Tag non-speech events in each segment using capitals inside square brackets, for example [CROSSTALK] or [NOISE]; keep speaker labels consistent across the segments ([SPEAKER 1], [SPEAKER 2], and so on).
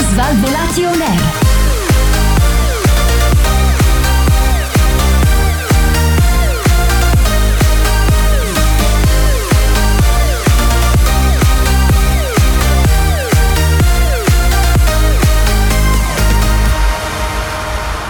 [SPEAKER 1] Svalvolati on air.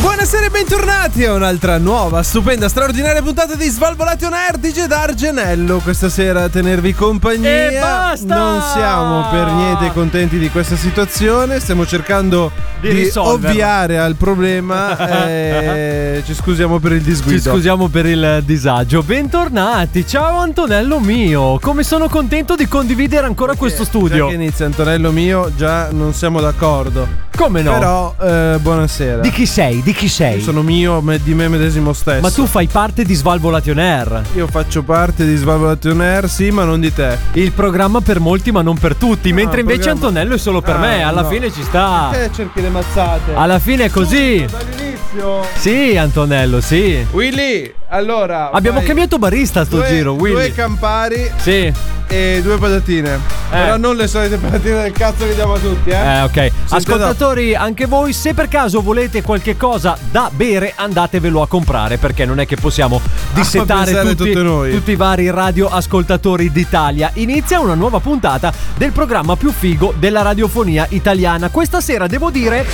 [SPEAKER 2] Buonasera e bentornati a un'altra nuova, stupenda, straordinaria puntata di Svalvolati on Air di Gedar Genello. Questa sera a tenervi compagnia.
[SPEAKER 3] E basta!
[SPEAKER 2] Non siamo per niente contenti di questa situazione. Stiamo cercando
[SPEAKER 3] Di
[SPEAKER 2] di,
[SPEAKER 3] risolverla.
[SPEAKER 2] ovviare al
[SPEAKER 3] [LAUGHS]
[SPEAKER 2] problema. e ci scusiamo per il disguido.
[SPEAKER 3] Ci scusiamo per il disagio. Bentornati. Ciao Antonello mio. Come sono contento di condividere ancora questo
[SPEAKER 2] Eh, Già
[SPEAKER 3] studio.
[SPEAKER 2] che inizia Antonello mio, già non siamo d'accordo.
[SPEAKER 3] Come no?
[SPEAKER 2] Però, eh, buonasera.
[SPEAKER 3] Di chi sei? Di chi sei?
[SPEAKER 2] Io sono mio, me- di me medesimo stesso.
[SPEAKER 3] Ma tu fai parte di Svalvolati On Air.
[SPEAKER 2] Io faccio parte di Svalvolati on Air, sì, ma non di te.
[SPEAKER 3] Il programma per molti ma non per tutti. mentre invece
[SPEAKER 2] Ah, programma-
[SPEAKER 3] Antonello è solo per
[SPEAKER 2] Ah,
[SPEAKER 3] me. Alla
[SPEAKER 2] no. Eh,
[SPEAKER 3] fine ci sta.
[SPEAKER 2] Te cerchi le mazzate.
[SPEAKER 3] Alla fine è così.
[SPEAKER 2] Dall'inizio.
[SPEAKER 3] Sì, Antonello, sì.
[SPEAKER 2] Willy, allora.
[SPEAKER 3] Abbiamo
[SPEAKER 2] fai
[SPEAKER 3] cambiato barista a sto
[SPEAKER 2] due-
[SPEAKER 3] giro, Willy. Eh.
[SPEAKER 2] Due campari
[SPEAKER 3] sì.
[SPEAKER 2] e due patatine. Però non le solite patatine del cazzo che diamo a tutti, eh.
[SPEAKER 3] Eh, ok. Ascoltatori, anche voi, se per caso volete qualche cosa da bere, andatevelo a comprare perché non è
[SPEAKER 2] [LAUGHS]
[SPEAKER 3] che possiamo dissetare
[SPEAKER 2] pensare
[SPEAKER 3] tutti,
[SPEAKER 2] tutte noi.
[SPEAKER 3] tutti i vari radioascoltatori d'Italia. Inizia una nuova puntata del programma più figo della radiofonia italiana. Questa sera devo dire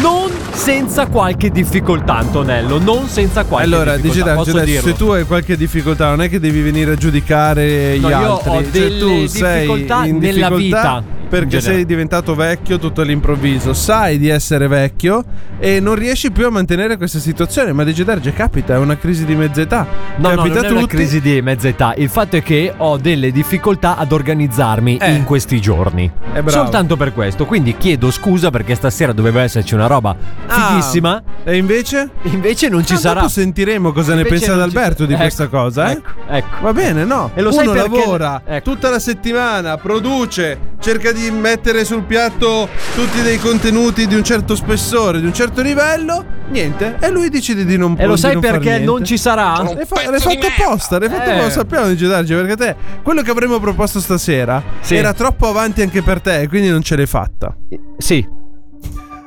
[SPEAKER 3] non senza qualche difficoltà, Antonello, non senza qualche
[SPEAKER 2] Allora, dici
[SPEAKER 3] difficoltà.
[SPEAKER 2] Darge,
[SPEAKER 3] Posso
[SPEAKER 2] adesso,
[SPEAKER 3] dirlo?
[SPEAKER 2] se tu hai qualche difficoltà, non è che devi venire a giudicare
[SPEAKER 3] No,
[SPEAKER 2] gli
[SPEAKER 3] io
[SPEAKER 2] altri.
[SPEAKER 3] ho
[SPEAKER 2] Cioè,
[SPEAKER 3] delle
[SPEAKER 2] tu sei
[SPEAKER 3] difficoltà
[SPEAKER 2] in
[SPEAKER 3] nella
[SPEAKER 2] difficoltà
[SPEAKER 3] vita, in
[SPEAKER 2] Perché
[SPEAKER 3] genere.
[SPEAKER 2] sei diventato vecchio tutto all'improvviso. Sai di essere vecchio e non riesci più a mantenere questa situazione. Ma dici Darge, capita, è una crisi di mezz'età.
[SPEAKER 3] No, no,
[SPEAKER 2] capita
[SPEAKER 3] non è una
[SPEAKER 2] tutti.
[SPEAKER 3] crisi di mezza età. Il fatto è che ho delle difficoltà ad organizzarmi
[SPEAKER 2] Eh.
[SPEAKER 3] in questi giorni.
[SPEAKER 2] bravo.
[SPEAKER 3] Soltanto per questo. Quindi chiedo scusa perché stasera doveva esserci una roba
[SPEAKER 2] Ah.
[SPEAKER 3] fighissima.
[SPEAKER 2] E invece?
[SPEAKER 3] Invece non ci
[SPEAKER 2] Ah,
[SPEAKER 3] sarà.
[SPEAKER 2] Dopo sentiremo cosa ne
[SPEAKER 3] Invece
[SPEAKER 2] pensa
[SPEAKER 3] non ci
[SPEAKER 2] D'Alberto
[SPEAKER 3] sarà.
[SPEAKER 2] di
[SPEAKER 3] Ecco,
[SPEAKER 2] questa cosa. Eh?
[SPEAKER 3] ecco, ecco.
[SPEAKER 2] Va bene, no?
[SPEAKER 3] E lo
[SPEAKER 2] Uno
[SPEAKER 3] sai perché-
[SPEAKER 2] lavora
[SPEAKER 3] ecco.
[SPEAKER 2] tutta la settimana, produce, cerca di mettere sul piatto tutti dei contenuti di un certo spessore, di un certo livello. Niente. E lui decide di non
[SPEAKER 3] E lo
[SPEAKER 2] di
[SPEAKER 3] sai
[SPEAKER 2] non far
[SPEAKER 3] perché
[SPEAKER 2] niente.
[SPEAKER 3] non ci sarà?
[SPEAKER 2] L'hai fa- l'hai fatto apposta, l'hai fatto
[SPEAKER 3] Eh.
[SPEAKER 2] apposta, sappiamo di girarci perché te quello che avremmo proposto stasera
[SPEAKER 3] Sì.
[SPEAKER 2] era troppo avanti anche per te, quindi non ce l'hai fatta.
[SPEAKER 3] Sì.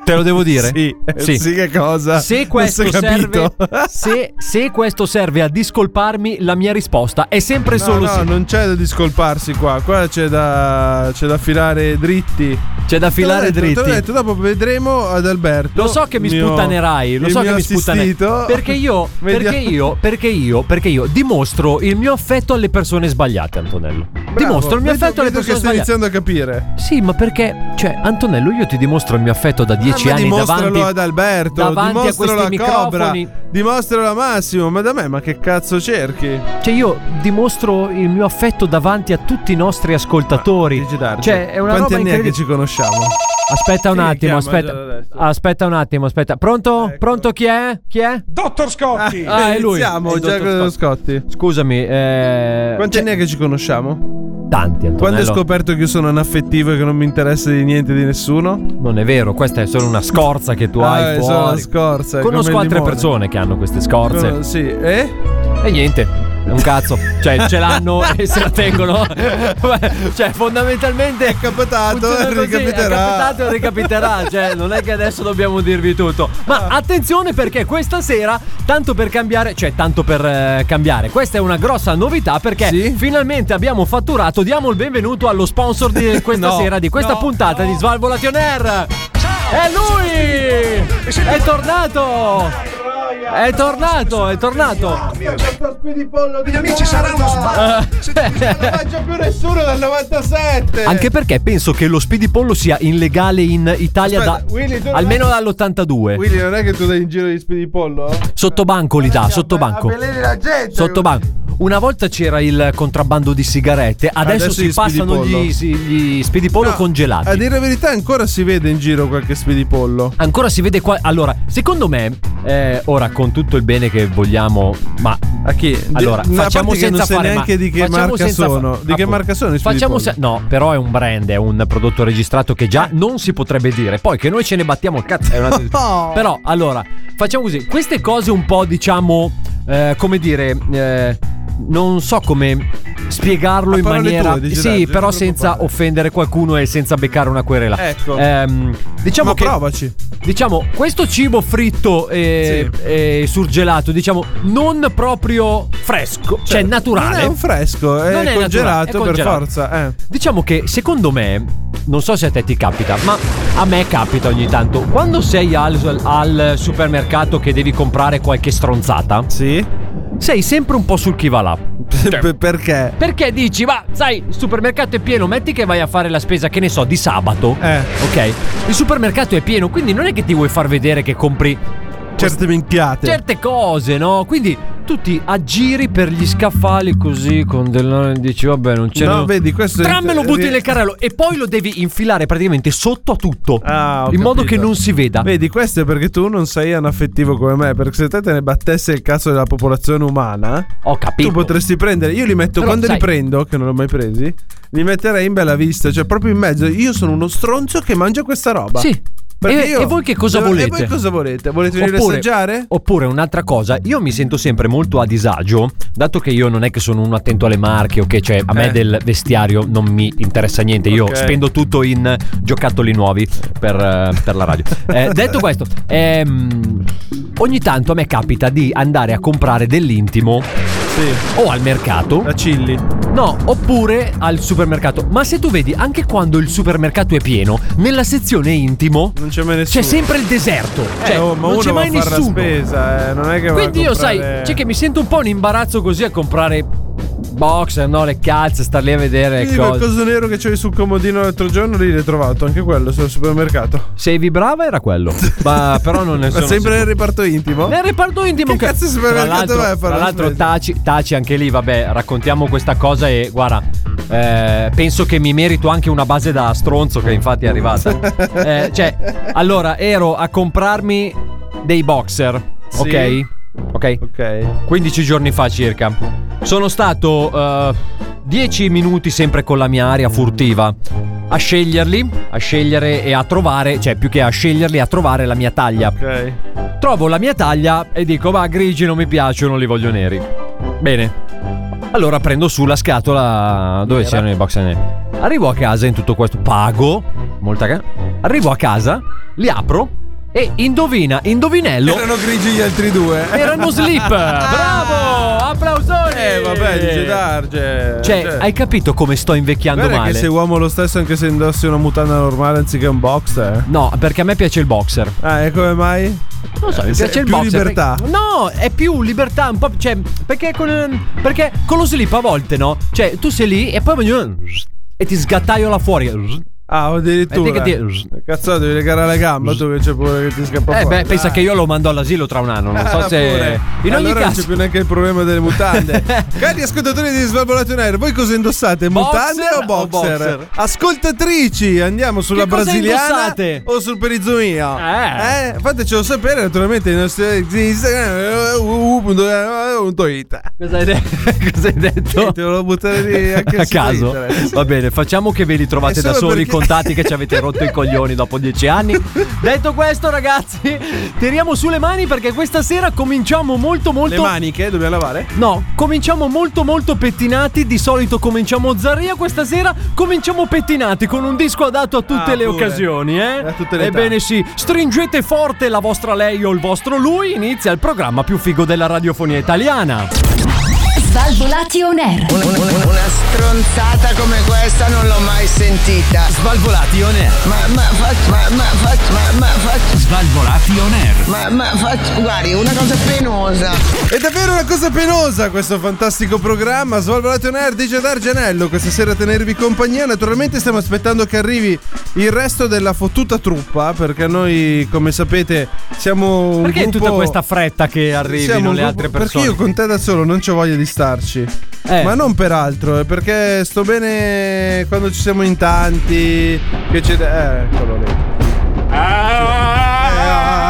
[SPEAKER 3] Te lo devo dire?
[SPEAKER 2] [LAUGHS] Sì,
[SPEAKER 3] Sì.
[SPEAKER 2] sì, che cosa?
[SPEAKER 3] Se
[SPEAKER 2] Non
[SPEAKER 3] questo,
[SPEAKER 2] si è
[SPEAKER 3] serve,
[SPEAKER 2] capito. [LAUGHS]
[SPEAKER 3] se, se questo serve a discolparmi, la mia risposta è sempre
[SPEAKER 2] No,
[SPEAKER 3] solo
[SPEAKER 2] no,
[SPEAKER 3] sì.
[SPEAKER 2] non c'è da discolparsi qua. Qua c'è da, c'è da affilare dritti.
[SPEAKER 3] C'è da filare
[SPEAKER 2] Te l'ho detto,
[SPEAKER 3] dritti.
[SPEAKER 2] Te l'ho detto, dopo vedremo ad Alberto.
[SPEAKER 3] Lo so che mi
[SPEAKER 2] il mio-
[SPEAKER 3] sputtanerai, lo
[SPEAKER 2] il
[SPEAKER 3] so che
[SPEAKER 2] mio
[SPEAKER 3] mi sputtanerai.
[SPEAKER 2] assistito.
[SPEAKER 3] Perché io,
[SPEAKER 2] [LAUGHS] Vediamo-
[SPEAKER 3] perché io, perché io, perché io dimostro il mio affetto alle persone sbagliate, Antonello.
[SPEAKER 2] Bravo,
[SPEAKER 3] dimostro il mio
[SPEAKER 2] vedo-
[SPEAKER 3] affetto alle
[SPEAKER 2] vedo che
[SPEAKER 3] persone
[SPEAKER 2] sto
[SPEAKER 3] sbagliate.
[SPEAKER 2] iniziando a capire.
[SPEAKER 3] Sì, ma perché, cioè, Antonello, io ti dimostro il mio affetto da dieci
[SPEAKER 2] Ah, ma
[SPEAKER 3] anni
[SPEAKER 2] dimostralo
[SPEAKER 3] davanti
[SPEAKER 2] ad Alberto,
[SPEAKER 3] davanti a
[SPEAKER 2] dimostralo a
[SPEAKER 3] questi
[SPEAKER 2] Cobra,
[SPEAKER 3] microfoni.
[SPEAKER 2] dimostralo a Massimo. Ma da me, ma che cazzo cerchi?
[SPEAKER 3] Cioè, io dimostro il mio affetto davanti a tutti i nostri ascoltatori.
[SPEAKER 2] Luigi Dardi,
[SPEAKER 3] Cioè, è una
[SPEAKER 2] Quanti
[SPEAKER 3] roba
[SPEAKER 2] anni è che
[SPEAKER 3] incredibile.
[SPEAKER 2] ci conosciamo?
[SPEAKER 3] Aspetta un
[SPEAKER 2] Chi
[SPEAKER 3] attimo,
[SPEAKER 2] chiama
[SPEAKER 3] aspetta.
[SPEAKER 2] già da adesso?
[SPEAKER 3] Aspetta un attimo, aspetta. Pronto?
[SPEAKER 2] Ecco.
[SPEAKER 3] Pronto chi è? Chi è?
[SPEAKER 2] Dottor Scotti!
[SPEAKER 3] Ah, è lui. È
[SPEAKER 2] Iniziamo
[SPEAKER 3] il
[SPEAKER 2] già
[SPEAKER 3] dottor
[SPEAKER 2] con lo Scotti.
[SPEAKER 3] Scusami, eh
[SPEAKER 2] Quanti
[SPEAKER 3] cioè,
[SPEAKER 2] anni è che ci conosciamo?
[SPEAKER 3] tanti Antonello.
[SPEAKER 2] Quando hai scoperto che io sono anaffettivo e che non mi interessa di niente di nessuno?
[SPEAKER 3] Non è vero, questa è solo una scorza che tu
[SPEAKER 2] Ah, è
[SPEAKER 3] hai
[SPEAKER 2] solo
[SPEAKER 3] fuori.
[SPEAKER 2] una scorza, è
[SPEAKER 3] Conosco
[SPEAKER 2] come il
[SPEAKER 3] altre
[SPEAKER 2] limone.
[SPEAKER 3] persone che hanno queste scorze.
[SPEAKER 2] Con- Sì, eh?
[SPEAKER 3] E niente. È un cazzo. Cioè,
[SPEAKER 2] [LAUGHS]
[SPEAKER 3] ce l'hanno e se la tengono. cioè, fondamentalmente. È
[SPEAKER 2] capitato e
[SPEAKER 3] È
[SPEAKER 2] ricapiterà.
[SPEAKER 3] capitato e ricapiterà. Cioè, non è che adesso dobbiamo dirvi tutto. Ma
[SPEAKER 2] Ah.
[SPEAKER 3] attenzione perché questa sera, tanto per cambiare, cioè, tanto per eh, cambiare, questa è una grossa novità perché
[SPEAKER 2] Sì?
[SPEAKER 3] finalmente abbiamo fatturato. Diamo il benvenuto allo sponsor di
[SPEAKER 2] [LAUGHS]
[SPEAKER 3] questa
[SPEAKER 2] No,
[SPEAKER 3] sera, di questa
[SPEAKER 2] no,
[SPEAKER 3] puntata di Svalvolation Air. È lui! È tornato! È tornato, è tornato.
[SPEAKER 2] Gli amici saranno Non mangia più nessuno dal 97.
[SPEAKER 3] Anche perché penso che lo spidipollo sia illegale in Italia
[SPEAKER 2] Aspetta,
[SPEAKER 3] da
[SPEAKER 2] Willy, tu non-
[SPEAKER 3] almeno dall'82.
[SPEAKER 2] Willy, non è che tu dai in giro gli spedipollo? Eh?
[SPEAKER 3] Sottobanco li dà, sottobanco.
[SPEAKER 2] Avveleni la gente.
[SPEAKER 3] Sottobanco. Una volta c'era il contrabbando di sigarette, adesso,
[SPEAKER 2] Adesso
[SPEAKER 3] si
[SPEAKER 2] gli
[SPEAKER 3] passano
[SPEAKER 2] spidipollo.
[SPEAKER 3] gli, si- gli spidipollo
[SPEAKER 2] No,
[SPEAKER 3] congelati.
[SPEAKER 2] A dire la verità, ancora si vede in giro qualche spedipollo.
[SPEAKER 3] Ancora si vede qua. Allora, secondo me, eh, ora con tutto il bene che vogliamo, ma
[SPEAKER 2] A chi?
[SPEAKER 3] allora
[SPEAKER 2] Di- a
[SPEAKER 3] facciamo
[SPEAKER 2] parte che
[SPEAKER 3] senza
[SPEAKER 2] non sai
[SPEAKER 3] fare
[SPEAKER 2] neanche
[SPEAKER 3] ma-
[SPEAKER 2] di che
[SPEAKER 3] facciamo
[SPEAKER 2] marca
[SPEAKER 3] senza fa-
[SPEAKER 2] sono. di che
[SPEAKER 3] appunto.
[SPEAKER 2] marca sono gli
[SPEAKER 3] Facciamo se-
[SPEAKER 2] spedipolli?
[SPEAKER 3] no, però è un brand, è un prodotto registrato che
[SPEAKER 2] Eh.
[SPEAKER 3] già non si potrebbe dire. Poi che noi ce ne battiamo il cazzo. È un altro- [LAUGHS] Però allora, facciamo così, queste cose un po' diciamo eh, come dire eh, non so come spiegarlo
[SPEAKER 2] A
[SPEAKER 3] in
[SPEAKER 2] parole
[SPEAKER 3] maniera
[SPEAKER 2] tue, dici, dai,
[SPEAKER 3] Sì,
[SPEAKER 2] non
[SPEAKER 3] però
[SPEAKER 2] ti
[SPEAKER 3] senza
[SPEAKER 2] preoccupare.
[SPEAKER 3] offendere qualcuno e senza beccare una querela.
[SPEAKER 2] Ecco.
[SPEAKER 3] Ehm, diciamo
[SPEAKER 2] Ma
[SPEAKER 3] che
[SPEAKER 2] provaci.
[SPEAKER 3] Diciamo, questo cibo fritto e,
[SPEAKER 2] Sì.
[SPEAKER 3] e surgelato, diciamo, non proprio fresco, cioè naturale.
[SPEAKER 2] Certo. Non è un fresco, è,
[SPEAKER 3] Non è naturale,
[SPEAKER 2] congelato
[SPEAKER 3] è
[SPEAKER 2] per
[SPEAKER 3] congelato.
[SPEAKER 2] forza. Eh.
[SPEAKER 3] Diciamo che secondo me, non so se a te ti capita, ma a me capita ogni tanto. Quando sei al, al supermercato che devi comprare qualche stronzata,
[SPEAKER 2] Sì?
[SPEAKER 3] sei sempre un po' sul chi va là. Cioè,
[SPEAKER 2] Per- perché?
[SPEAKER 3] Perché dici, ma sai, il supermercato è pieno, metti che vai a fare la spesa, che ne so, di sabato.
[SPEAKER 2] Eh.
[SPEAKER 3] Ok? Il supermercato è pieno, quindi non è che ti vuoi far vedere che compri
[SPEAKER 2] Certe minchiate.
[SPEAKER 3] certe cose, no? Quindi tu ti aggiri per gli scaffali così con del e dici vabbè, non c'è
[SPEAKER 2] No, vedi, questo è- eh,
[SPEAKER 3] Tram lo butti
[SPEAKER 2] ri-
[SPEAKER 3] nel carrello e poi lo devi infilare praticamente sotto a tutto,
[SPEAKER 2] Ah, ho
[SPEAKER 3] in modo
[SPEAKER 2] capito.
[SPEAKER 3] che non si veda.
[SPEAKER 2] Vedi, questo è perché tu non sei anaffettivo come me. Perché se te te ne battesse il cazzo della popolazione umana,
[SPEAKER 3] Ho capito.
[SPEAKER 2] tu potresti prendere. Io li metto
[SPEAKER 3] Però,
[SPEAKER 2] quando
[SPEAKER 3] sai-
[SPEAKER 2] li prendo, che non l'ho mai presi, li metterei in bella vista, cioè proprio in mezzo. Io sono uno stronzo che mangia questa roba.
[SPEAKER 3] Sì.
[SPEAKER 2] Perché
[SPEAKER 3] E-
[SPEAKER 2] io-
[SPEAKER 3] e voi che cosa
[SPEAKER 2] e-
[SPEAKER 3] volete?
[SPEAKER 2] E voi cosa volete? Volete venire a assaggiare?
[SPEAKER 3] Oppure un'altra cosa, io mi sento sempre molto a disagio, dato che io non è che sono uno attento alle marche, ok? Cioè, a me
[SPEAKER 2] Eh.
[SPEAKER 3] del vestiario non mi interessa niente, io
[SPEAKER 2] Ok.
[SPEAKER 3] spendo tutto in eh, giocattoli nuovi per, eh, per la radio.
[SPEAKER 2] [LAUGHS]
[SPEAKER 3] Eh, detto questo, ehm, ogni tanto a me capita di andare a comprare dell'intimo
[SPEAKER 2] Sì.
[SPEAKER 3] o al mercato.
[SPEAKER 2] La chilli.
[SPEAKER 3] No, oppure al supermercato. Ma se tu vedi, anche quando il supermercato è pieno, nella sezione intimo
[SPEAKER 2] Non c'è mai
[SPEAKER 3] c'è
[SPEAKER 2] nessuno.
[SPEAKER 3] sempre il deserto.
[SPEAKER 2] Eh,
[SPEAKER 3] cioè,
[SPEAKER 2] oh, ma
[SPEAKER 3] non
[SPEAKER 2] uno
[SPEAKER 3] c'è mai
[SPEAKER 2] va a fare
[SPEAKER 3] nessuno.
[SPEAKER 2] la spesa, eh, non è che va a
[SPEAKER 3] Quindi io, sai,
[SPEAKER 2] comprare-
[SPEAKER 3] c'è che mi sento un po' in imbarazzo così a comprare boxer, no? Le calze, star lì a vedere
[SPEAKER 2] Quindi quel
[SPEAKER 3] cose.
[SPEAKER 2] coso nero che c'avevi sul comodino l'altro giorno lì l'hai trovato, anche quello, sul supermercato.
[SPEAKER 3] Se vibrava era quello. Ma Ah, però non ne
[SPEAKER 2] [LAUGHS] Ma
[SPEAKER 3] sono.
[SPEAKER 2] sempre nel
[SPEAKER 3] sicuro.
[SPEAKER 2] reparto intimo?
[SPEAKER 3] Nel reparto intimo
[SPEAKER 2] Che cazzo di supermercato
[SPEAKER 3] Tra l'altro-
[SPEAKER 2] vai a fare
[SPEAKER 3] Tra
[SPEAKER 2] la
[SPEAKER 3] l'altro
[SPEAKER 2] spesa?
[SPEAKER 3] taci, taci anche lì Vabbè raccontiamo questa cosa E guarda eh, Penso che mi merito anche una base da stronzo Che infatti
[SPEAKER 2] [LAUGHS]
[SPEAKER 3] è arrivata Eh, Cioè Allora ero a comprarmi Dei boxer
[SPEAKER 2] Sì.
[SPEAKER 3] Ok Ok
[SPEAKER 2] Ok.
[SPEAKER 3] 15 giorni fa circa. Sono stato eh, 10 minuti sempre con la mia aria furtiva a sceglierli, a scegliere e a trovare, cioè più che a sceglierli, a trovare la mia taglia.
[SPEAKER 2] Ok.
[SPEAKER 3] Trovo la mia taglia e dico, ma grigi non mi piacciono, li voglio neri. Bene. Allora prendo su la scatola dove c'erano i box neri. Arrivo a casa in tutto questo, pago, molta ca- Arrivo a casa, li apro e indovina, indovinello...
[SPEAKER 2] Erano grigi gli altri due.
[SPEAKER 3] Erano
[SPEAKER 2] [LAUGHS]
[SPEAKER 3] slip! Bravo! Applausone!
[SPEAKER 2] Ah! Eh, vabbè, dice Darge.
[SPEAKER 3] Cioè, hai capito come sto invecchiando
[SPEAKER 2] Guarda
[SPEAKER 3] male?
[SPEAKER 2] che sei uomo lo stesso anche se indossi una mutanda normale anziché un boxer.
[SPEAKER 3] No, perché a me piace il boxer.
[SPEAKER 2] Ah, e come mai?
[SPEAKER 3] Non so, mi
[SPEAKER 2] se-
[SPEAKER 3] piace il
[SPEAKER 2] più
[SPEAKER 3] boxer.
[SPEAKER 2] libertà.
[SPEAKER 3] perché- No, è più libertà, un po'. Cioè, perché con, perché con lo slip a volte, no? Cioè, tu sei lì e poi ognuno. E ti sgattaiola fuori. Eh,
[SPEAKER 2] Ah, addirittura.
[SPEAKER 3] Metti che ti- Eh,
[SPEAKER 2] Cazzo, devi legare alla gamba tu che c'è pure che ti scappa fuori.
[SPEAKER 3] beh, pensa
[SPEAKER 2] Eh, Dai.
[SPEAKER 3] che io lo mando all'asilo tra un anno. Non so
[SPEAKER 2] Ah,
[SPEAKER 3] se.
[SPEAKER 2] pure.
[SPEAKER 3] In ogni
[SPEAKER 2] allora non
[SPEAKER 3] caso.
[SPEAKER 2] c'è più neanche il problema delle mutande.
[SPEAKER 3] [LAUGHS]
[SPEAKER 2] Cari ascoltatori di Svalvolato in Aereo, voi cosa indossate? Mutande
[SPEAKER 3] Boxer
[SPEAKER 2] o boxer?
[SPEAKER 3] o boxer?
[SPEAKER 2] Ascoltatrici, andiamo sulla
[SPEAKER 3] Che cosa
[SPEAKER 2] brasiliana
[SPEAKER 3] indossate?
[SPEAKER 2] o sul perizomio?
[SPEAKER 3] Eh.
[SPEAKER 2] Fatecelo sapere naturalmente nei nostri Instagram eh, www.aereo.it.
[SPEAKER 3] Cosa hai, de- [LAUGHS] cosa hai detto?
[SPEAKER 2] Eh, Te lo volevo buttare
[SPEAKER 3] [LAUGHS]
[SPEAKER 2] lì anche
[SPEAKER 3] a
[SPEAKER 2] sul
[SPEAKER 3] caso.
[SPEAKER 2] internet.
[SPEAKER 3] Va bene, facciamo che ve li trovate
[SPEAKER 2] È
[SPEAKER 3] da
[SPEAKER 2] solo
[SPEAKER 3] soli i
[SPEAKER 2] perché-
[SPEAKER 3] contatti che ci avete
[SPEAKER 2] [LAUGHS]
[SPEAKER 3] rotto i coglioni dopo dieci anni. Detto questo, ragazzi, tiriamo su le mani perché questa sera cominciamo molto molto
[SPEAKER 2] Le maniche dobbiamo lavare?
[SPEAKER 3] No, cominciamo molto molto pettinati, di solito cominciamo Zaria, questa sera cominciamo pettinati con un disco adatto a tutte
[SPEAKER 2] Ah,
[SPEAKER 3] le
[SPEAKER 2] pure.
[SPEAKER 3] occasioni, eh?
[SPEAKER 2] A tutte le età.
[SPEAKER 3] Ebbene sì, stringete forte la vostra lei o il vostro lui, inizia il programma più figo della radiofonia italiana.
[SPEAKER 1] Svalvolati on air.
[SPEAKER 4] Una stronzata come questa non l'ho mai sentita.
[SPEAKER 5] Svalvolati on air.
[SPEAKER 4] Ma, ma, fac- ma, ma, fac- ma, ma, fac-
[SPEAKER 5] Svalvolati on air.
[SPEAKER 4] ma, ma, fac- guardi, una cosa penosa.
[SPEAKER 2] È davvero una cosa penosa questo fantastico programma. Svalvolate on air dice D'Argianello questa sera a tenervi compagnia. Naturalmente stiamo aspettando che arrivi il resto della fottuta truppa. Perché noi, come sapete, siamo un
[SPEAKER 3] Perché
[SPEAKER 2] gruppo...
[SPEAKER 3] tutta questa fretta che
[SPEAKER 2] Siamo
[SPEAKER 3] arrivino
[SPEAKER 2] un
[SPEAKER 3] le
[SPEAKER 2] gruppo-
[SPEAKER 3] altre persone?
[SPEAKER 2] Perché io con te da solo non c'ho voglia di starci.
[SPEAKER 3] Eh.
[SPEAKER 2] Ma non per altro, è perché sto bene quando ci siamo in tanti. Che c'è. Eh, eccolo lì.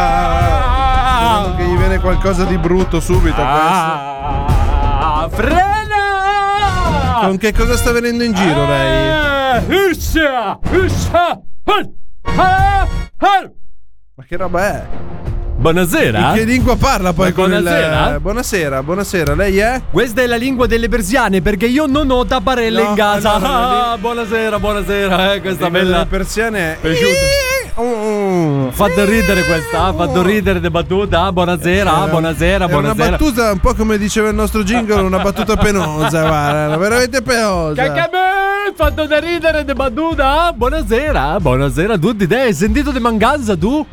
[SPEAKER 2] Ah, speriamo che gli viene qualcosa di brutto subito. questo.
[SPEAKER 3] Ah, frena!
[SPEAKER 2] Con che cosa sta venendo in giro lei?
[SPEAKER 3] Eh, ussa, ussa, al, ah, al.
[SPEAKER 2] Ma che roba è?
[SPEAKER 3] Buonasera.
[SPEAKER 2] Che lingua parla poi
[SPEAKER 3] Eh? Ma
[SPEAKER 2] con
[SPEAKER 3] buonasera?
[SPEAKER 2] il. eh, Buonasera, buonasera. Lei è?
[SPEAKER 3] Questa è la lingua delle persiane perché io non ho da barella
[SPEAKER 2] No,
[SPEAKER 3] in
[SPEAKER 2] no,
[SPEAKER 3] casa.
[SPEAKER 2] no, no.
[SPEAKER 3] Ah, buonasera, buonasera. Eh, questa
[SPEAKER 2] Lingua delle
[SPEAKER 3] bella.
[SPEAKER 2] persiane. è-
[SPEAKER 3] Piaciuta.
[SPEAKER 2] Mm.
[SPEAKER 3] Fatto ridere questa, ha fatto ridere le battute. Ah, buonasera, ah,
[SPEAKER 2] Oh. Era-
[SPEAKER 3] buonasera,
[SPEAKER 2] era Una
[SPEAKER 3] buonasera.
[SPEAKER 2] battuta un po' come diceva il nostro jingle, una battuta penosa, guarda, era veramente
[SPEAKER 3] Che che
[SPEAKER 2] penosa.
[SPEAKER 3] me, fatto da ridere de battuta. ah, Buonasera, buonasera a tutti. Dai, hai sentito de manganza tu?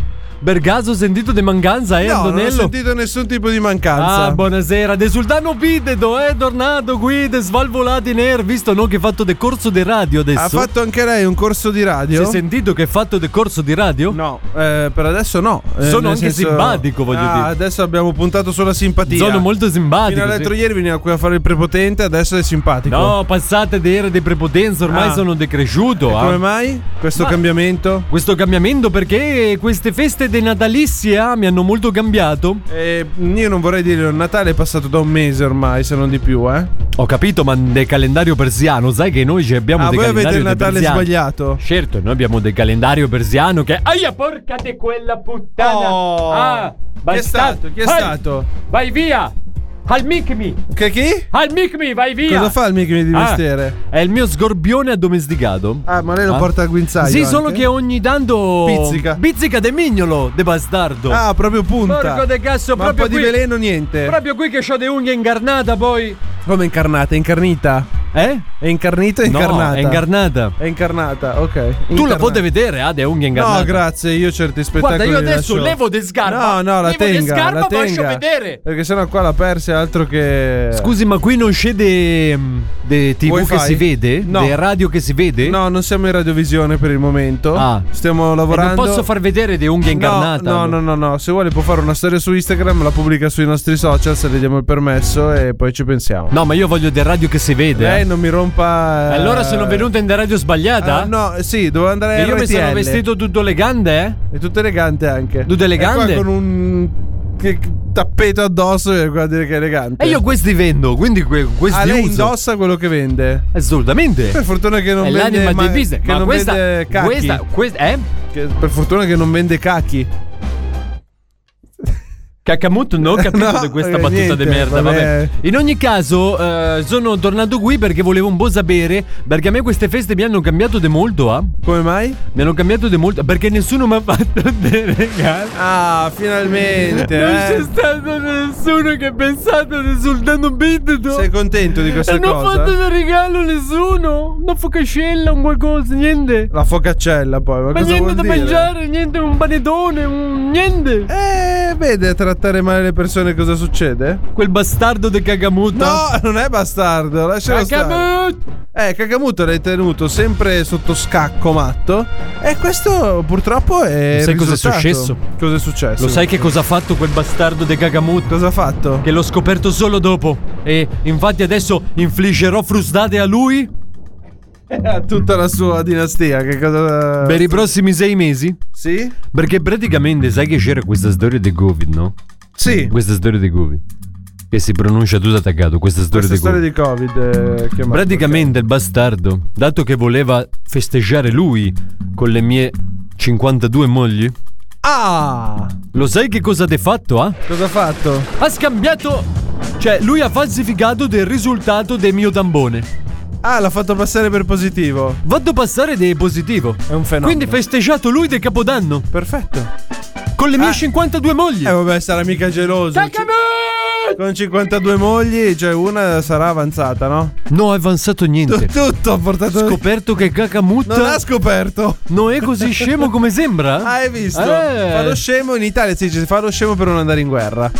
[SPEAKER 3] Bergaso sentito de manganza, eh,
[SPEAKER 2] No, non ho
[SPEAKER 3] Antonello?
[SPEAKER 2] sentito nessun tipo di mancanza.
[SPEAKER 3] Ah, buonasera, De Sultano Pidedo è tornato qui, de svalvolati ner, visto no che ha fatto de corso di radio adesso.
[SPEAKER 2] ha fatto anche lei un corso di
[SPEAKER 3] Si
[SPEAKER 2] radio?
[SPEAKER 3] è sentito che ha fatto de corso di radio?
[SPEAKER 2] No, eh, per adesso no. Eh,
[SPEAKER 3] Sono
[SPEAKER 2] nel
[SPEAKER 3] anche simpatico, voglio
[SPEAKER 2] Ah,
[SPEAKER 3] dire.
[SPEAKER 2] Adesso abbiamo puntato sulla simpatia.
[SPEAKER 3] Sono molto simpatico.
[SPEAKER 2] Fino all'altro
[SPEAKER 3] sì.
[SPEAKER 2] ieri veniva qui a fare il prepotente, adesso è simpatico.
[SPEAKER 3] No, passate di era di prepotenza, ormai
[SPEAKER 2] Ah.
[SPEAKER 3] sono decresciuto. ah.
[SPEAKER 2] Come mai questo
[SPEAKER 3] Ma-
[SPEAKER 2] cambiamento?
[SPEAKER 3] Questo cambiamento perché queste feste de natalizia mi hanno molto cambiato.
[SPEAKER 2] Eh, io non vorrei dire, il Natale è passato da un mese ormai, se non di più, eh.
[SPEAKER 3] Ho capito, ma del calendario persiano, sai che noi ci abbiamo
[SPEAKER 2] Ah,
[SPEAKER 3] dei
[SPEAKER 2] voi avete
[SPEAKER 3] calendari
[SPEAKER 2] il
[SPEAKER 3] dei
[SPEAKER 2] Natale
[SPEAKER 3] persiani.
[SPEAKER 2] sbagliato.
[SPEAKER 3] Certo, noi abbiamo del calendario persiano che Aia porca di quella puttana.
[SPEAKER 2] Oh.
[SPEAKER 3] Ah,
[SPEAKER 2] Chi è
[SPEAKER 3] bastardo.
[SPEAKER 2] stato? Chi è
[SPEAKER 3] Vai-
[SPEAKER 2] stato?
[SPEAKER 3] Vai via! Al micmi!
[SPEAKER 2] Che chi?
[SPEAKER 3] Al micmi, vai via!
[SPEAKER 2] Cosa fa il Mickey di
[SPEAKER 3] Ah,
[SPEAKER 2] mestiere?
[SPEAKER 3] È il mio sgorbione addomesticato.
[SPEAKER 2] Ah, ma lei lo
[SPEAKER 3] Ah.
[SPEAKER 2] porta a guinzaglio.
[SPEAKER 3] Sì,
[SPEAKER 2] anche?
[SPEAKER 3] solo che ogni tanto
[SPEAKER 2] Pizzica.
[SPEAKER 3] Pizzica de mignolo, de bastardo.
[SPEAKER 2] Ah, proprio punta.
[SPEAKER 3] Porco de cazzo,
[SPEAKER 2] ma
[SPEAKER 3] proprio
[SPEAKER 2] un po' di
[SPEAKER 3] qui.
[SPEAKER 2] veleno niente.
[SPEAKER 3] Proprio qui che ho de unghie incarnata poi.
[SPEAKER 2] Come incarnata, incarnita.
[SPEAKER 3] Eh?
[SPEAKER 2] È incarnita o incarnata?
[SPEAKER 3] No, è incarnata.
[SPEAKER 2] È incarnata, ok.
[SPEAKER 3] Tu la
[SPEAKER 2] Incarnata.
[SPEAKER 3] potete vedere, ah, de unghie incarnata.
[SPEAKER 2] No, grazie, io certi spettacoli
[SPEAKER 3] Guarda, io
[SPEAKER 2] li
[SPEAKER 3] adesso
[SPEAKER 2] lascio.
[SPEAKER 3] levo de sgarba.
[SPEAKER 2] No, no, la
[SPEAKER 3] Levo de
[SPEAKER 2] tenga,
[SPEAKER 3] sgarba,
[SPEAKER 2] la
[SPEAKER 3] ma lascio
[SPEAKER 2] tenga.
[SPEAKER 3] vedere.
[SPEAKER 2] Perché sennò qua la persi è altro che
[SPEAKER 3] Scusi, ma qui non c'è de, de TV
[SPEAKER 2] Wi-Fi?
[SPEAKER 3] che si vede?
[SPEAKER 2] No.
[SPEAKER 3] De radio che si vede?
[SPEAKER 2] No, non siamo in radiovisione per il momento.
[SPEAKER 3] Ah.
[SPEAKER 2] Stiamo
[SPEAKER 3] E non
[SPEAKER 2] lavorando.
[SPEAKER 3] posso far vedere de unghie incarnata.
[SPEAKER 2] No, no, no, no, no. Se vuole può fare una storia su Instagram, la pubblica sui nostri social se le diamo il permesso e poi ci pensiamo.
[SPEAKER 3] No, ma io voglio de radio che si vede.
[SPEAKER 2] Lei
[SPEAKER 3] eh.
[SPEAKER 2] non mi rompa. eh,
[SPEAKER 3] Allora sono venuto in de radio sbagliata?
[SPEAKER 2] Ah, no, sì, dovevo andare a
[SPEAKER 3] E io mi sono
[SPEAKER 2] RTL.
[SPEAKER 3] vestito tutto elegante, eh?
[SPEAKER 2] È tutto elegante anche.
[SPEAKER 3] Tutto elegante?
[SPEAKER 2] E qua con un che- tappeto addosso e qua a dire che è elegante.
[SPEAKER 3] E io questi vendo, quindi que- questi
[SPEAKER 2] ah, lei
[SPEAKER 3] uso.
[SPEAKER 2] indossa quello che vende. Per
[SPEAKER 3] Assolutamente.
[SPEAKER 2] fortuna che non
[SPEAKER 3] È
[SPEAKER 2] vende
[SPEAKER 3] l'anima
[SPEAKER 2] ma-
[SPEAKER 3] del business.
[SPEAKER 2] che
[SPEAKER 3] Ma
[SPEAKER 2] non
[SPEAKER 3] questa,
[SPEAKER 2] vende cacchi.
[SPEAKER 3] questa, questa, eh?
[SPEAKER 2] Che- per fortuna che non vende cacchi.
[SPEAKER 3] Cacamuto [LAUGHS] non ho capito
[SPEAKER 2] No,
[SPEAKER 3] di questa
[SPEAKER 2] eh,
[SPEAKER 3] battuta
[SPEAKER 2] niente,
[SPEAKER 3] di merda, vabbè.
[SPEAKER 2] vabbè.
[SPEAKER 3] In ogni caso, eh, sono tornato qui perché volevo un po' sapere, perché a me queste feste mi hanno cambiato di molto, ah.
[SPEAKER 2] Come mai?
[SPEAKER 3] Mi hanno cambiato di molto, perché nessuno mi ha [LAUGHS] fatto dei regali.
[SPEAKER 2] Ah, finalmente.
[SPEAKER 3] Non
[SPEAKER 2] eh.
[SPEAKER 3] c'è stato nessuno che ha pensato di soltanto un bidodo.
[SPEAKER 2] Sei contento di questa
[SPEAKER 3] Non ho
[SPEAKER 2] cosa?
[SPEAKER 3] fatto un regalo a nessuno, una focacella, un qualcosa, niente.
[SPEAKER 2] La focaccella poi, ma,
[SPEAKER 3] Ma
[SPEAKER 2] cosa
[SPEAKER 3] niente
[SPEAKER 2] vuol
[SPEAKER 3] da
[SPEAKER 2] dire?
[SPEAKER 3] mangiare, niente, un panettone, un niente.
[SPEAKER 2] Eh, vede trattare male le persone cosa succede?
[SPEAKER 3] Quel bastardo di Cacamuto.
[SPEAKER 2] No, [LAUGHS] non è bastardo, lascialo stare.
[SPEAKER 3] Cacamuto!
[SPEAKER 2] Eh, Kakamuto l'hai tenuto sempre sotto scacco matto e questo purtroppo è
[SPEAKER 3] Sai
[SPEAKER 2] il
[SPEAKER 3] cosa è
[SPEAKER 2] risultato.
[SPEAKER 3] successo?
[SPEAKER 2] Cosa è successo?
[SPEAKER 3] Lo sai che cosa ha fatto quel bastardo de Kagamuto?
[SPEAKER 2] cosa ha fatto?
[SPEAKER 3] Che l'ho scoperto solo dopo. E infatti adesso infliggerò frustate a lui
[SPEAKER 2] Eh, Ha tutta la sua dinastia, che cosa
[SPEAKER 3] per i prossimi sei mesi.
[SPEAKER 2] Sì?
[SPEAKER 3] Perché praticamente sai che c'era questa storia di Covid, no?
[SPEAKER 2] Sì.
[SPEAKER 3] Questa storia di Covid. Che si pronuncia tutto attaccato, questa storia
[SPEAKER 2] Questa
[SPEAKER 3] di
[SPEAKER 2] storia
[SPEAKER 3] Covid.
[SPEAKER 2] di Covid eh, chiamata.
[SPEAKER 3] Praticamente il bastardo, dato che voleva festeggiare lui con le mie 52 mogli,
[SPEAKER 2] Ah!
[SPEAKER 3] lo sai che cosa ti ha fatto, ah?
[SPEAKER 2] Cosa ha fatto?
[SPEAKER 3] ha scambiato. Cioè, lui ha falsificato del risultato del mio tampone.
[SPEAKER 2] Ah, l'ha fatto passare per positivo.
[SPEAKER 3] Vado a passare del positivo.
[SPEAKER 2] È un fenomeno.
[SPEAKER 3] Quindi festeggiato lui del capodanno.
[SPEAKER 2] Perfetto. Ah.
[SPEAKER 3] Con le mie 52 mogli.
[SPEAKER 2] oh. Eh vabbè, sarà mica geloso.
[SPEAKER 3] Cacamut!
[SPEAKER 2] con 52 mogli, cioè una sarà avanzata, no?
[SPEAKER 3] Non è avanzato
[SPEAKER 2] [LAUGHS]
[SPEAKER 3] niente.
[SPEAKER 2] Tutto ha portato.
[SPEAKER 3] Scoperto che
[SPEAKER 2] non ha
[SPEAKER 3] Gagamutta
[SPEAKER 2] scoperto.
[SPEAKER 3] non è così scemo come sembra.
[SPEAKER 2] Ah, [LAUGHS] hai visto?
[SPEAKER 3] Eh.
[SPEAKER 2] Fa lo scemo in Italia si dice fa lo scemo per non andare in guerra.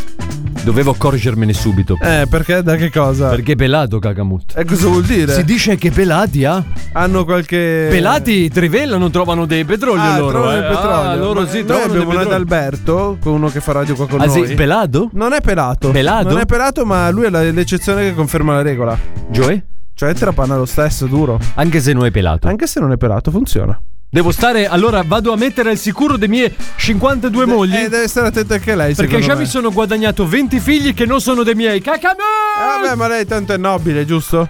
[SPEAKER 3] Dovevo accorgermene subito.
[SPEAKER 2] Eh, perché da che cosa?
[SPEAKER 3] Perché è pelato Gagamut.
[SPEAKER 2] E cosa vuol dire?
[SPEAKER 3] Si dice che pelati ah? ha.
[SPEAKER 2] Hanno qualche
[SPEAKER 3] Pelati trivellano, trovano dei petrolio
[SPEAKER 2] Eh. Ah,
[SPEAKER 3] loro.
[SPEAKER 2] trovano
[SPEAKER 3] eh.
[SPEAKER 2] il petrolio.
[SPEAKER 3] Ah, loro
[SPEAKER 2] Ma
[SPEAKER 3] sì,
[SPEAKER 2] noi
[SPEAKER 3] trovano del
[SPEAKER 2] abbiamo un
[SPEAKER 3] petrolio.
[SPEAKER 2] Adalberto, uno che fa radio qua con
[SPEAKER 3] Ah,
[SPEAKER 2] noi.
[SPEAKER 3] sì, pelato?
[SPEAKER 2] non è pelato.
[SPEAKER 3] Pelato?
[SPEAKER 2] Non è pelato, ma lui è la- l'eccezione che conferma la regola.
[SPEAKER 3] Joe?
[SPEAKER 2] Cioè, trapana lo stesso, duro.
[SPEAKER 3] Anche se non è pelato.
[SPEAKER 2] Anche se non è pelato, funziona.
[SPEAKER 3] Devo stare. Allora vado a mettere al sicuro dei miei 52 mogli.
[SPEAKER 2] Eh, deve stare attenta anche lei.
[SPEAKER 3] perché
[SPEAKER 2] secondo
[SPEAKER 3] già
[SPEAKER 2] me.
[SPEAKER 3] mi sono guadagnato 20 figli che non sono dei miei. Cacamut!
[SPEAKER 2] Ah, Vabbè, ma lei tanto è nobile, giusto?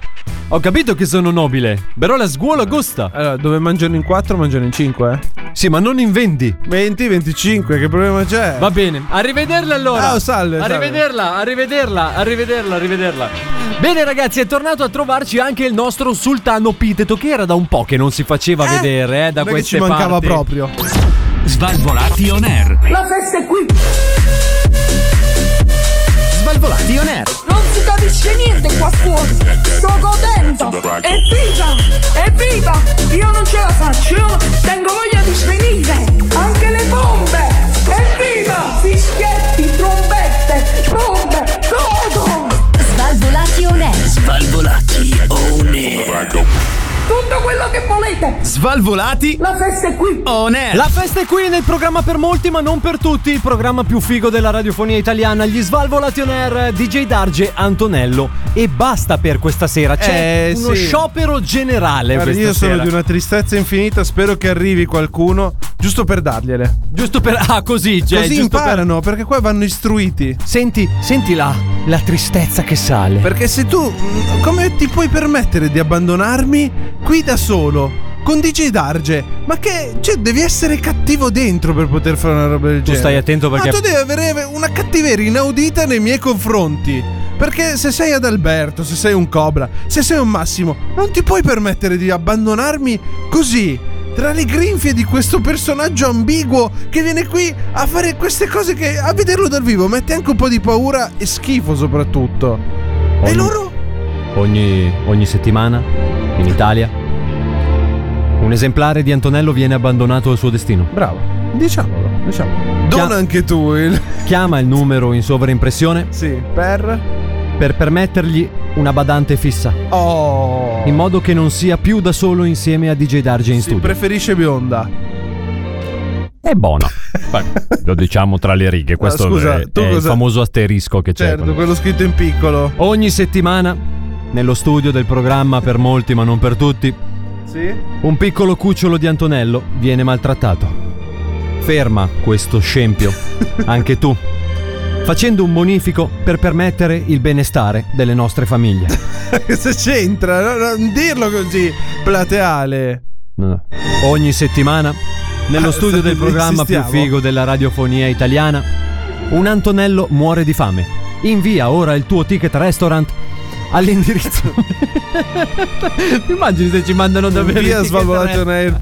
[SPEAKER 3] Ho capito che sono nobile, però la scuola costa.
[SPEAKER 2] Allora, dove mangiano in 4, mangiano in 5, eh.
[SPEAKER 3] Sì, ma non in vendi.
[SPEAKER 2] 20, 25, che problema c'è?
[SPEAKER 3] Va bene, arrivederla allora.
[SPEAKER 2] Ciao, salve, salve.
[SPEAKER 3] Arrivederla, arrivederla, arrivederla, arrivederla. Bene ragazzi, è tornato a trovarci anche il nostro sultano Piteto che era da un po' che non si faceva vedere eh,
[SPEAKER 2] Non
[SPEAKER 3] da
[SPEAKER 2] è che
[SPEAKER 3] queste
[SPEAKER 2] ci mancava
[SPEAKER 3] parti. Eh,
[SPEAKER 2] proprio.
[SPEAKER 5] Svalvolati on air.
[SPEAKER 6] La festa è qui!
[SPEAKER 5] Svalvolati on air.
[SPEAKER 6] Non si capisce niente qua fuori! Sto godendo! Evviva! Evviva! Io non ce la faccio! Io tengo voglia di svenire! Anche le bombe! Evviva! Fischietti, trombette, bombe, todo!
[SPEAKER 1] Svalvolati on air.
[SPEAKER 7] Svalvolati on air.
[SPEAKER 6] Tutto quello che volete!
[SPEAKER 5] Svalvolati
[SPEAKER 6] La festa è qui!
[SPEAKER 5] on air.
[SPEAKER 3] La festa è qui nel programma per molti ma non per tutti, il programma più figo della radiofonia italiana, gli Svalvolati on Air, DJ Darge, Antonello e basta per questa sera, c'è
[SPEAKER 2] Eh,
[SPEAKER 3] uno
[SPEAKER 2] sì.
[SPEAKER 3] sciopero generale
[SPEAKER 2] Guarda,
[SPEAKER 3] questa
[SPEAKER 2] io sono
[SPEAKER 3] sera.
[SPEAKER 2] di una tristezza infinita, spero che arrivi qualcuno, giusto per dargliele.
[SPEAKER 3] Giusto per... Ah così, cioè,
[SPEAKER 2] Così
[SPEAKER 3] giusto per-
[SPEAKER 2] imparano, perché qua vanno istruiti.
[SPEAKER 3] Senti, senti là, la tristezza che sale.
[SPEAKER 2] Perché se tu. mh, Come ti puoi permettere di abbandonarmi qui da solo? Con DJ Darge? Ma che. Cioè, devi essere cattivo dentro per poter fare una roba del genere.
[SPEAKER 3] stai attento perché-
[SPEAKER 2] Ma tu devi avere una cattiveria inaudita nei miei confronti. Perché se sei ad Alberto, se sei un Cobra, se sei un Massimo, non ti puoi permettere di abbandonarmi così. Tra le grinfie di questo personaggio ambiguo che viene qui a fare queste cose che a vederlo dal vivo mette anche un po' di paura e schifo soprattutto. E
[SPEAKER 3] Ogni-
[SPEAKER 2] loro?
[SPEAKER 3] ogni, ogni settimana in Italia. Un esemplare di Antonello viene abbandonato al suo destino.
[SPEAKER 2] Bravo, diciamolo, diciamolo. Dona
[SPEAKER 3] Chia-
[SPEAKER 2] anche tu il.
[SPEAKER 3] Chiama il numero in sovraimpressione
[SPEAKER 2] Sì, per.
[SPEAKER 3] per permettergli una badante fissa,
[SPEAKER 2] Oh.
[SPEAKER 3] in modo che non sia più da solo insieme a DJ Darge in
[SPEAKER 2] Si
[SPEAKER 3] studio. Certo.
[SPEAKER 2] preferisce bionda.
[SPEAKER 3] È buono. Lo diciamo tra le righe, questo
[SPEAKER 2] scusa,
[SPEAKER 3] è,
[SPEAKER 2] tu
[SPEAKER 3] è il
[SPEAKER 2] cosa-
[SPEAKER 3] famoso asterisco che c'è.
[SPEAKER 2] Certo,
[SPEAKER 3] quando-
[SPEAKER 2] quello scritto in piccolo.
[SPEAKER 3] Ogni settimana, nello studio del programma per molti ma non per tutti,
[SPEAKER 2] Sì? [LAUGHS]
[SPEAKER 3] Un piccolo cucciolo di Antonello viene maltrattato. Ferma questo scempio, anche tu, facendo un bonifico per permettere il benestare delle nostre famiglie.
[SPEAKER 2] Cosa c'entra? No, non dirlo così, plateale.
[SPEAKER 3] No, no. Ogni settimana, nello
[SPEAKER 2] Ah,
[SPEAKER 3] studio del programma più
[SPEAKER 2] insistiamo.
[SPEAKER 3] figo della radiofonia italiana, un Antonello muore di fame. Invia ora il tuo ticket restaurant all'indirizzo. Ti immagini se ci mandano davvero il
[SPEAKER 2] Via
[SPEAKER 3] ticket restaurant?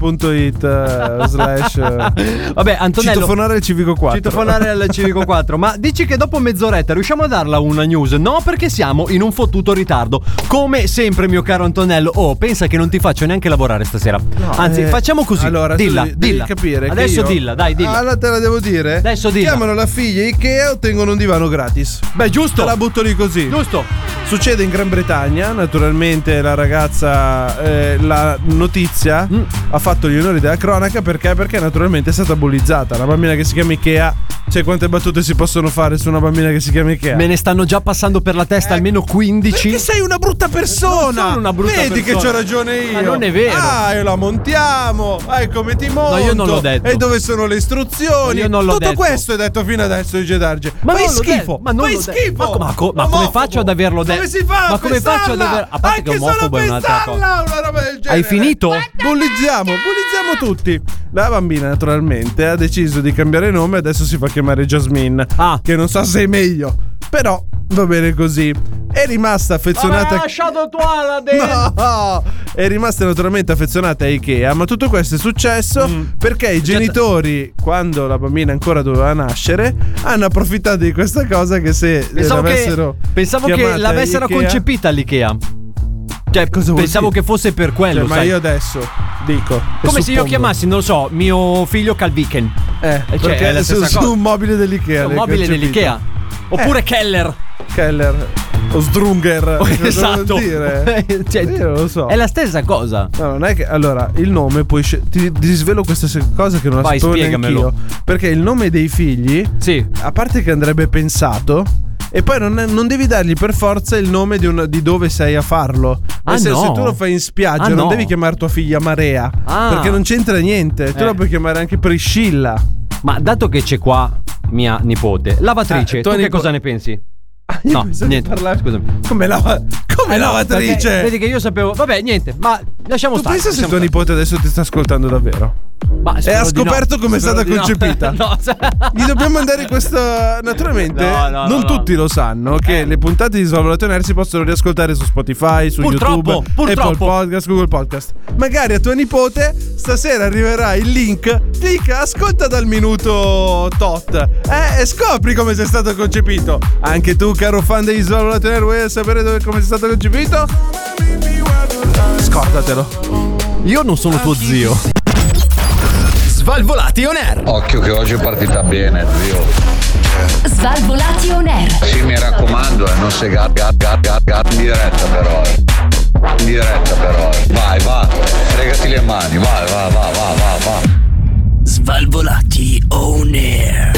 [SPEAKER 3] [LAUGHS]
[SPEAKER 2] svalvolationair.it eh, slash eh.
[SPEAKER 3] Vabbè, Antonello.
[SPEAKER 2] citofonare il civico 4.
[SPEAKER 3] Citofonare al Civico 4. Ma dici che dopo mezz'oretta riusciamo a darla una news? No, perché siamo in un fottuto ritardo. Come sempre, mio caro Antonello. Oh, pensa che non ti faccio neanche lavorare stasera. Anzi,
[SPEAKER 2] Eh,
[SPEAKER 3] facciamo così.
[SPEAKER 2] Allora, tu
[SPEAKER 3] dilla,
[SPEAKER 2] devi- devi
[SPEAKER 3] dilla.
[SPEAKER 2] capire che
[SPEAKER 3] Adesso
[SPEAKER 2] io-
[SPEAKER 3] dilla, dai, dilla.
[SPEAKER 2] Allora te la devo dire.
[SPEAKER 3] Adesso dilla.
[SPEAKER 2] Chiamano la figlia Ikea e ottengono un divano gratis.
[SPEAKER 3] Beh,
[SPEAKER 2] Te
[SPEAKER 3] giusto.
[SPEAKER 2] la butto lì così.
[SPEAKER 3] Giusto.
[SPEAKER 2] Succede in Gran Bretagna, naturalmente la ragazza, eh, la notizia
[SPEAKER 3] Mm.
[SPEAKER 2] ha fatto gli onori della cronaca perché? Perché naturalmente è stata bullizzata. Una bambina che si chiama Ikea, cioè quante battute si possono fare su una bambina che si chiama Ikea?
[SPEAKER 3] Me ne stanno già passando per la testa almeno 15.
[SPEAKER 2] Eh, Perché sei una brutta persona!
[SPEAKER 3] Non sono una brutta
[SPEAKER 2] Vedi che
[SPEAKER 3] persona.
[SPEAKER 2] c'ho ragione io!
[SPEAKER 3] Ma non è vero.
[SPEAKER 2] Ah, io la montiamo! Ah, come ti monto!
[SPEAKER 3] io non l'ho detto.
[SPEAKER 2] E dove sono le istruzioni?
[SPEAKER 3] No, io non l'ho
[SPEAKER 2] Tutto
[SPEAKER 3] detto.
[SPEAKER 2] questo è detto fino adesso di Gedarge. Ma
[SPEAKER 3] non
[SPEAKER 2] fai
[SPEAKER 3] l'ho
[SPEAKER 2] schifo!
[SPEAKER 3] detto, ma non
[SPEAKER 2] fai
[SPEAKER 3] l'ho detto.
[SPEAKER 2] schifo!
[SPEAKER 3] Ma co- ma co- ma come
[SPEAKER 2] Omofobo.
[SPEAKER 3] faccio ad averlo detto?
[SPEAKER 2] Come si fa? a
[SPEAKER 3] Ma come faccio ad
[SPEAKER 2] pensarla?
[SPEAKER 3] aver- a parte che
[SPEAKER 2] Anche solo
[SPEAKER 3] omofobo è un'altra
[SPEAKER 2] pensarla, una roba del genere!
[SPEAKER 3] finito?
[SPEAKER 2] Bullizziamo, bullizziamo tutti! La bambina, naturalmente, ha deciso di cambiare nome e adesso si fa chiamare Jasmine.
[SPEAKER 3] Ah.
[SPEAKER 2] Che non so se è meglio. Però va bene così. È rimasta affezionata.
[SPEAKER 3] Ma lasciato tu alla dentro.
[SPEAKER 2] [LAUGHS] No! È rimasta naturalmente affezionata a Ikea, ma tutto questo è successo
[SPEAKER 3] Mm.
[SPEAKER 2] perché i genitori, quando la bambina ancora doveva nascere, hanno approfittato di questa cosa che se
[SPEAKER 3] Pensavo che,
[SPEAKER 2] l'avessero
[SPEAKER 3] pensavo che
[SPEAKER 2] chiamata
[SPEAKER 3] l'avessero
[SPEAKER 2] Ikea-
[SPEAKER 3] concepita l'IKEA. Cioè,
[SPEAKER 2] Cosa vuol
[SPEAKER 3] pensavo
[SPEAKER 2] dire?
[SPEAKER 3] che fosse per quello.
[SPEAKER 2] Cioè, ma
[SPEAKER 3] sai.
[SPEAKER 2] io adesso dico. e
[SPEAKER 3] Come se io
[SPEAKER 2] suppongo.
[SPEAKER 3] chiamassi, non lo so, mio figlio Calviken.
[SPEAKER 2] Eh,
[SPEAKER 3] Cioè,
[SPEAKER 2] perché
[SPEAKER 3] è la
[SPEAKER 2] su,
[SPEAKER 3] stessa
[SPEAKER 2] su
[SPEAKER 3] cosa.
[SPEAKER 2] un mobile dell'Ikea.
[SPEAKER 3] un
[SPEAKER 2] le Eh.
[SPEAKER 3] mobile
[SPEAKER 2] concepite.
[SPEAKER 3] dell'IKEA. Oppure Keller.
[SPEAKER 2] Keller. O
[SPEAKER 3] [LAUGHS]
[SPEAKER 2] Strunger. cosa
[SPEAKER 3] esatto.
[SPEAKER 2] vuol dire?
[SPEAKER 3] [LAUGHS]
[SPEAKER 2] Eh,
[SPEAKER 3] Cioè,
[SPEAKER 2] Io non lo so.
[SPEAKER 3] È la stessa cosa.
[SPEAKER 2] No, non è che. Allora, il nome puoi. sce- ti, ti svelo questa se- cosa che non la
[SPEAKER 3] Vai,
[SPEAKER 2] sapevo
[SPEAKER 3] spiegamelo.
[SPEAKER 2] neanch'io. Perché il nome dei figli.
[SPEAKER 3] Sì.
[SPEAKER 2] A parte che andrebbe pensato. E poi non, è- non devi dargli per forza il nome di, un- di dove sei a farlo. Nel
[SPEAKER 3] Ah,
[SPEAKER 2] senso,
[SPEAKER 3] no.
[SPEAKER 2] se tu lo fai in spiaggia,
[SPEAKER 3] Ah,
[SPEAKER 2] non
[SPEAKER 3] no.
[SPEAKER 2] devi chiamare tua figlia Marea.
[SPEAKER 3] Ah.
[SPEAKER 2] Perché non c'entra niente. Tu
[SPEAKER 3] Eh.
[SPEAKER 2] la puoi chiamare anche Priscilla.
[SPEAKER 3] Ma dato che c'è qua mia nipote, lavatrice,
[SPEAKER 2] Ah,
[SPEAKER 3] tu
[SPEAKER 2] tua
[SPEAKER 3] che
[SPEAKER 2] nipo- Ah,
[SPEAKER 3] cosa ne pensi?
[SPEAKER 2] Io
[SPEAKER 3] No,
[SPEAKER 2] pensavo di
[SPEAKER 3] niente.
[SPEAKER 2] parlare-
[SPEAKER 3] Scusami.
[SPEAKER 2] Come, lava- come lavatrice.
[SPEAKER 3] Eh Perché Vedi che io sapevo. Vabbè, niente, ma lasciamo
[SPEAKER 2] Tu
[SPEAKER 3] stare.
[SPEAKER 2] pensa se
[SPEAKER 3] lasciamo
[SPEAKER 2] tuo
[SPEAKER 3] stare.
[SPEAKER 2] nipote adesso ti sta ascoltando davvero?
[SPEAKER 3] Ma
[SPEAKER 2] E
[SPEAKER 3] spero
[SPEAKER 2] ha
[SPEAKER 3] di
[SPEAKER 2] scoperto
[SPEAKER 3] no.
[SPEAKER 2] come è
[SPEAKER 3] Spero
[SPEAKER 2] stata
[SPEAKER 3] di no.
[SPEAKER 2] concepita.
[SPEAKER 3] [LAUGHS] No, sa-
[SPEAKER 2] Gli dobbiamo mandare questa. Naturalmente,
[SPEAKER 3] No,
[SPEAKER 2] non
[SPEAKER 3] no, no, Eh.
[SPEAKER 2] tutti lo sanno che le puntate di Svalvolato Nerd si possono riascoltare su Spotify, su
[SPEAKER 3] Purtroppo,
[SPEAKER 2] YouTube,
[SPEAKER 3] purtroppo.
[SPEAKER 2] Apple Podcast, Google Podcast. Magari a tuo nipote stasera arriverà il link. Clicca, ascolta dal minuto tot eh, e scopri come sei stato concepito. Anche tu, caro fan degli Svalvolato Nerd, vuoi sapere dove- come sei stato concepito? Scordatelo.
[SPEAKER 3] Io non sono tuo zio.
[SPEAKER 5] Svalvolati on air.
[SPEAKER 8] Occhio che oggi è partita bene, zio.
[SPEAKER 1] Svalvolati on air.
[SPEAKER 8] Sì, mi raccomando, eh, non se gat, gat, gat, gat, gat, in diretta però. eh. In diretta però. eh. Vai, va. Fregati le mani, vai, va, va, va, va, va.
[SPEAKER 7] Svalvolati on air.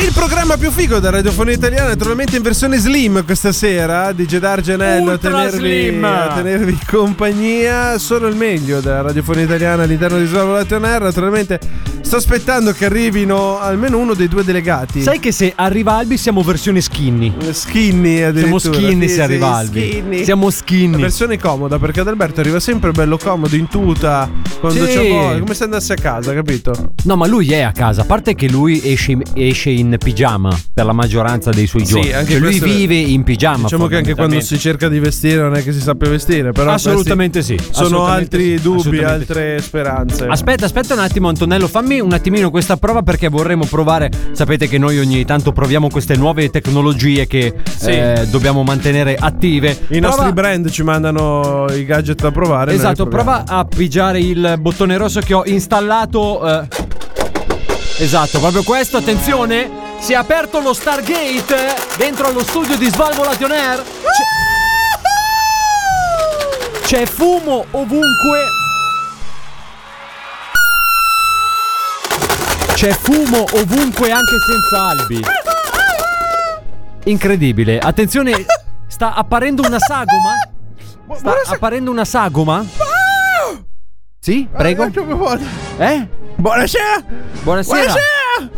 [SPEAKER 2] Il programma più figo della radiofonia italiana, naturalmente in versione slim questa sera, di Gedar Genello a
[SPEAKER 3] Ultra
[SPEAKER 2] tenervi,
[SPEAKER 3] slim!
[SPEAKER 2] a tenervi compagnia, solo il meglio della radiofonia italiana all'interno di Svalvolati On Air, naturalmente sto aspettando che arrivino almeno uno dei due delegati.
[SPEAKER 3] Sai che se arriva Albi siamo versione skinny.
[SPEAKER 2] Skinny
[SPEAKER 3] Siamo
[SPEAKER 2] addirittura.
[SPEAKER 3] skinny
[SPEAKER 2] Sì,
[SPEAKER 3] se arriva
[SPEAKER 2] sì,
[SPEAKER 3] Albi.
[SPEAKER 2] skinny.
[SPEAKER 3] Siamo
[SPEAKER 2] La
[SPEAKER 3] skinny.
[SPEAKER 2] versione comoda perché Adalberto arriva sempre bello comodo in tuta quando
[SPEAKER 3] Sì.
[SPEAKER 2] c'è voglia, come se andasse a casa, capito?
[SPEAKER 3] No, ma lui è a casa. A parte che lui esce, esce in pigiama per la maggioranza dei suoi giorni.
[SPEAKER 2] anche
[SPEAKER 3] Cioè, lui
[SPEAKER 2] questo è-
[SPEAKER 3] vive in pigiama.
[SPEAKER 2] Diciamo che anche quando
[SPEAKER 3] fondamentalmente.
[SPEAKER 2] si cerca di vestire non è che si sappia vestire, però
[SPEAKER 3] Assolutamente
[SPEAKER 2] questi
[SPEAKER 3] sì,
[SPEAKER 2] Sono
[SPEAKER 3] assolutamente
[SPEAKER 2] altri
[SPEAKER 3] sì,
[SPEAKER 2] dubbi,
[SPEAKER 3] assolutamente
[SPEAKER 2] altre speranze.
[SPEAKER 3] Aspetta, aspetta un attimo, Antonello, fammi un attimino questa prova perché vorremmo provare. Sapete che noi ogni tanto proviamo queste nuove tecnologie che eh, dobbiamo mantenere attive.
[SPEAKER 2] I
[SPEAKER 3] Prova-
[SPEAKER 2] nostri brand ci mandano i gadget da provare. noi
[SPEAKER 3] Esatto,
[SPEAKER 2] proviamo.
[SPEAKER 3] prova a pigiare il bottone rosso che ho installato. eh. Esatto, proprio questo, attenzione! Si è aperto lo Stargate eh, dentro lo studio di Svalvolation Air. C'è- C'è fumo ovunque. C'è fumo ovunque anche senza albi. Incredibile. Attenzione, sta apparendo una sagoma. Sta apparendo una sagoma? Sì,
[SPEAKER 9] Ah,
[SPEAKER 3] prego.
[SPEAKER 9] ecco.
[SPEAKER 3] Eh?
[SPEAKER 2] Buonasera!
[SPEAKER 3] Buonasera.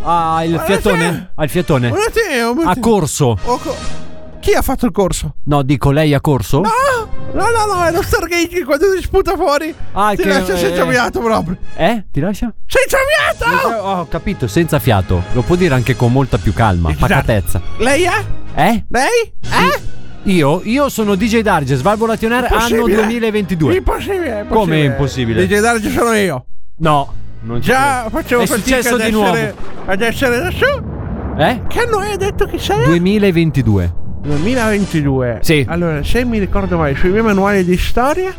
[SPEAKER 3] Ah, il fiatone? Ha il fiatone.
[SPEAKER 2] Buonasera!
[SPEAKER 3] Ha corso.
[SPEAKER 2] Ho co- Chi ha fatto il corso?
[SPEAKER 3] No, dico lei ha corso?
[SPEAKER 2] Ah! No, no, no, è lo Stargate che quando si sputa fuori
[SPEAKER 3] Ah,
[SPEAKER 2] ti
[SPEAKER 3] che-
[SPEAKER 2] lascia senza
[SPEAKER 3] eh.
[SPEAKER 2] fiato proprio.
[SPEAKER 3] Eh? Ti lascia?
[SPEAKER 2] Senza fiato!
[SPEAKER 3] Oh, ho capito, senza fiato. Lo può dire anche con molta più calma,
[SPEAKER 2] Esatto.
[SPEAKER 3] pacatezza.
[SPEAKER 2] Lei è?
[SPEAKER 3] Eh?
[SPEAKER 2] Lei? Eh?
[SPEAKER 3] Io? Io sono DJ Darge, Svalvolation Air anno
[SPEAKER 2] Impossibile.
[SPEAKER 3] 2022.
[SPEAKER 2] Impossibile, impossibile.
[SPEAKER 3] Come è impossibile?
[SPEAKER 2] DJ Darge sono io.
[SPEAKER 3] No, non ci
[SPEAKER 2] Già
[SPEAKER 3] credo.
[SPEAKER 2] facevo
[SPEAKER 3] È
[SPEAKER 2] fatica
[SPEAKER 3] successo
[SPEAKER 2] ad
[SPEAKER 3] di
[SPEAKER 2] essere, ad essere da su.
[SPEAKER 3] nuovo. Eh?
[SPEAKER 2] Che anno è detto che sarà?
[SPEAKER 3] 2022.
[SPEAKER 2] 2022.
[SPEAKER 3] Sì.
[SPEAKER 2] Allora, se mi ricordo male, sui miei manuali di storia,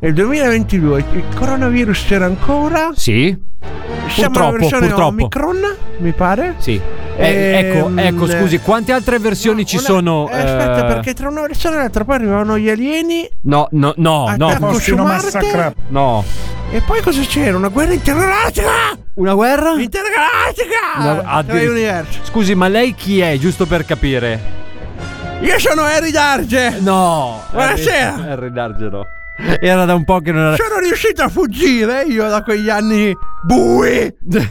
[SPEAKER 2] nel 2022 il coronavirus c'era ancora.
[SPEAKER 3] Sì.
[SPEAKER 2] Siamo alla
[SPEAKER 3] Purtroppo,
[SPEAKER 2] versione
[SPEAKER 3] purtroppo.
[SPEAKER 2] Omicron, mi pare.
[SPEAKER 3] Sì. Eh, ecco,
[SPEAKER 2] Ehm,
[SPEAKER 3] ecco, scusi, quante altre versioni ci
[SPEAKER 2] Una-
[SPEAKER 3] sono?
[SPEAKER 2] eh, Aspetta,
[SPEAKER 3] eh,
[SPEAKER 2] perché tra una versione e l'altra poi arrivavano gli alieni.
[SPEAKER 3] No, no,
[SPEAKER 2] Ah,
[SPEAKER 3] no, no,
[SPEAKER 2] attaccano su Marte.
[SPEAKER 3] no.
[SPEAKER 2] E poi cosa c'era? Una guerra intergalattica!
[SPEAKER 3] Una guerra?
[SPEAKER 2] Intergalattica!
[SPEAKER 3] No,
[SPEAKER 2] tra gli
[SPEAKER 3] addir-
[SPEAKER 2] universi.
[SPEAKER 3] Scusi, ma lei chi è, giusto per capire?
[SPEAKER 2] Io sono Harry Darge!
[SPEAKER 3] No. [LAUGHS]
[SPEAKER 2] Buonasera.
[SPEAKER 3] Harry- Harry Darge no. Era da un po' che non era.
[SPEAKER 2] Sono riuscito a fuggire io da quegli anni bui!
[SPEAKER 3] [LAUGHS] ma,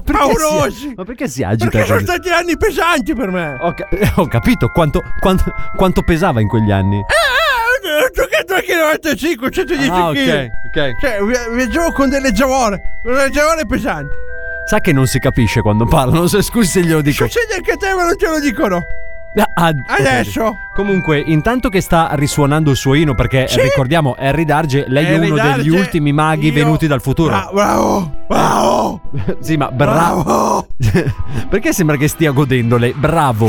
[SPEAKER 3] perché
[SPEAKER 2] Cioè, paurosi.
[SPEAKER 3] si, ma perché si agita?
[SPEAKER 2] Perché sono
[SPEAKER 3] così?
[SPEAKER 2] stati anni pesanti per me!
[SPEAKER 3] Ho, ca- eh, ho capito quanto, quanto, quanto pesava in quegli anni.
[SPEAKER 2] Ah, ho giocato anche 95, 110
[SPEAKER 3] Ah,
[SPEAKER 2] kg!
[SPEAKER 3] ok, ok.
[SPEAKER 2] Cioè, vi- viaggiavo con delle giavole, con delle giavole pesanti.
[SPEAKER 3] Sa che non si capisce quando parlano. se- Scusi se glielo dico.
[SPEAKER 2] Succede anche a te, ma non te lo dicono.
[SPEAKER 3] Ah, ok.
[SPEAKER 2] Adesso.
[SPEAKER 3] Comunque, intanto che sta risuonando il suoino, perché
[SPEAKER 2] Sì.
[SPEAKER 3] ricordiamo, Harry Darge, lei è
[SPEAKER 2] Harry
[SPEAKER 3] uno degli
[SPEAKER 2] Darge,
[SPEAKER 3] ultimi maghi
[SPEAKER 2] io-
[SPEAKER 3] venuti dal futuro.
[SPEAKER 2] Bra- bravo, bravo.
[SPEAKER 3] [LAUGHS] sì, ma bravo. [LAUGHS] perché sembra che stia godendole? Bravo.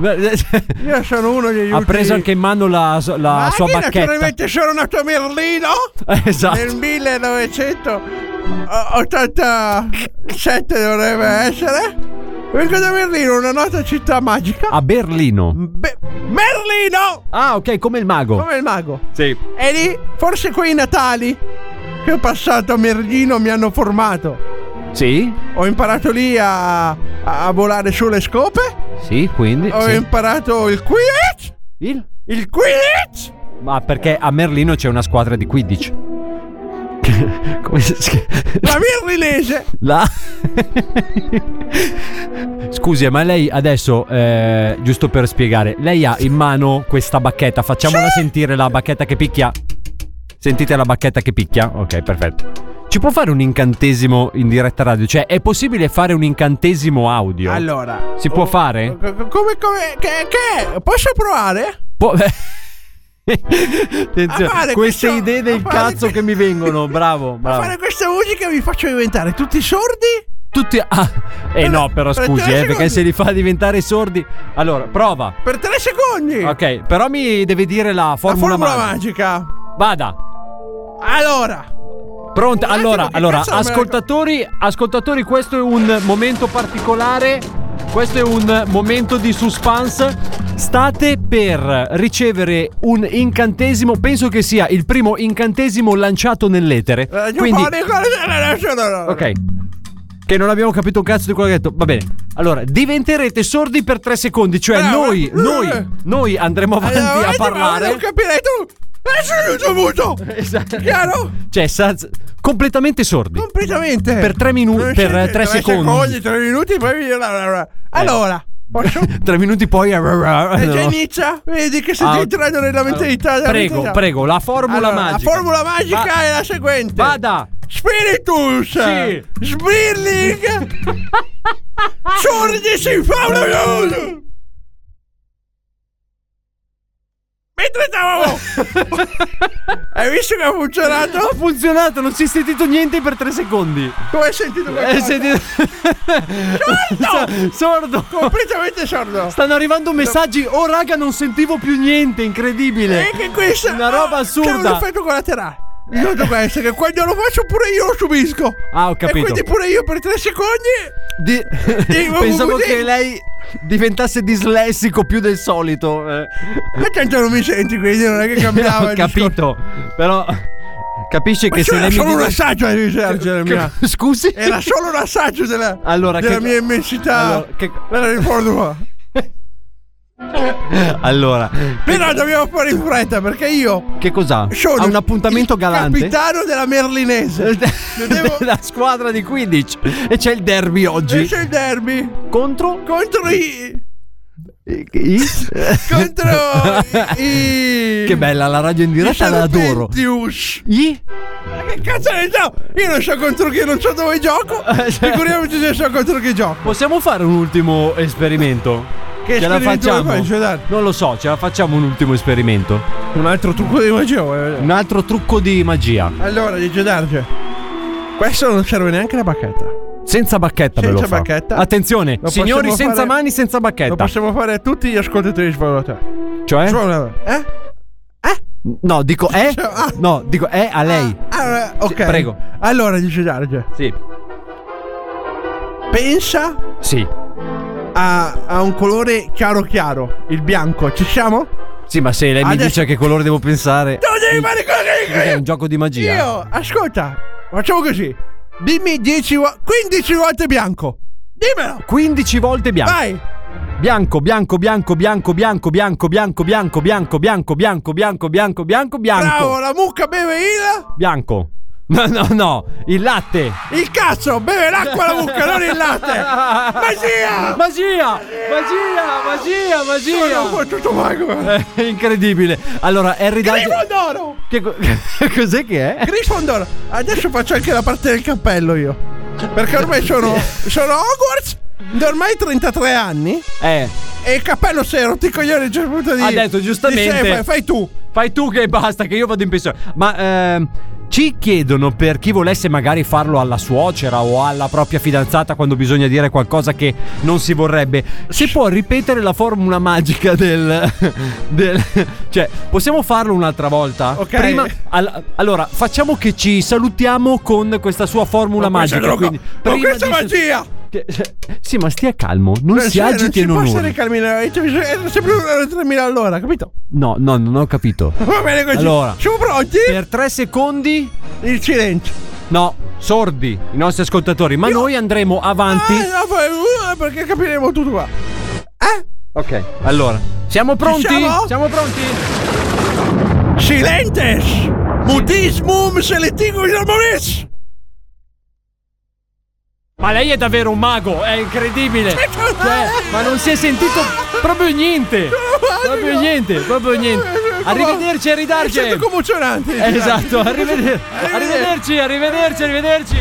[SPEAKER 2] Io sono uno degli
[SPEAKER 3] [LAUGHS] ha
[SPEAKER 2] ultimi-
[SPEAKER 3] preso anche in mano la, la
[SPEAKER 2] Ah,
[SPEAKER 3] sua
[SPEAKER 2] chi
[SPEAKER 3] bacchetta.
[SPEAKER 2] Naturalmente sono nato a Merlino
[SPEAKER 3] [LAUGHS] Esatto.
[SPEAKER 2] nel 1987 dovrebbe essere. Vengo da Merlino, una nota città magica.
[SPEAKER 3] A Berlino.
[SPEAKER 2] Be- Merlino!
[SPEAKER 3] Ah, ok, come il mago.
[SPEAKER 2] Mm. Come il mago.
[SPEAKER 3] Sì.
[SPEAKER 2] E lì, forse quei Natali che ho passato a Merlino mi hanno formato.
[SPEAKER 3] Sì?
[SPEAKER 2] Ho imparato lì a, a volare sulle scope.
[SPEAKER 3] Sì, quindi.
[SPEAKER 2] Ho
[SPEAKER 3] sì.
[SPEAKER 2] imparato il Quidditch.
[SPEAKER 3] Il?
[SPEAKER 2] Il Quidditch!
[SPEAKER 3] Ma perché a Merlino c'è una squadra di 15. [LAUGHS] come si scrive?
[SPEAKER 2] La Merlinese!
[SPEAKER 3] La... [LAUGHS] Scusi, ma lei adesso, eh, giusto per spiegare, lei ha in mano questa bacchetta. Facciamola sentire la bacchetta che picchia. Sentite la bacchetta che picchia? Ok, perfetto. Ci può fare un incantesimo in diretta radio? Cioè, è possibile fare un incantesimo audio?
[SPEAKER 2] Allora,
[SPEAKER 3] Si può
[SPEAKER 2] oh, [LAUGHS]
[SPEAKER 3] fare?
[SPEAKER 2] co- co- Come, come, che, che? è? Posso provare?
[SPEAKER 3] Può- Attenzione,
[SPEAKER 2] A fare questo-
[SPEAKER 3] queste idee del
[SPEAKER 2] a fare
[SPEAKER 3] cazzo
[SPEAKER 2] que-
[SPEAKER 3] che mi vengono, bravo,
[SPEAKER 2] A
[SPEAKER 3] bravo.
[SPEAKER 2] fare questa musica vi faccio diventare tutti sordi?
[SPEAKER 3] Tutti. Ah, eh no, però
[SPEAKER 2] Per
[SPEAKER 3] scusi,
[SPEAKER 2] tre
[SPEAKER 3] eh, perché
[SPEAKER 2] secondi.
[SPEAKER 3] se li fa diventare sordi. Allora, prova.
[SPEAKER 2] Per tre secondi!
[SPEAKER 3] Ok, però mi deve dire la
[SPEAKER 2] La
[SPEAKER 3] formula,
[SPEAKER 2] formula
[SPEAKER 3] magica.
[SPEAKER 2] magica.
[SPEAKER 3] Vada.
[SPEAKER 2] Allora, eh,
[SPEAKER 3] Pronta?
[SPEAKER 2] attimo,
[SPEAKER 3] Allora,
[SPEAKER 2] che
[SPEAKER 3] allora
[SPEAKER 2] cazzo non me la-
[SPEAKER 3] ascoltatori, ascoltatori, questo è un momento particolare. Questo è un momento di suspense. State per ricevere un incantesimo. Penso che sia il primo incantesimo lanciato
[SPEAKER 2] Eh,
[SPEAKER 3] nell'etere. Quindi, ok. Che non abbiamo capito un cazzo di quello che ha detto. Va bene. Allora, diventerete sordi per tre secondi. Cioè,
[SPEAKER 2] Bravo.
[SPEAKER 3] noi, noi, noi andremo avanti a parlare.
[SPEAKER 2] Non capirei tu. Eh, E sono dovuto.
[SPEAKER 3] Esatto.
[SPEAKER 2] Chiaro?
[SPEAKER 3] Cioè, sa- completamente sordi.
[SPEAKER 2] Completamente.
[SPEAKER 3] Per tre minu-
[SPEAKER 2] Non
[SPEAKER 3] per,
[SPEAKER 2] scende-
[SPEAKER 3] eh, tre secondi. Eh.
[SPEAKER 2] tre minuti, poi mi... Allora,
[SPEAKER 3] [LAUGHS]
[SPEAKER 2] posso?
[SPEAKER 3] Tre minuti poi. eh,
[SPEAKER 2] E già inizia, vedi che stai
[SPEAKER 3] Ah,
[SPEAKER 2] entrando nella mentalità. della
[SPEAKER 3] prego,
[SPEAKER 2] mentalità.
[SPEAKER 3] prego, la formula
[SPEAKER 2] Allora,
[SPEAKER 3] magica.
[SPEAKER 2] La formula magica
[SPEAKER 3] Va-
[SPEAKER 2] è la seguente:
[SPEAKER 3] Vada.
[SPEAKER 2] Spiritus,
[SPEAKER 3] Sì.
[SPEAKER 2] Sbirling, Sordi si fa una cosa. Mentre stavamo,
[SPEAKER 3] [LAUGHS]
[SPEAKER 2] hai visto che ha funzionato?
[SPEAKER 3] Ha funzionato, non si è sentito niente per tre secondi.
[SPEAKER 2] Come hai sentito qualcosa?
[SPEAKER 3] Eh, senti-
[SPEAKER 2] Ecco.
[SPEAKER 3] [LAUGHS]
[SPEAKER 2] Sordo!
[SPEAKER 3] Sordo.
[SPEAKER 2] Completamente sordo.
[SPEAKER 3] Stanno arrivando messaggi. Oh, raga, non sentivo più niente. Incredibile.
[SPEAKER 2] E Eh, che questa
[SPEAKER 3] Una roba
[SPEAKER 2] ah, C'è un
[SPEAKER 3] assurda.
[SPEAKER 2] effetto collaterale. Il fatto questo è che quando lo faccio pure io lo subisco.
[SPEAKER 3] Ah, ho capito.
[SPEAKER 2] E quindi pure io per tre secondi.
[SPEAKER 3] Di-
[SPEAKER 2] Sì,
[SPEAKER 3] [LAUGHS] Pensavo
[SPEAKER 2] così.
[SPEAKER 3] che lei diventasse dislessico più del solito. eh.
[SPEAKER 2] Ma tanto non mi senti, quindi non è che cambiava.
[SPEAKER 3] [LAUGHS] ho
[SPEAKER 2] il discorso.
[SPEAKER 3] capito. Però capisci
[SPEAKER 2] Ma
[SPEAKER 3] che se
[SPEAKER 2] c'era
[SPEAKER 3] lei mi
[SPEAKER 2] solo un
[SPEAKER 3] dice-
[SPEAKER 2] assaggio di ricerca. mia.
[SPEAKER 3] Che- [LAUGHS] Scusi?
[SPEAKER 2] Era solo un assaggio della,
[SPEAKER 3] Allora,
[SPEAKER 2] della
[SPEAKER 3] che-
[SPEAKER 2] mia immensità.
[SPEAKER 3] Allora, che-
[SPEAKER 2] Me la
[SPEAKER 3] [LAUGHS]
[SPEAKER 2] ricordo qua.
[SPEAKER 3] Allora,
[SPEAKER 2] Però dobbiamo fare in fretta perché io
[SPEAKER 3] che cos'ha?
[SPEAKER 2] sono
[SPEAKER 3] ha un appuntamento
[SPEAKER 2] il
[SPEAKER 3] galante. Eh,
[SPEAKER 2] capitano della Merlinese. Ne
[SPEAKER 3] [LAUGHS]
[SPEAKER 2] devo-
[SPEAKER 3] La squadra di 15 e c'è il derby oggi
[SPEAKER 2] E c'è il derby
[SPEAKER 3] contro
[SPEAKER 2] contro i.
[SPEAKER 3] i- i- [LAUGHS]
[SPEAKER 2] contro i.
[SPEAKER 3] Che bella la radio in diretta, la adoro.
[SPEAKER 2] Serpentius.
[SPEAKER 3] I-
[SPEAKER 2] Ma che cazzo ne so? Io non so contro chi, non so dove
[SPEAKER 3] [LAUGHS]
[SPEAKER 2] gioco.
[SPEAKER 3] Cioè.
[SPEAKER 2] Figuriamoci se so contro chi gioco.
[SPEAKER 3] Possiamo fare un ultimo esperimento?
[SPEAKER 2] Che
[SPEAKER 3] ce la
[SPEAKER 2] esperimento vuoi
[SPEAKER 3] facciamo?
[SPEAKER 2] fare, Giordano?
[SPEAKER 3] Non lo so, ce la facciamo un ultimo esperimento.
[SPEAKER 2] Un altro trucco di magia. vuoi vedere?
[SPEAKER 3] Un altro trucco di magia.
[SPEAKER 2] Allora, dice Darge. Questo non serve neanche la bacchetta.
[SPEAKER 3] Senza bacchetta, ve
[SPEAKER 2] Senza
[SPEAKER 3] lo fa.
[SPEAKER 2] bacchetta.
[SPEAKER 3] Attenzione,
[SPEAKER 2] Lo
[SPEAKER 3] signori
[SPEAKER 2] possiamo
[SPEAKER 3] senza
[SPEAKER 2] fare-
[SPEAKER 3] mani, senza
[SPEAKER 2] Lo
[SPEAKER 3] bacchetta.
[SPEAKER 2] possiamo fare a tutti gli ascoltatori di Svalvolata.
[SPEAKER 3] Cioè?
[SPEAKER 2] Svalvolata, Eh?
[SPEAKER 3] No, dico eh?
[SPEAKER 2] Ah.
[SPEAKER 3] No, dico eh a lei.
[SPEAKER 2] Allora, ok.
[SPEAKER 3] Sì, prego.
[SPEAKER 2] Allora, dice Darge.
[SPEAKER 3] Sì.
[SPEAKER 2] Pensa
[SPEAKER 3] Sì.
[SPEAKER 2] a, a un colore chiaro chiaro. Il bianco. Ci siamo?
[SPEAKER 3] Sì, ma se lei mi
[SPEAKER 2] Adesso-
[SPEAKER 3] dice a che colore devo pensare.
[SPEAKER 2] Non devi fare quello che dico
[SPEAKER 3] È
[SPEAKER 2] io.
[SPEAKER 3] un gioco di magia.
[SPEAKER 2] Io, ascolta, facciamo così. Dimmi 10 vo- 15 volte bianco. Dimmelo.
[SPEAKER 3] 15 volte bianco.
[SPEAKER 2] Vai.
[SPEAKER 3] Bianco, bianco, bianco, bianco, bianco, bianco, bianco, bianco, bianco, bianco, bianco, bianco, bianco, bianco,
[SPEAKER 2] Bravo,
[SPEAKER 3] bianco.
[SPEAKER 2] la mucca beve il
[SPEAKER 3] Bianco. No, no, no, il latte.
[SPEAKER 2] il cazzo, beve l'acqua la mucca, non il
[SPEAKER 3] [LAUGHS]
[SPEAKER 2] latte. Magia!
[SPEAKER 3] Magia! Magia, magia,
[SPEAKER 2] Sono un
[SPEAKER 3] magia.
[SPEAKER 2] fottuto mago.
[SPEAKER 3] È incredibile. Allora, Harry Dante
[SPEAKER 2] Grifondoro!
[SPEAKER 3] che co- [LAUGHS] cos'è che è?
[SPEAKER 2] Grifondoro! Adesso faccio anche la parte del cappello io. Perché ormai sono sono Hogwarts da ormai 33 anni.
[SPEAKER 3] Eh.
[SPEAKER 2] E il cappello c'ero, ti coglione c'è il punto di.
[SPEAKER 3] Ha detto giustamente.
[SPEAKER 2] Dice, fai, fai tu.
[SPEAKER 3] Fai tu che basta, che io vado in pensione. Ma ehm, ci chiedono per chi volesse magari farlo alla suocera o alla propria fidanzata quando bisogna dire qualcosa che non si vorrebbe. Se può ripetere la formula magica del. [LAUGHS] del cioè, possiamo farlo un'altra volta?
[SPEAKER 2] Ok.
[SPEAKER 3] Prima, al- allora, facciamo che ci salutiamo con questa sua formula
[SPEAKER 2] Con questa
[SPEAKER 3] magica.
[SPEAKER 2] droga,
[SPEAKER 3] quindi,
[SPEAKER 2] con
[SPEAKER 3] prima
[SPEAKER 2] questa
[SPEAKER 3] di-
[SPEAKER 2] magia!
[SPEAKER 3] Che- Sì, ma stia calmo, non, si
[SPEAKER 2] c'è-
[SPEAKER 3] agiti e non
[SPEAKER 2] Non si può
[SPEAKER 3] urli.
[SPEAKER 2] stare camminare, cioè, bisogna- è sempre un 3000 all'ora, capito?
[SPEAKER 3] No, no, non ho capito.
[SPEAKER 2] Va bene così.
[SPEAKER 3] Allora.
[SPEAKER 2] Siamo pronti?
[SPEAKER 3] Per tre secondi
[SPEAKER 2] Il silenzio.
[SPEAKER 3] No, sordi i nostri ascoltatori, ma noi andremo avanti.
[SPEAKER 2] Eh, no, fai- uh, perché capiremo tutto qua.
[SPEAKER 3] Ok, allora, siamo pronti?
[SPEAKER 2] siamo?
[SPEAKER 3] pronti?
[SPEAKER 2] Silentes! Mutismum selectingus amoris!
[SPEAKER 3] Ma lei è davvero un mago, è incredibile. Cioè, ma non si è sentito proprio niente. Proprio niente, proprio niente. Arrivederci e ridarci.
[SPEAKER 2] È stato commocionante.
[SPEAKER 3] Esatto, arriveder- arrivederci, arrivederci, arrivederci.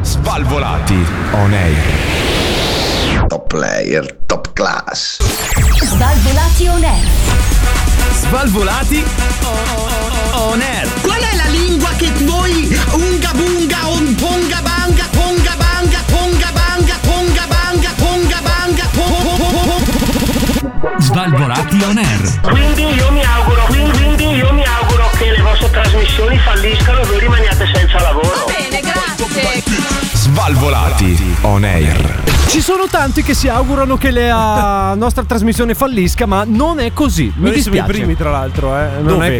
[SPEAKER 10] Svalvolati on air.
[SPEAKER 8] Top player, top class.
[SPEAKER 1] Svalvolati on air.
[SPEAKER 10] Svalvolati on air.
[SPEAKER 7] Qual è la lingua che voi unga bunga on ponga banga ponga banga ponga banga ponga banga ponga banga
[SPEAKER 10] Svalvolati on air.
[SPEAKER 11] Quindi io mi auguro, quindi, quindi io mi auguro che le vostre trasmissioni falliscano e voi rimaniate senza lavoro.
[SPEAKER 6] Bene, grazie.
[SPEAKER 10] Svalvolati on air.
[SPEAKER 3] Ci sono tanti che si augurano che la nostra trasmissione fallisca, ma non è così. Mi
[SPEAKER 2] Noi siamo i
[SPEAKER 3] dispiace.
[SPEAKER 2] primi, tra l'altro, eh. Non
[SPEAKER 3] Dove?
[SPEAKER 2] è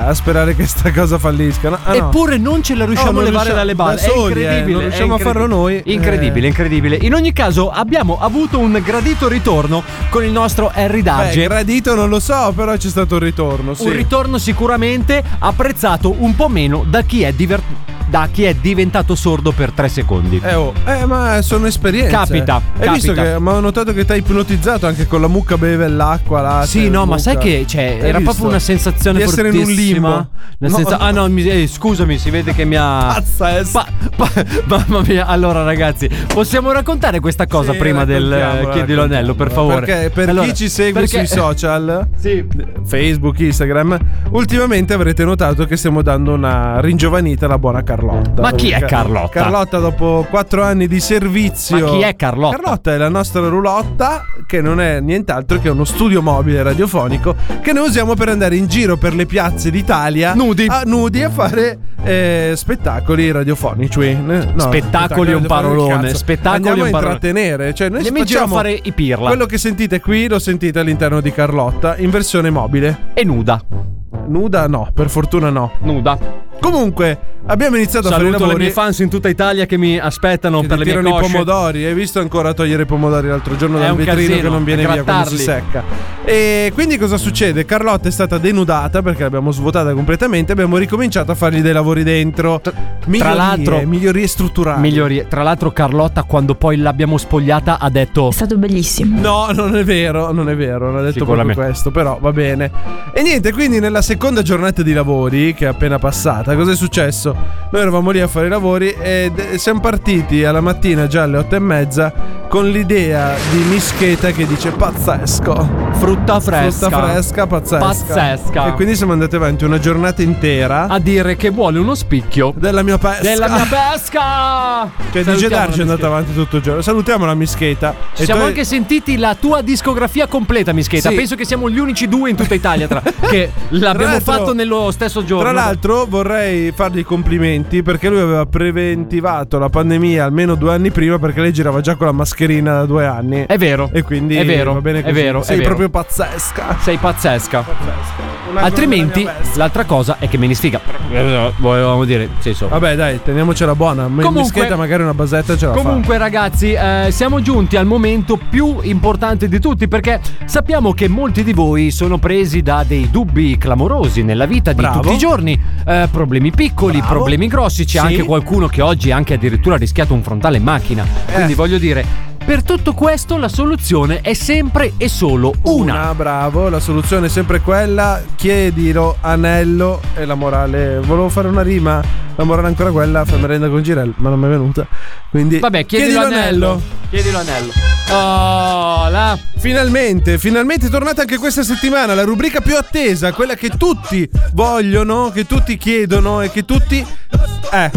[SPEAKER 2] che a sperare che sta cosa fallisca. no? Ah, no.
[SPEAKER 3] Eppure non ce la
[SPEAKER 2] Oh,
[SPEAKER 3] riusciamo
[SPEAKER 2] non
[SPEAKER 3] a levare
[SPEAKER 2] riusciamo-
[SPEAKER 3] dalle
[SPEAKER 2] da
[SPEAKER 3] balle.
[SPEAKER 2] soli,
[SPEAKER 3] è
[SPEAKER 2] eh,
[SPEAKER 3] incredibile.
[SPEAKER 2] non
[SPEAKER 3] è
[SPEAKER 2] riusciamo a farlo
[SPEAKER 3] incredibile.
[SPEAKER 2] noi,
[SPEAKER 3] Incredibile,
[SPEAKER 2] eh.
[SPEAKER 3] incredibile. In ogni caso, abbiamo avuto un gradito ritorno con il nostro Harry
[SPEAKER 2] Beh,
[SPEAKER 3] Darge.
[SPEAKER 2] Ah, gradito non lo so, però c'è stato un ritorno. Sì.
[SPEAKER 3] un ritorno sicuramente apprezzato un po' meno da chi è, diver- da chi è diventato sordo per tre secondi.
[SPEAKER 2] Eh, oh. Eh, ma sono esperienze.
[SPEAKER 3] Capita,
[SPEAKER 2] Hai
[SPEAKER 3] capita.
[SPEAKER 2] visto che ma ho notato che ti ha ipnotizzato anche con la mucca beve l'acqua. La
[SPEAKER 3] Sì, no, ma sai che cioè, era proprio una sensazione
[SPEAKER 2] di essere in un
[SPEAKER 3] fortissima.
[SPEAKER 2] limbo.
[SPEAKER 3] Una sensa- Ah, no, mi- eh, scusami, si vede che mi ha.
[SPEAKER 2] Pazza, eh.
[SPEAKER 3] Pa- pa- [LAUGHS] mamma mia, allora ragazzi, possiamo raccontare questa cosa
[SPEAKER 2] Sì,
[SPEAKER 3] prima del eh,
[SPEAKER 2] raccontiamola,
[SPEAKER 3] chiedi l'anello, per favore.
[SPEAKER 2] Perché per
[SPEAKER 3] Allora,
[SPEAKER 2] chi ci segue
[SPEAKER 3] perché-
[SPEAKER 2] sui social,
[SPEAKER 3] [LAUGHS] Sì.
[SPEAKER 2] Facebook, Instagram, ultimamente avrete notato che stiamo dando una ringiovanita alla buona Carlotta.
[SPEAKER 3] Ma chi è
[SPEAKER 2] Ca-
[SPEAKER 3] Carlotta?
[SPEAKER 2] Carlotta dopo 4 anni di servizio.
[SPEAKER 3] Ma chi è Carlotta?
[SPEAKER 2] Carlotta è la nostra roulotta che non è nient'altro che uno studio mobile radiofonico che noi usiamo per andare in giro per le piazze d'Italia
[SPEAKER 3] Nudi.
[SPEAKER 2] a, nudi a fare eh, spettacoli radiofonici. No,
[SPEAKER 3] Spettacoli è un
[SPEAKER 2] radiofonici,
[SPEAKER 3] parolone,
[SPEAKER 2] cazzo.
[SPEAKER 3] spettacoli
[SPEAKER 2] Andiamo
[SPEAKER 3] è un
[SPEAKER 2] a
[SPEAKER 3] parolone.
[SPEAKER 2] intrattenere, cioè noi
[SPEAKER 3] Io mi giro a
[SPEAKER 2] facciamo
[SPEAKER 3] fare i pirla.
[SPEAKER 2] Quello che sentite qui lo sentite all'interno di Carlotta in versione mobile.
[SPEAKER 3] È nuda.
[SPEAKER 2] Nuda no, per fortuna no.
[SPEAKER 3] Nuda.
[SPEAKER 2] Comunque, abbiamo iniziato a fare i
[SPEAKER 3] Saluto le
[SPEAKER 2] lavori.
[SPEAKER 3] mie fans in tutta Italia che mi aspettano
[SPEAKER 2] che
[SPEAKER 3] per
[SPEAKER 2] ti
[SPEAKER 3] le mie
[SPEAKER 2] tirano i
[SPEAKER 3] cosce.
[SPEAKER 2] pomodori. Hai visto ancora togliere i pomodori l'altro giorno
[SPEAKER 3] È
[SPEAKER 2] dal
[SPEAKER 3] un
[SPEAKER 2] vetrino che
[SPEAKER 3] casino,
[SPEAKER 2] non viene via quando si
[SPEAKER 3] grattarli.
[SPEAKER 2] secca. E quindi cosa succede? Carlotta è stata denudata perché l'abbiamo svuotata completamente. Abbiamo ricominciato a fargli dei lavori dentro. Migliorie,
[SPEAKER 3] l'altro-
[SPEAKER 2] migliorie strutturali.
[SPEAKER 3] Migliori. Tra l'altro, Carlotta, quando poi l'abbiamo spogliata, ha detto:
[SPEAKER 12] stato bellissimo.
[SPEAKER 2] No, non è vero, non è vero, non ha detto proprio
[SPEAKER 3] Sicuramente.
[SPEAKER 2] questo, però va bene. E niente, quindi nella seconda giornata di lavori, che è appena passata, cosa è successo? Noi eravamo lì a fare i lavori e d- siamo partiti alla mattina già alle otto e mezza con l'idea di Mischeta che dice pazzesco.
[SPEAKER 3] frutta fresca.
[SPEAKER 2] Frutta fresca, pazzesca.
[SPEAKER 3] Pazzesca.
[SPEAKER 2] E quindi siamo andati avanti una giornata intera
[SPEAKER 3] A dire che vuole uno spicchio
[SPEAKER 2] della mia pesca. [LAUGHS]
[SPEAKER 3] della mia pesca.
[SPEAKER 2] Cioè,
[SPEAKER 3] Salutiamo
[SPEAKER 2] DJ Darge è
[SPEAKER 3] la
[SPEAKER 2] andato
[SPEAKER 3] Mischeta.
[SPEAKER 2] avanti tutto il giorno. Salutiamo la Mischeta.
[SPEAKER 3] Ci
[SPEAKER 2] E
[SPEAKER 3] siamo
[SPEAKER 2] tu-
[SPEAKER 3] anche sentiti la tua discografia completa, Mischeta.
[SPEAKER 2] Sì.
[SPEAKER 3] Penso che siamo gli unici due in tutta Italia
[SPEAKER 2] [LAUGHS]
[SPEAKER 3] tra- che l'abbiamo
[SPEAKER 2] l'altro-
[SPEAKER 3] fatto nello stesso giorno.
[SPEAKER 2] Tra l'altro vorrei fargli i complimenti perché lui aveva preventivato la pandemia almeno due anni prima perché lei girava già con la mascherina da due anni.
[SPEAKER 3] È vero.
[SPEAKER 2] E quindi
[SPEAKER 3] Eh, È vero,
[SPEAKER 2] va bene
[SPEAKER 3] è
[SPEAKER 2] così.
[SPEAKER 3] vero, è
[SPEAKER 2] Sei
[SPEAKER 3] vero.
[SPEAKER 2] proprio pazzesca.
[SPEAKER 3] sei pazzesca.
[SPEAKER 2] Una
[SPEAKER 3] Altrimenti,
[SPEAKER 2] giornata mia
[SPEAKER 3] l'altra cosa è che me ne sfiga.
[SPEAKER 2] Eh,
[SPEAKER 3] Volevamo dire, sì, insomma.
[SPEAKER 2] Vabbè dai, teniamocela buona.
[SPEAKER 3] Comunque-
[SPEAKER 2] Comunque, mischetta magari una basetta ce la
[SPEAKER 3] Comunque, ragazzi, eh, siamo giunti al momento più importante di tutti perché sappiamo che molti di voi sono presi da dei dubbi clamorosi nella vita di
[SPEAKER 2] Bravo.
[SPEAKER 3] tutti i giorni. Eh, problemi piccoli,
[SPEAKER 2] Bravo.
[SPEAKER 3] problemi grossi. C'è
[SPEAKER 2] Sì. Eh.
[SPEAKER 3] anche qualcuno che oggi anche addirittura ha rischiato un frontale in macchina. Quindi voglio dire. Per tutto questo la soluzione è sempre e solo una.
[SPEAKER 2] Una, bravo, la soluzione è sempre quella. Chiedilo, anello e la morale. Volevo fare una rima. La morale è ancora quella, fai merenda con girello, ma non mi è venuta. Quindi
[SPEAKER 3] Vabbè, chiedi l'anello. Chiedi l'anello. Oh, la...
[SPEAKER 2] Finalmente, finalmente è tornata anche questa settimana la rubrica più attesa, quella che tutti vogliono, che tutti chiedono e che tutti eh.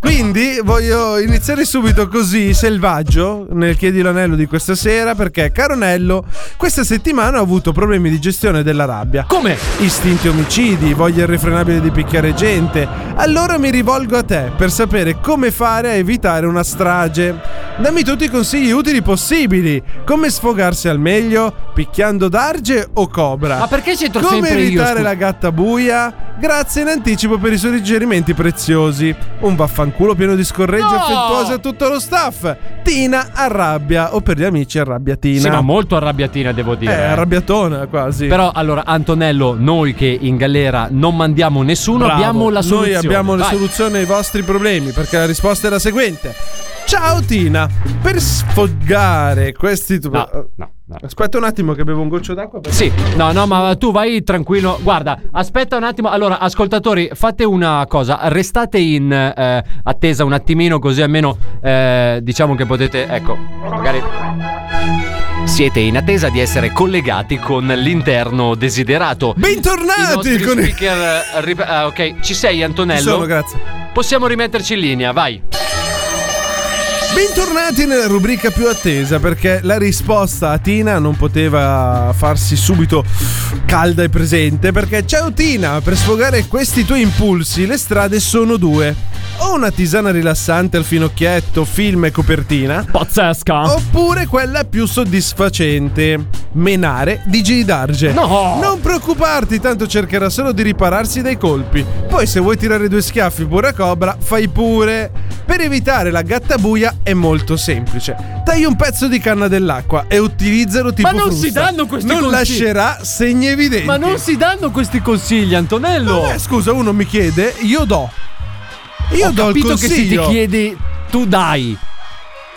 [SPEAKER 2] Quindi voglio iniziare subito così selvaggio nel chiedi l'anello di questa sera perché caro Nello, questa settimana ho avuto problemi di gestione della rabbia.
[SPEAKER 3] Come?
[SPEAKER 2] Istinti omicidi, voglia irrefrenabile di picchiare gente. Allora mi rivolgo a te per sapere come fare a evitare una strage. Dammi tutti i consigli utili possibili. Come sfogarsi al meglio? Picchiando d'arge o cobra?
[SPEAKER 3] Ma perché c'entro
[SPEAKER 2] Come
[SPEAKER 3] sempre io,
[SPEAKER 2] evitare
[SPEAKER 3] scusa?
[SPEAKER 2] la gatta buia? Grazie in anticipo per i suggerimenti preziosi. Un vaffanculo pieno di scorreggio
[SPEAKER 3] No!
[SPEAKER 2] affettuoso a tutto lo staff. Tina arrabbia o per gli amici arrabbiatina.
[SPEAKER 3] Sì, ma molto arrabbiatina, devo
[SPEAKER 2] Eh,
[SPEAKER 3] dire.
[SPEAKER 2] arrabbiatona quasi.
[SPEAKER 3] Però allora, Antonello, noi che in galera non mandiamo nessuno,
[SPEAKER 2] Bravo.
[SPEAKER 3] abbiamo la soluzione.
[SPEAKER 2] Noi abbiamo la
[SPEAKER 3] Vai.
[SPEAKER 2] soluzione ai vostri problemi perché la risposta è la seguente. Ciao Tina, per sfogare questi tu-
[SPEAKER 3] No, no, no.
[SPEAKER 2] Aspetta un attimo che bevo un goccio d'acqua. perché-
[SPEAKER 3] Sì, no, no, ma tu vai tranquillo. Guarda, aspetta un attimo. Allora, ascoltatori, fate una cosa. Restate in eh, attesa un attimino, così almeno eh, diciamo che potete. Ecco, magari. Siete in attesa di essere collegati con l'interno desiderato. I
[SPEAKER 2] Bentornati
[SPEAKER 3] nostri
[SPEAKER 2] con il-
[SPEAKER 3] speaker. eh, rip- ah, ok, ci sei, Antonello?
[SPEAKER 2] Ci sono, grazie.
[SPEAKER 3] Possiamo rimetterci in linea, vai.
[SPEAKER 2] Bentornati nella rubrica più attesa perché la risposta a Tina non poteva farsi subito calda e presente perché ciao Tina, per sfogare questi tuoi impulsi le strade sono due. O una tisana rilassante al finocchietto, film e copertina.
[SPEAKER 3] Pazzesca.
[SPEAKER 2] Oppure quella più soddisfacente, menare di Gigi D'Arge.
[SPEAKER 3] No!
[SPEAKER 2] Non preoccuparti, tanto cercherà solo di ripararsi dai colpi. Poi se vuoi tirare due schiaffi pure a Cobra, fai pure. Per evitare la gattabuia è molto semplice. Tagli un pezzo di canna dell'acqua e utilizzalo tipo
[SPEAKER 3] non si
[SPEAKER 2] frusta.
[SPEAKER 3] danno questi
[SPEAKER 2] Non
[SPEAKER 3] consigli.
[SPEAKER 2] lascerà segni evidenti.
[SPEAKER 3] Ma non si danno questi consigli, Antonello.
[SPEAKER 2] Vabbè, scusa, uno mi chiede, io do. Io
[SPEAKER 3] Ho
[SPEAKER 2] do il
[SPEAKER 3] capito che se ti
[SPEAKER 2] consiglio.
[SPEAKER 3] chiedi, tu dai.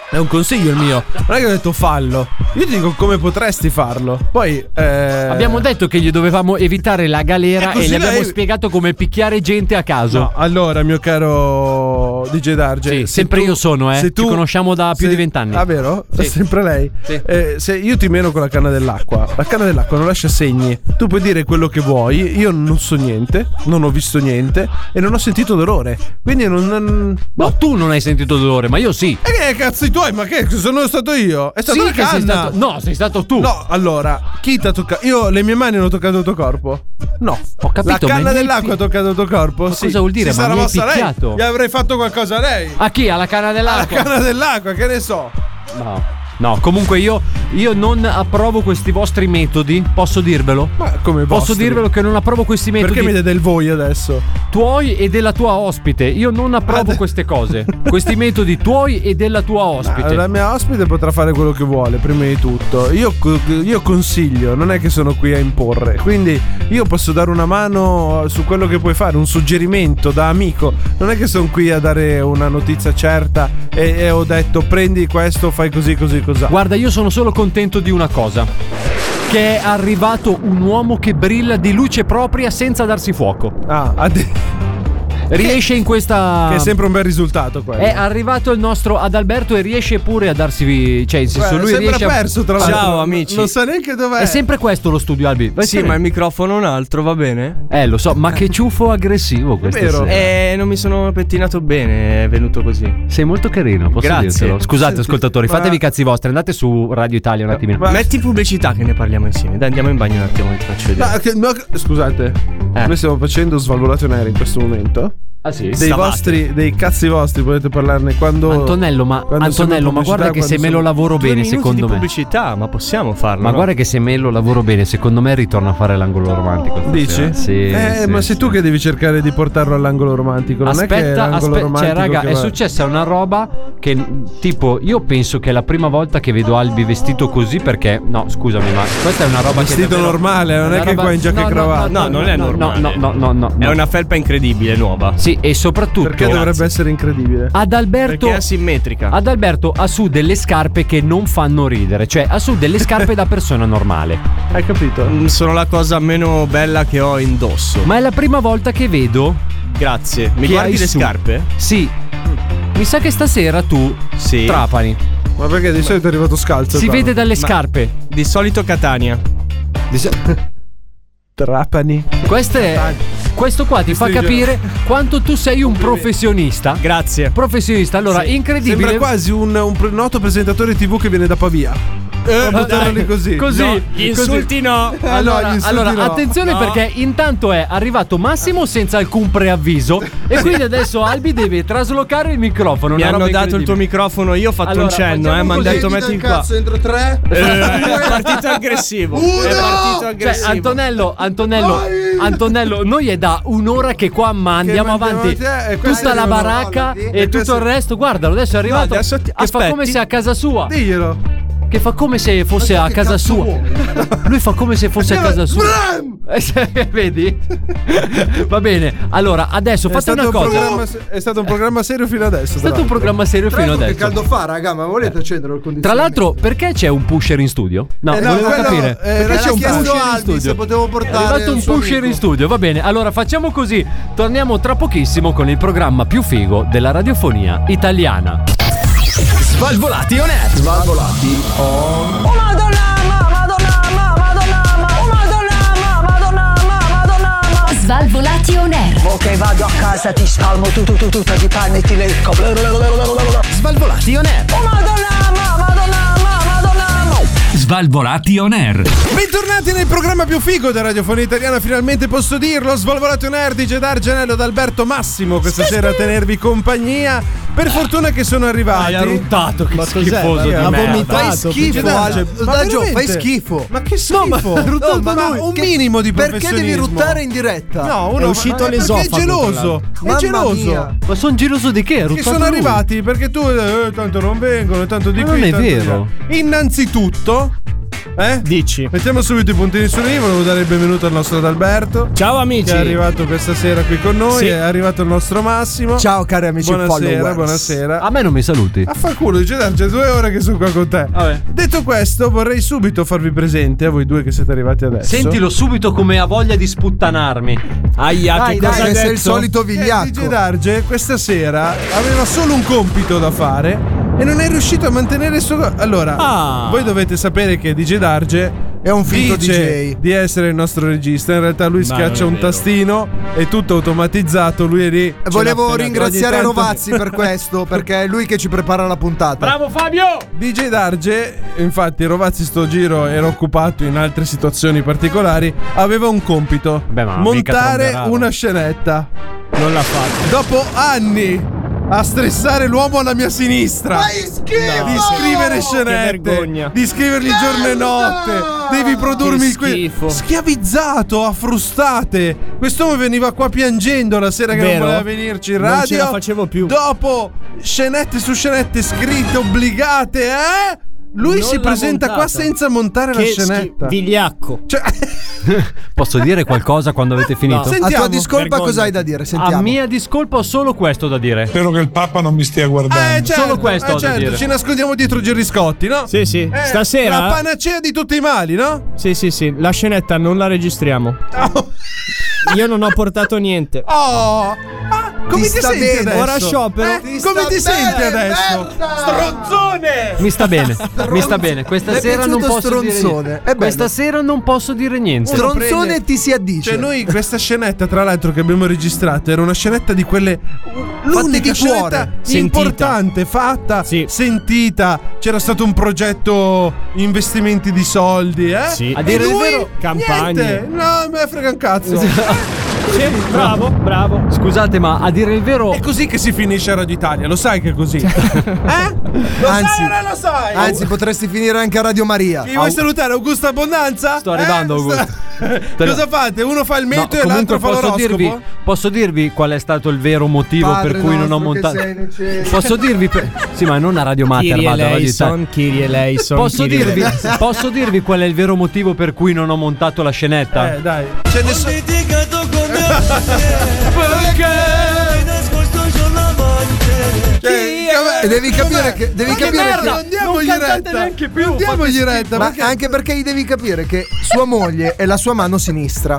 [SPEAKER 2] È un consiglio il mio. Non è che ho detto fallo. Io ti dico come potresti farlo. Poi eh,
[SPEAKER 3] Abbiamo detto che gli dovevamo evitare la galera
[SPEAKER 2] E
[SPEAKER 3] e,
[SPEAKER 2] così
[SPEAKER 3] gli abbiamo
[SPEAKER 2] lei-
[SPEAKER 3] spiegato come picchiare gente a caso.
[SPEAKER 2] No, allora, mio caro DJ Darge.
[SPEAKER 3] Sì,
[SPEAKER 2] se
[SPEAKER 3] sempre
[SPEAKER 2] tu-
[SPEAKER 3] io sono, eh.
[SPEAKER 2] se tu-
[SPEAKER 3] Ci conosciamo da più
[SPEAKER 2] se-
[SPEAKER 3] di vent'anni.
[SPEAKER 2] Ah, vero? [LAUGHS]
[SPEAKER 3] Sì.
[SPEAKER 2] Sempre lei.
[SPEAKER 3] Sì.
[SPEAKER 2] Eh, se io ti meno con la canna dell'acqua, la canna dell'acqua non lascia segni. Tu puoi dire quello che vuoi. Io non so niente, non ho visto niente e non ho sentito dolore. Quindi non. non-
[SPEAKER 3] No, tu non hai sentito dolore, ma io sì.
[SPEAKER 2] E che cazzo i tuoi? Ma che sono Eh, stato io? È stata
[SPEAKER 3] Sì
[SPEAKER 2] la
[SPEAKER 3] che
[SPEAKER 2] canna.
[SPEAKER 3] sei stato. No, sei stato tu.
[SPEAKER 2] No, allora, chi ti ha toccato? Io le mie mani hanno toccato il tuo corpo? No,
[SPEAKER 3] Ho capito,
[SPEAKER 2] La
[SPEAKER 3] ma
[SPEAKER 2] canna
[SPEAKER 3] mi hai
[SPEAKER 2] dell'acqua ha
[SPEAKER 3] pi-
[SPEAKER 2] toccato il tuo corpo?
[SPEAKER 3] Ma
[SPEAKER 2] sì.
[SPEAKER 3] cosa vuol dire?
[SPEAKER 2] Si
[SPEAKER 3] Ma
[SPEAKER 2] sarà
[SPEAKER 3] mi hai
[SPEAKER 2] mossa
[SPEAKER 3] picchiato?
[SPEAKER 2] lei. Gli avrei fatto qualcosa a lei.
[SPEAKER 3] A chi? Alla canna
[SPEAKER 2] La
[SPEAKER 3] dell'acqua?
[SPEAKER 2] canna dell'acqua, che ne so.
[SPEAKER 3] No. No, comunque io, io non approvo questi vostri metodi, posso dirvelo?
[SPEAKER 2] Ma come
[SPEAKER 3] Posso
[SPEAKER 2] vostri?
[SPEAKER 3] dirvelo che non approvo questi metodi
[SPEAKER 2] Perché mi date il voi adesso?
[SPEAKER 3] tuoi e della tua ospite. Io non approvo
[SPEAKER 2] Ad- [LAUGHS]
[SPEAKER 3] queste cose. questi metodi tuoi e della tua ospite.
[SPEAKER 2] La mia ospite potrà fare quello che vuole, prima di tutto. Io, co- io consiglio, non è che sono qui a imporre. Quindi io posso dare una mano su quello che puoi fare, un suggerimento da amico. Non è che sono qui a dare una notizia certa e, e ho detto prendi questo, fai così, così, cos'ha.
[SPEAKER 3] Guarda, io sono solo contento di una cosa. Che è arrivato un uomo che brilla di luce propria senza darsi fuoco.
[SPEAKER 2] Ah, ha de-
[SPEAKER 3] Riesce in questa.
[SPEAKER 2] che è sempre un bel risultato quello.
[SPEAKER 3] È arrivato il nostro Adalberto e riesce pure a darsi. Cioè, in senso,
[SPEAKER 2] Guarda,
[SPEAKER 3] lui
[SPEAKER 2] Eh, sembra
[SPEAKER 3] riesce a.
[SPEAKER 2] perso tra l'altro.
[SPEAKER 12] Ciao, amici.
[SPEAKER 2] Non so eh. neanche dov'è.
[SPEAKER 3] È sempre questo lo studio, Albi. Vai
[SPEAKER 12] Sì,
[SPEAKER 3] sereno.
[SPEAKER 12] ma il microfono è un altro, va bene?
[SPEAKER 3] Eh, lo so, ma che ciuffo aggressivo questo.
[SPEAKER 2] vero.
[SPEAKER 12] Eh, non mi sono pettinato bene, è venuto così.
[SPEAKER 3] Sei molto carino, posso
[SPEAKER 12] Grazie.
[SPEAKER 3] dirtelo. Scusate,
[SPEAKER 2] Senti,
[SPEAKER 3] ascoltatori,
[SPEAKER 2] ma- Eh,
[SPEAKER 3] fatevi i cazzi vostri. Andate su Radio Italia un attimino. Eh.
[SPEAKER 2] Ma-
[SPEAKER 12] Metti pubblicità che ne parliamo insieme. Dai, andiamo in bagno un attimo e ti faccio vedere.
[SPEAKER 2] Eh, Ma che- no, che- scusate, noi stiamo facendo svalvolato in aereo in questo momento.
[SPEAKER 3] ah, sì?
[SPEAKER 2] Dei vostri, dei cazzi vostri, potete parlarne quando.
[SPEAKER 3] Antonello, ma,
[SPEAKER 2] quando
[SPEAKER 3] Antonello,
[SPEAKER 2] sono
[SPEAKER 3] ma
[SPEAKER 2] pubblicità,
[SPEAKER 3] guarda che
[SPEAKER 2] quando
[SPEAKER 3] se me
[SPEAKER 2] sono-
[SPEAKER 3] lo lavoro
[SPEAKER 12] Due
[SPEAKER 3] bene,
[SPEAKER 12] minuti di
[SPEAKER 3] secondo me.
[SPEAKER 12] pubblicità, ma possiamo farlo.
[SPEAKER 3] Ma guarda che se me lo lavoro bene, secondo me ritorna a fare l'angolo romantico. stasera.
[SPEAKER 2] Dici?
[SPEAKER 3] Sì.
[SPEAKER 2] Eh,
[SPEAKER 3] sì,
[SPEAKER 2] ma
[SPEAKER 3] sì.
[SPEAKER 2] sei tu che devi cercare di portarlo all'angolo romantico. Non è che è
[SPEAKER 3] Aspetta,
[SPEAKER 2] l'angolo
[SPEAKER 3] aspetta,
[SPEAKER 2] romantico.
[SPEAKER 3] cioè raga,
[SPEAKER 2] che
[SPEAKER 3] è
[SPEAKER 2] va-
[SPEAKER 3] successa una roba che tipo io penso che è la prima volta che vedo Albi vestito così perché no, scusami, ma questa è una roba che
[SPEAKER 2] Vestito
[SPEAKER 3] davvero-
[SPEAKER 2] normale, non
[SPEAKER 3] una
[SPEAKER 2] è che
[SPEAKER 3] roba-
[SPEAKER 2] qua in giacca e
[SPEAKER 3] no, no,
[SPEAKER 2] cravatta.
[SPEAKER 12] No, non è
[SPEAKER 3] no,
[SPEAKER 12] normale.
[SPEAKER 3] No, no, no, no, no.
[SPEAKER 12] È una felpa incredibile, nuova.
[SPEAKER 3] Sì, e soprattutto.
[SPEAKER 2] Perché dovrebbe essere incredibile?
[SPEAKER 3] Ad Alberto.
[SPEAKER 2] Perché è asimmetrica.
[SPEAKER 3] Ad Alberto ha su delle scarpe che non fanno ridere, cioè ha su delle scarpe da persona normale.
[SPEAKER 2] Hai capito?
[SPEAKER 3] Mm,
[SPEAKER 13] Sono la cosa meno bella che ho indosso.
[SPEAKER 3] Ma è la prima volta che vedo.
[SPEAKER 13] Grazie. Mi
[SPEAKER 3] che
[SPEAKER 13] guardi
[SPEAKER 3] hai
[SPEAKER 13] le
[SPEAKER 3] su.
[SPEAKER 13] scarpe?
[SPEAKER 3] Sì. Mi sa che stasera tu.
[SPEAKER 13] Sì.
[SPEAKER 3] Trapani.
[SPEAKER 2] Ma perché di solito è arrivato scalzo?
[SPEAKER 3] Si
[SPEAKER 2] Paolo?
[SPEAKER 3] vede dalle
[SPEAKER 2] Ma-
[SPEAKER 3] scarpe.
[SPEAKER 13] Di solito Catania.
[SPEAKER 2] Trapani.
[SPEAKER 3] Questo, è, questo qua ti
[SPEAKER 2] Questo
[SPEAKER 3] fa
[SPEAKER 2] è il
[SPEAKER 3] capire quanto tu sei un professionista.
[SPEAKER 13] Grazie.
[SPEAKER 3] Professionista, allora
[SPEAKER 2] Sì.
[SPEAKER 3] incredibile.
[SPEAKER 2] Sembra quasi un, un pre- noto presentatore TV che viene da Pavia. Eh, buttarlo lì così.
[SPEAKER 3] Così,
[SPEAKER 2] No,
[SPEAKER 3] gli
[SPEAKER 2] così.
[SPEAKER 3] insulti no.
[SPEAKER 2] Ah, no, gli
[SPEAKER 3] Allora,
[SPEAKER 2] insulti
[SPEAKER 3] allora,
[SPEAKER 2] no.
[SPEAKER 3] attenzione
[SPEAKER 2] No.
[SPEAKER 3] perché intanto è arrivato Massimo senza alcun preavviso e quindi adesso Albi deve traslocare il microfono.
[SPEAKER 13] Mi
[SPEAKER 3] una
[SPEAKER 13] hanno
[SPEAKER 3] roba
[SPEAKER 13] dato il tuo
[SPEAKER 3] incredibile.
[SPEAKER 13] microfono, io ho fatto
[SPEAKER 3] Allora,
[SPEAKER 13] un cenno,
[SPEAKER 3] facciamo
[SPEAKER 13] eh, mi hanno
[SPEAKER 3] così.
[SPEAKER 13] detto metti qua.
[SPEAKER 2] entro tre.
[SPEAKER 13] è partito aggressivo. È partito aggressivo.
[SPEAKER 3] Cioè, Antonello, Antonello, Antonello, noi è da un'ora che qua ma andiamo
[SPEAKER 2] mandiamo
[SPEAKER 3] avanti.
[SPEAKER 2] te, e questi
[SPEAKER 3] Tutta la
[SPEAKER 2] sono
[SPEAKER 3] baracca
[SPEAKER 2] validi,
[SPEAKER 3] e
[SPEAKER 2] e questi-
[SPEAKER 3] tutto il resto. Guardalo, adesso è arrivato.
[SPEAKER 13] adesso ti-
[SPEAKER 3] che fa
[SPEAKER 13] aspetti.
[SPEAKER 3] come se a casa sua.
[SPEAKER 2] Diglielo.
[SPEAKER 3] Che fa come se fosse a casa sua. [LAUGHS] Lui fa come se fosse a casa sua. [LAUGHS] Eh, se- Vedi? [LAUGHS] Va bene. Allora, adesso
[SPEAKER 2] È
[SPEAKER 3] fate
[SPEAKER 2] stato,
[SPEAKER 3] una
[SPEAKER 2] un
[SPEAKER 3] cosa.
[SPEAKER 2] programma, se- è stato un programma serio fino adesso.
[SPEAKER 3] È stato un programma serio fino adesso.
[SPEAKER 9] fa, raga, ma
[SPEAKER 2] Eh.
[SPEAKER 9] volete accendere il
[SPEAKER 3] Tra l'altro, perché c'è un pusher in studio? No,
[SPEAKER 9] Eh no,
[SPEAKER 3] volevo
[SPEAKER 9] quello-
[SPEAKER 3] capire.
[SPEAKER 9] eh,
[SPEAKER 3] perché
[SPEAKER 9] l'ha
[SPEAKER 3] c'è un
[SPEAKER 9] chiesto
[SPEAKER 3] pusher in
[SPEAKER 9] Albi se
[SPEAKER 3] studio?
[SPEAKER 9] potevo portare
[SPEAKER 3] È arrivato
[SPEAKER 9] il
[SPEAKER 3] un
[SPEAKER 9] suo
[SPEAKER 3] pusher
[SPEAKER 9] amico.
[SPEAKER 3] in studio, va bene. Allora facciamo così. Torniamo tra pochissimo con il programma più figo della radiofonia italiana.
[SPEAKER 13] Svalvolati on air. Svalvolati on
[SPEAKER 6] Oh madonna, ma, madonna, ma, madonna, ma, oh madonna, ma, madonna, ma, madonna, ma.
[SPEAKER 1] Svalvolati on air.
[SPEAKER 14] Ok, vado a casa, ti spalmo tu tu tu tu, ti panni e ti lecco. Svalvolati on air.
[SPEAKER 6] Oh madonna, ma, madonna, ma, madonna, ma.
[SPEAKER 13] Svalvolati on air.
[SPEAKER 2] Bentornati nel programma più figo della radiofonia italiana, finalmente posso dirlo, Svalvolato Nerd, DJ D'Argenello ad Alberto Massimo questa sera a tenervi compaglia. Per fortuna che sono arrivati.
[SPEAKER 3] Hai ruttato, che schifoso di
[SPEAKER 2] Ma
[SPEAKER 3] merda.
[SPEAKER 2] Fai schifo,
[SPEAKER 9] Al- Daggio,
[SPEAKER 2] veramente?
[SPEAKER 9] fai schifo.
[SPEAKER 2] Ma che schifo?
[SPEAKER 9] No, ma
[SPEAKER 2] ma
[SPEAKER 9] no,
[SPEAKER 2] un
[SPEAKER 9] che-
[SPEAKER 2] minimo di
[SPEAKER 9] Perché devi
[SPEAKER 2] professionismo.
[SPEAKER 9] ruttare in diretta?
[SPEAKER 2] No, uno
[SPEAKER 9] È uscito
[SPEAKER 2] ma-
[SPEAKER 9] l'esofago,
[SPEAKER 2] Perché è
[SPEAKER 9] tra l'altro.
[SPEAKER 2] geloso. È
[SPEAKER 9] Mamma
[SPEAKER 2] geloso.
[SPEAKER 9] mia.
[SPEAKER 3] Ma sono geloso di che? Ha
[SPEAKER 2] Che
[SPEAKER 3] ruttato
[SPEAKER 2] sono
[SPEAKER 3] lui.
[SPEAKER 2] arrivati perché tu eh, tanto non vengono, tanto di
[SPEAKER 3] Ma
[SPEAKER 2] qui.
[SPEAKER 3] non è
[SPEAKER 2] tanto di là.
[SPEAKER 3] vero.
[SPEAKER 2] Innanzitutto, eh?
[SPEAKER 13] Dici.
[SPEAKER 2] Mettiamo subito i puntini sulle i, volevo dare il benvenuto al nostro Adalberto.
[SPEAKER 13] Ciao amici.
[SPEAKER 2] Che è arrivato questa sera qui con noi,
[SPEAKER 13] Sì.
[SPEAKER 2] è arrivato il nostro Massimo.
[SPEAKER 9] Ciao cari amici
[SPEAKER 2] Buonasera,
[SPEAKER 9] followers.
[SPEAKER 2] buonasera.
[SPEAKER 3] A me non mi saluti.
[SPEAKER 9] Ah,
[SPEAKER 2] A far culo, Gedan, c'è due ore che sono qua con te.
[SPEAKER 3] Vabbè.
[SPEAKER 2] Detto questo, vorrei subito farvi presente a voi due che siete arrivati adesso.
[SPEAKER 3] Sentilo subito come ha voglia di sputtanarmi.
[SPEAKER 13] Aia,
[SPEAKER 9] Dai,
[SPEAKER 13] che
[SPEAKER 9] dai,
[SPEAKER 13] cosa ha
[SPEAKER 9] che sei il
[SPEAKER 13] detto?
[SPEAKER 9] solito
[SPEAKER 2] Che
[SPEAKER 9] vigliacco.
[SPEAKER 2] DJ Darge questa sera aveva solo un compito da fare e non è riuscito a mantenere solo. Allora,
[SPEAKER 13] Ah.
[SPEAKER 2] voi dovete sapere che DJ Darge
[SPEAKER 9] È un finto
[SPEAKER 2] dice
[SPEAKER 9] DJ.
[SPEAKER 2] di essere il nostro regista. In realtà lui
[SPEAKER 13] Ma non è
[SPEAKER 2] schiaccia un
[SPEAKER 13] vero.
[SPEAKER 2] tastino, è tutto automatizzato. Lui è lì. ce l'ha
[SPEAKER 9] Eh, Volevo
[SPEAKER 2] appena-
[SPEAKER 9] ringraziare
[SPEAKER 2] ogni tanto-
[SPEAKER 9] Rovazzi per questo, perché è lui che ci prepara la puntata.
[SPEAKER 3] Bravo Fabio!
[SPEAKER 2] DJ Darge, infatti Rovazzi sto giro era occupato in altre situazioni particolari, aveva un compito,
[SPEAKER 3] Beh, ma mica
[SPEAKER 2] montare
[SPEAKER 3] tromberà, no?
[SPEAKER 2] una scenetta.
[SPEAKER 13] Non l'ha fatto.
[SPEAKER 2] Dopo anni a stressare l'uomo alla mia sinistra. Di scrivere scenette,
[SPEAKER 13] Che vergogna.
[SPEAKER 2] di scriverli giorno e notte, devi produrmi il que-
[SPEAKER 13] schifo.
[SPEAKER 2] schiavizzato a frustate. Quest'uomo veniva qua piangendo la sera che
[SPEAKER 13] Vero.
[SPEAKER 2] non voleva venirci in
[SPEAKER 13] Non
[SPEAKER 2] radio.
[SPEAKER 13] ce la facevo più.
[SPEAKER 2] Dopo scenette su scenette scritte, obbligate, eh? Lui
[SPEAKER 13] Non
[SPEAKER 2] si
[SPEAKER 13] l'ha
[SPEAKER 2] presenta qua
[SPEAKER 13] montata.
[SPEAKER 2] senza montare la
[SPEAKER 13] Che schi-
[SPEAKER 2] scenetta.
[SPEAKER 13] vigliacco.
[SPEAKER 2] Cioè,
[SPEAKER 3] [LAUGHS] Posso dire qualcosa quando avete finito?
[SPEAKER 9] A
[SPEAKER 2] sentiamo.
[SPEAKER 9] tua discolpa
[SPEAKER 13] Vergognati.
[SPEAKER 9] cosa hai da dire?
[SPEAKER 3] A
[SPEAKER 9] Sentiamo.
[SPEAKER 3] mia discolpa ho solo questo da dire.
[SPEAKER 15] Spero che il Papa non mi stia
[SPEAKER 2] Eh,
[SPEAKER 15] guardando.
[SPEAKER 2] certo,
[SPEAKER 3] Solo questo
[SPEAKER 2] eh,
[SPEAKER 3] ho da
[SPEAKER 2] certo,
[SPEAKER 3] dire.
[SPEAKER 2] ci nascondiamo dietro Gerry Scotti, no?
[SPEAKER 13] Sì, sì.
[SPEAKER 2] Eh,
[SPEAKER 13] Stasera.
[SPEAKER 2] La panacea di tutti i mali, no?
[SPEAKER 13] Sì, sì, sì. La scenetta non la registriamo.
[SPEAKER 9] Oh.
[SPEAKER 13] Io non ho portato niente.
[SPEAKER 2] Oh! ah, come ti,
[SPEAKER 9] Ti sta
[SPEAKER 2] senti
[SPEAKER 9] bene,
[SPEAKER 2] adesso?
[SPEAKER 13] ora sciopero.
[SPEAKER 2] Eh, come ti senti adesso? Stronzone!
[SPEAKER 3] Mi sta bene, mi sta bene. Questa
[SPEAKER 9] Eh. Mi è
[SPEAKER 3] sera non
[SPEAKER 9] piaciuto
[SPEAKER 3] posso dire
[SPEAKER 9] stronzone. È
[SPEAKER 3] niente.
[SPEAKER 9] bello.
[SPEAKER 3] Questa sera non posso dire niente.
[SPEAKER 2] Stro-
[SPEAKER 9] Stronzone ti si addice.
[SPEAKER 2] Cioè, noi questa scenetta, tra l'altro, che abbiamo registrato, era una scenetta di quelle. L'unica
[SPEAKER 9] di
[SPEAKER 2] scenetta
[SPEAKER 9] cuore.
[SPEAKER 13] Sentita.
[SPEAKER 2] importante, fatta,
[SPEAKER 13] Sì.
[SPEAKER 2] sentita. C'era stato un progetto, investimenti di soldi, eh?
[SPEAKER 13] Sì.
[SPEAKER 3] A dire
[SPEAKER 2] E
[SPEAKER 3] il
[SPEAKER 2] lui,
[SPEAKER 3] vero,
[SPEAKER 13] campagne.
[SPEAKER 2] niente. No, me frega un cazzo. [LAUGHS]
[SPEAKER 13] Sì, bravo, bravo.
[SPEAKER 3] Scusate, ma a dire il vero,
[SPEAKER 9] Eh,
[SPEAKER 2] È così che si finisce Radio Italia, lo sai che è
[SPEAKER 9] [LAUGHS]
[SPEAKER 2] così? eh? Lo
[SPEAKER 9] Anzi.
[SPEAKER 2] sai o non lo sai?
[SPEAKER 9] Anzi, potresti finire anche a Radio Maria.
[SPEAKER 2] Mi vuoi salutare Augusta Abbondanza?
[SPEAKER 3] Sto arrivando, Augusto.
[SPEAKER 2] Sta- [LAUGHS] Cosa fate? Uno fa il
[SPEAKER 3] No,
[SPEAKER 2] mento e l'altro
[SPEAKER 3] comunque
[SPEAKER 2] fa
[SPEAKER 3] posso
[SPEAKER 2] l'oroscopo?
[SPEAKER 3] dirvi, posso dirvi qual è stato il vero motivo
[SPEAKER 9] Padre
[SPEAKER 3] per cui non ho
[SPEAKER 9] nostro che
[SPEAKER 3] montato.
[SPEAKER 9] sei nei cieli.
[SPEAKER 3] Posso dirvi, per- sì, ma non a Radio Mater,
[SPEAKER 13] Kyrie
[SPEAKER 3] vado a Radio Italia.
[SPEAKER 13] eleison, Kyrie eleison.
[SPEAKER 3] Posso
[SPEAKER 13] Kyrie
[SPEAKER 3] dirvi,
[SPEAKER 13] eleison.
[SPEAKER 3] posso dirvi qual è il vero motivo per cui non ho montato la scenetta?
[SPEAKER 2] [LAUGHS] Eh, dai. C'è nessuno.
[SPEAKER 3] Perché
[SPEAKER 9] Cioè, devi capire che devi
[SPEAKER 2] Ma che
[SPEAKER 9] capire
[SPEAKER 2] merda,
[SPEAKER 9] che
[SPEAKER 2] non andiamo in cantate diretta. neanche più, Non andiamo in fate diretta, schifo.
[SPEAKER 9] ma
[SPEAKER 2] perché-
[SPEAKER 9] anche perché devi capire che sua moglie è la sua mano sinistra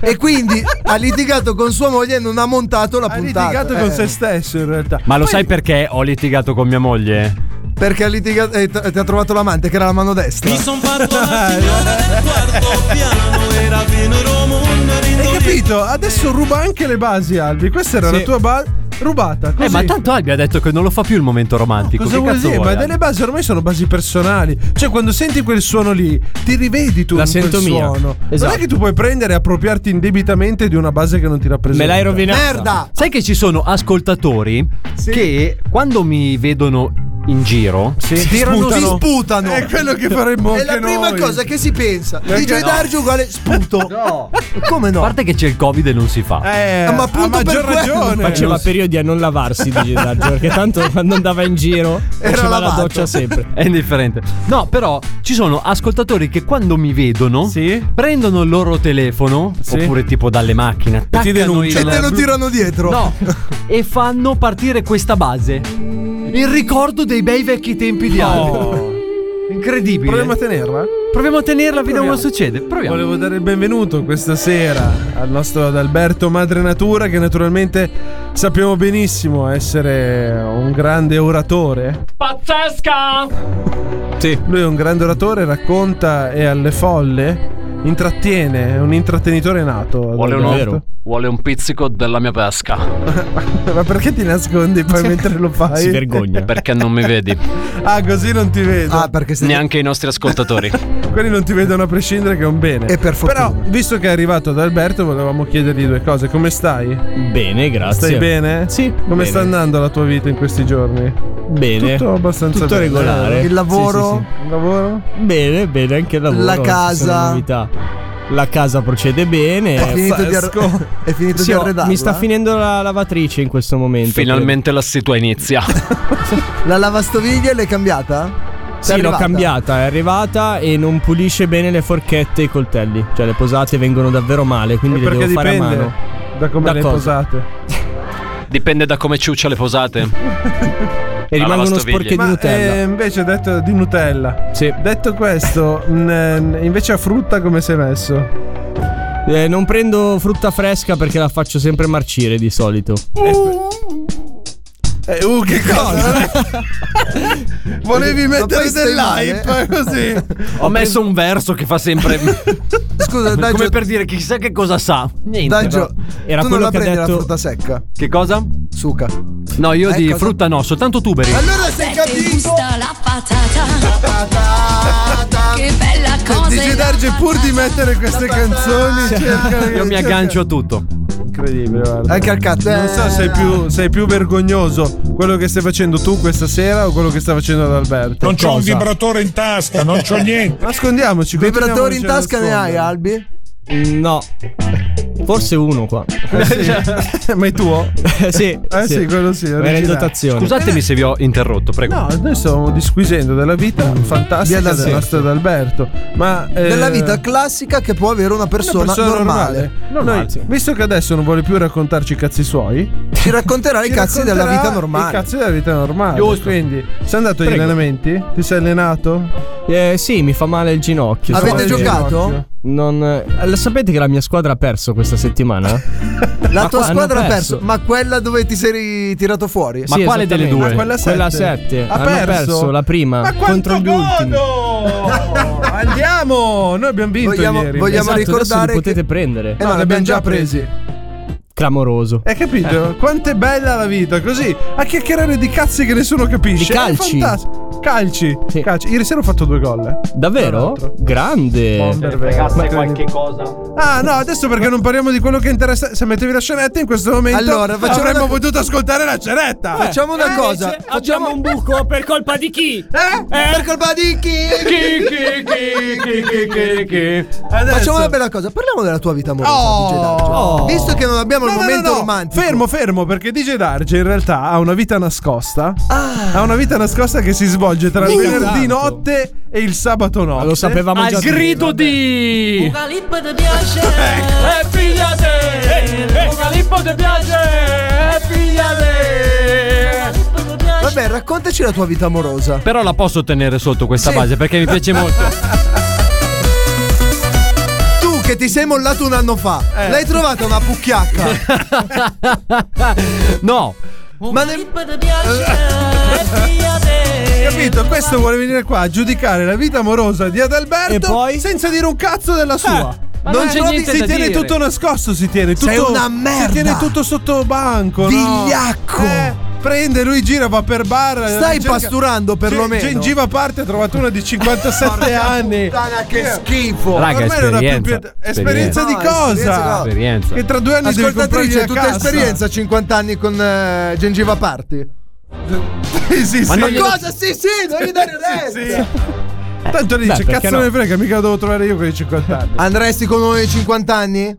[SPEAKER 9] e quindi ha litigato con sua moglie e non ha montato la puntata. Eh.
[SPEAKER 2] litigato con se stesso in realtà.
[SPEAKER 3] [LAUGHS] Ma lo sai perché ho litigato con mia moglie?
[SPEAKER 9] Perché ha litigato e t- ti ha trovato l'amante che era la mano destra. Mi
[SPEAKER 7] son fatto la signora del quarto piano era venero mondo
[SPEAKER 2] Hai capito?
[SPEAKER 9] Eh.
[SPEAKER 2] Adesso ruba anche le basi, Albi. Questa era
[SPEAKER 3] Sì.
[SPEAKER 2] la tua base rubata. Così.
[SPEAKER 3] Eh, ma tanto Albi ha detto che non lo fa più il momento romantico.
[SPEAKER 2] Cosa
[SPEAKER 3] che
[SPEAKER 2] vuol
[SPEAKER 3] cazzo
[SPEAKER 2] dire?
[SPEAKER 3] vuoi,
[SPEAKER 2] Ma
[SPEAKER 3] Albi?
[SPEAKER 2] delle basi ormai sono basi personali. Cioè, quando senti quel suono lì, ti rivedi tu
[SPEAKER 10] La
[SPEAKER 2] in quel
[SPEAKER 10] sento mia.
[SPEAKER 2] suono. Non
[SPEAKER 10] Esatto.
[SPEAKER 2] è che tu puoi prendere e appropriarti indebitamente di una base che non ti rappresenta.
[SPEAKER 3] Sai che ci sono ascoltatori che quando mi vedono in giro
[SPEAKER 9] Si sputano. Si sputano.
[SPEAKER 2] È quello che faremmo
[SPEAKER 9] È la
[SPEAKER 2] anche
[SPEAKER 9] prima
[SPEAKER 2] noi.
[SPEAKER 9] cosa che si pensa.
[SPEAKER 2] Perché
[SPEAKER 9] DJ
[SPEAKER 2] no?
[SPEAKER 9] Darge uguale
[SPEAKER 2] [LAUGHS]
[SPEAKER 9] sputo. No. Come no?
[SPEAKER 3] A parte che c'è il Covid e non si fa.
[SPEAKER 2] Eh,
[SPEAKER 9] ma appunto per quello.
[SPEAKER 10] Faceva periodi a non lavarsi di Darge, perché tanto [LAUGHS] quando andava in giro faceva la
[SPEAKER 3] lavato.
[SPEAKER 10] doccia sempre.
[SPEAKER 3] È indifferente. No, però ci sono ascoltatori che quando mi vedono prendono il loro telefono, oppure tipo dalle macchine,
[SPEAKER 9] E ti
[SPEAKER 3] attaccano
[SPEAKER 9] denunciano.
[SPEAKER 3] il-
[SPEAKER 9] E te lo tirano dietro.
[SPEAKER 3] No, e fanno partire questa base. Il ricordo dei bei vecchi tempi di Aldo. Incredibile.
[SPEAKER 2] Proviamo a tenerla?
[SPEAKER 3] Proviamo a tenerla, vediamo
[SPEAKER 2] Proviamo.
[SPEAKER 3] cosa succede. Proviamo.
[SPEAKER 2] Volevo dare il benvenuto questa sera al nostro Adalberto Madre Natura, che naturalmente sappiamo benissimo essere un grande oratore.
[SPEAKER 10] Pazzesca!
[SPEAKER 2] Sì. Lui è un grande oratore, racconta e alle folle intrattiene, è un intrattenitore nato.
[SPEAKER 12] Vuole
[SPEAKER 2] Adalberto.
[SPEAKER 12] un, vuole un pizzico della mia pesca.
[SPEAKER 2] [LAUGHS] Ma perché ti nascondi poi mentre lo
[SPEAKER 12] [LAUGHS]
[SPEAKER 2] fai?
[SPEAKER 12] Perché non mi vedi.
[SPEAKER 2] [LAUGHS] ah, così non ti vedo. Ah, perché
[SPEAKER 12] Neanche i nostri ascoltatori.
[SPEAKER 2] Quelli non ti vedono a prescindere che è un bene.
[SPEAKER 9] E per
[SPEAKER 2] Però, visto che è arrivato ad Alberto, volevamo chiedergli due cose. Come stai?
[SPEAKER 10] Bene, grazie.
[SPEAKER 2] Stai bene?
[SPEAKER 10] Sì.
[SPEAKER 2] Come
[SPEAKER 10] bene.
[SPEAKER 2] sta andando la tua vita in questi giorni?
[SPEAKER 10] Bene.
[SPEAKER 2] Tutto abbastanza
[SPEAKER 10] Tutto
[SPEAKER 2] bene.
[SPEAKER 10] regolare.
[SPEAKER 2] Il lavoro?
[SPEAKER 10] Il lavoro? Bene, bene, anche il lavoro.
[SPEAKER 9] La
[SPEAKER 10] ci sono
[SPEAKER 9] casa?
[SPEAKER 10] novità. La casa procede bene.
[SPEAKER 9] È finito di ar-
[SPEAKER 10] Pazzesco.
[SPEAKER 9] [LAUGHS] è finito
[SPEAKER 10] Sì,
[SPEAKER 9] di
[SPEAKER 3] oh,
[SPEAKER 10] ho-
[SPEAKER 9] arredarla?
[SPEAKER 10] Mi sta finendo la lavatrice in questo momento.
[SPEAKER 12] Finalmente la situa inizia.
[SPEAKER 9] La lavastoviglie l'hai cambiata? T'è
[SPEAKER 10] Sì, l'ho
[SPEAKER 9] arrivata?
[SPEAKER 10] cambiata, è arrivata e non pulisce bene le forchette e i coltelli. Cioè, le posate vengono davvero male, quindi le
[SPEAKER 2] Perché
[SPEAKER 10] devo fare a
[SPEAKER 2] dipende
[SPEAKER 10] mano.
[SPEAKER 2] da come
[SPEAKER 10] Da
[SPEAKER 2] le
[SPEAKER 10] cosa?
[SPEAKER 2] posate.
[SPEAKER 12] Dipende da come ciuccia le posate.
[SPEAKER 10] E rimangono sporche di
[SPEAKER 2] Ma,
[SPEAKER 10] Nutella.
[SPEAKER 2] eh, invece detto di Nutella.
[SPEAKER 10] Sì.
[SPEAKER 2] Detto questo, mh, invece a frutta come sei messo?
[SPEAKER 10] Eh, non prendo frutta fresca perché la faccio sempre marcire di solito.
[SPEAKER 2] Eh, uh, che cosa? Volevi
[SPEAKER 9] Ma
[SPEAKER 2] mettere
[SPEAKER 9] poi stai
[SPEAKER 2] dell'hype
[SPEAKER 9] male?
[SPEAKER 2] [LAUGHS] così.
[SPEAKER 12] Ho messo un verso che fa
[SPEAKER 10] [LAUGHS]
[SPEAKER 12] sempre.
[SPEAKER 9] Scusa,
[SPEAKER 12] Come
[SPEAKER 9] Daggio,
[SPEAKER 12] per dire chissà che cosa sa. Niente.
[SPEAKER 9] Daggio
[SPEAKER 10] Era
[SPEAKER 9] tu non
[SPEAKER 10] quello
[SPEAKER 9] la
[SPEAKER 10] che ha
[SPEAKER 9] prendi la
[SPEAKER 10] detto-
[SPEAKER 9] frutta secca.
[SPEAKER 3] Che cosa?
[SPEAKER 9] Suca.
[SPEAKER 3] No, io
[SPEAKER 9] Eh,
[SPEAKER 3] di
[SPEAKER 9] cosa-
[SPEAKER 3] frutta no, soltanto tuberi.
[SPEAKER 9] Allora sei capito?
[SPEAKER 1] la patata. Che bella cosa.
[SPEAKER 2] Dice Darge pur di mettere queste canzoni cerca-
[SPEAKER 3] Io mi
[SPEAKER 2] cerca-
[SPEAKER 3] aggancio a tutto.
[SPEAKER 2] Incredibile, guarda.
[SPEAKER 9] Anche al cazzo. Eh,
[SPEAKER 2] Non so sei più, sei più vergognoso quello che stai facendo tu questa sera o quello che sta facendo ad Alberto.
[SPEAKER 16] Non c'ho un vibratore in tasca, non c'ho niente.
[SPEAKER 2] Nascondiamoci.
[SPEAKER 9] Vibratori in
[SPEAKER 2] continuiamoci a
[SPEAKER 9] tasca ne hai,
[SPEAKER 2] nascondere.
[SPEAKER 9] Albi?
[SPEAKER 10] No. Forse uno qua.
[SPEAKER 2] Eh,
[SPEAKER 9] Cioè.
[SPEAKER 2] Ma è tuo?
[SPEAKER 10] Eh, sì.
[SPEAKER 2] Eh sì, quello sì.
[SPEAKER 10] Era
[SPEAKER 2] originale.
[SPEAKER 10] in dotazione.
[SPEAKER 3] Scusatemi se vi ho interrotto, prego.
[SPEAKER 2] No, noi stiamo disquisendo della vita fantastica
[SPEAKER 9] Mm. Via da
[SPEAKER 2] del
[SPEAKER 9] sé.
[SPEAKER 2] nostro Adalberto. Ma eh,
[SPEAKER 9] Della vita classica che può avere una persona, normale.
[SPEAKER 2] No, noi, visto che adesso non vuole più raccontarci i cazzi suoi,
[SPEAKER 9] Ci racconterà i
[SPEAKER 2] ci
[SPEAKER 9] cazzi della
[SPEAKER 2] racconterà
[SPEAKER 9] vita normale.
[SPEAKER 2] I cazzi della vita normale.
[SPEAKER 9] Giusto.
[SPEAKER 2] Quindi, sei andato agli
[SPEAKER 10] Prego.
[SPEAKER 2] allenamenti? Ti sei allenato?
[SPEAKER 10] Eh, sì, mi fa male il ginocchio.
[SPEAKER 9] Avete
[SPEAKER 10] Sto-
[SPEAKER 9] giocato?
[SPEAKER 10] Non. eh, lo sapete che la mia squadra ha perso questa settimana?
[SPEAKER 9] La
[SPEAKER 10] Ma
[SPEAKER 9] tua
[SPEAKER 10] qua-
[SPEAKER 9] squadra ha
[SPEAKER 10] hanno
[SPEAKER 9] perso.
[SPEAKER 10] perso.
[SPEAKER 9] ma quella dove ti sei tirato fuori?
[SPEAKER 10] Sì, esattamente.
[SPEAKER 2] Ah, quella sette.
[SPEAKER 10] Quella 7.
[SPEAKER 2] Ha
[SPEAKER 10] Hanno
[SPEAKER 2] perso?
[SPEAKER 10] perso? la prima
[SPEAKER 2] Ma quanto
[SPEAKER 10] contro gli ultimi.
[SPEAKER 9] [LAUGHS]
[SPEAKER 2] godo! Andiamo! Noi abbiamo vinto
[SPEAKER 9] Vogliamo-
[SPEAKER 2] ieri.
[SPEAKER 9] vogliamo-
[SPEAKER 10] Esatto, adesso
[SPEAKER 9] ricordare
[SPEAKER 10] li potete
[SPEAKER 9] che-
[SPEAKER 10] prendere.
[SPEAKER 9] Eh no,
[SPEAKER 2] li abbiamo già presi.
[SPEAKER 10] Clamoroso. Eh.
[SPEAKER 2] Hai capito? Quanto è bella la vita, così a chiacchierare di cazzi che nessuno capisce.
[SPEAKER 10] Di calci.
[SPEAKER 2] È fantastico. Calci, calci. Ieri sera ho fatto due gol. eh.
[SPEAKER 10] Davvero? Grande.
[SPEAKER 2] qualche cosa. Ah, no, adesso perché non parliamo di quello che interessa. Se mettevi la scenetta in questo momento
[SPEAKER 9] Allora, facciamo
[SPEAKER 2] avremmo
[SPEAKER 9] una- Eh.
[SPEAKER 2] potuto ascoltare la scenetta. Eh,
[SPEAKER 9] Facciamo una cosa.
[SPEAKER 10] Eh, cioè, Abbiamo un buco per colpa di chi?
[SPEAKER 9] Eh? Per colpa di chi?
[SPEAKER 2] Adesso-
[SPEAKER 9] Facciamo una bella cosa. Parliamo della tua vita amorosa,
[SPEAKER 2] Oh.
[SPEAKER 9] DJ Darge.
[SPEAKER 2] Oh.
[SPEAKER 9] Visto che non abbiamo
[SPEAKER 2] No,
[SPEAKER 9] il
[SPEAKER 2] no,
[SPEAKER 9] momento
[SPEAKER 2] no, no.
[SPEAKER 9] romantico.
[SPEAKER 2] Fermo, fermo, perché DJ Darge in realtà ha una vita nascosta.
[SPEAKER 9] Ah.
[SPEAKER 2] Ha una vita nascosta che si svolge tra il
[SPEAKER 10] Mica
[SPEAKER 2] venerdì
[SPEAKER 10] tanto.
[SPEAKER 9] Esatto.
[SPEAKER 2] notte e il sabato notte.
[SPEAKER 10] Lo sapevamo
[SPEAKER 12] Al
[SPEAKER 10] già.
[SPEAKER 12] grido di.
[SPEAKER 3] Eh,
[SPEAKER 12] E
[SPEAKER 3] Eh,
[SPEAKER 12] pigliate! Ugalippo ti piace! E pigliate!
[SPEAKER 9] raccontaci la tua vita amorosa.
[SPEAKER 3] Però la posso tenere sotto questa
[SPEAKER 9] Sì.
[SPEAKER 3] base perché mi piace molto.
[SPEAKER 9] Tu che ti sei mollato un anno fa,
[SPEAKER 2] Eh.
[SPEAKER 9] l'hai trovata una
[SPEAKER 2] [LAUGHS]
[SPEAKER 9] pucchiacca.
[SPEAKER 3] no.
[SPEAKER 9] Ma ne-
[SPEAKER 2] Capito? Questo vuole venire qua a giudicare la vita amorosa di Adalberto senza dire un cazzo della sua.
[SPEAKER 9] Eh. ma non c'è niente
[SPEAKER 2] si
[SPEAKER 9] da
[SPEAKER 2] tiene
[SPEAKER 9] dire.
[SPEAKER 2] tutto nascosto, si tiene tutto.
[SPEAKER 9] Sei una merda.
[SPEAKER 2] Si tiene tutto sotto banco. no?
[SPEAKER 9] Vigliacco.
[SPEAKER 2] Eh, prende, lui gira, va per bar. eh,
[SPEAKER 9] Stai pasturando, perlomeno.
[SPEAKER 2] Gen- gengiva a parte, ha trovato una di
[SPEAKER 9] [LAUGHS]
[SPEAKER 2] 57 anni.
[SPEAKER 9] Puttana, che schifo.
[SPEAKER 3] Raga,
[SPEAKER 2] Ormai non ha più
[SPEAKER 3] esperienza,
[SPEAKER 2] pietà- esperienza di cosa?
[SPEAKER 3] Esperienza.
[SPEAKER 2] Che tra due anni devi comprargli
[SPEAKER 9] Ascoltatrice,
[SPEAKER 2] la
[SPEAKER 9] tutta
[SPEAKER 2] cassa.
[SPEAKER 9] esperienza, 50 anni con eh, gengiva party.
[SPEAKER 2] Sì, sì,
[SPEAKER 9] Ma
[SPEAKER 2] sì.
[SPEAKER 9] non glielo- cosa? Sì, sì, non gli dare retta.
[SPEAKER 2] Tanto lì
[SPEAKER 9] Beh,
[SPEAKER 2] dice,
[SPEAKER 9] perché
[SPEAKER 2] cazzo
[SPEAKER 9] no? Ah,
[SPEAKER 2] ne frega, mica lo devo trovare io con i 50 anni.
[SPEAKER 9] Andresti con uno di 50 anni?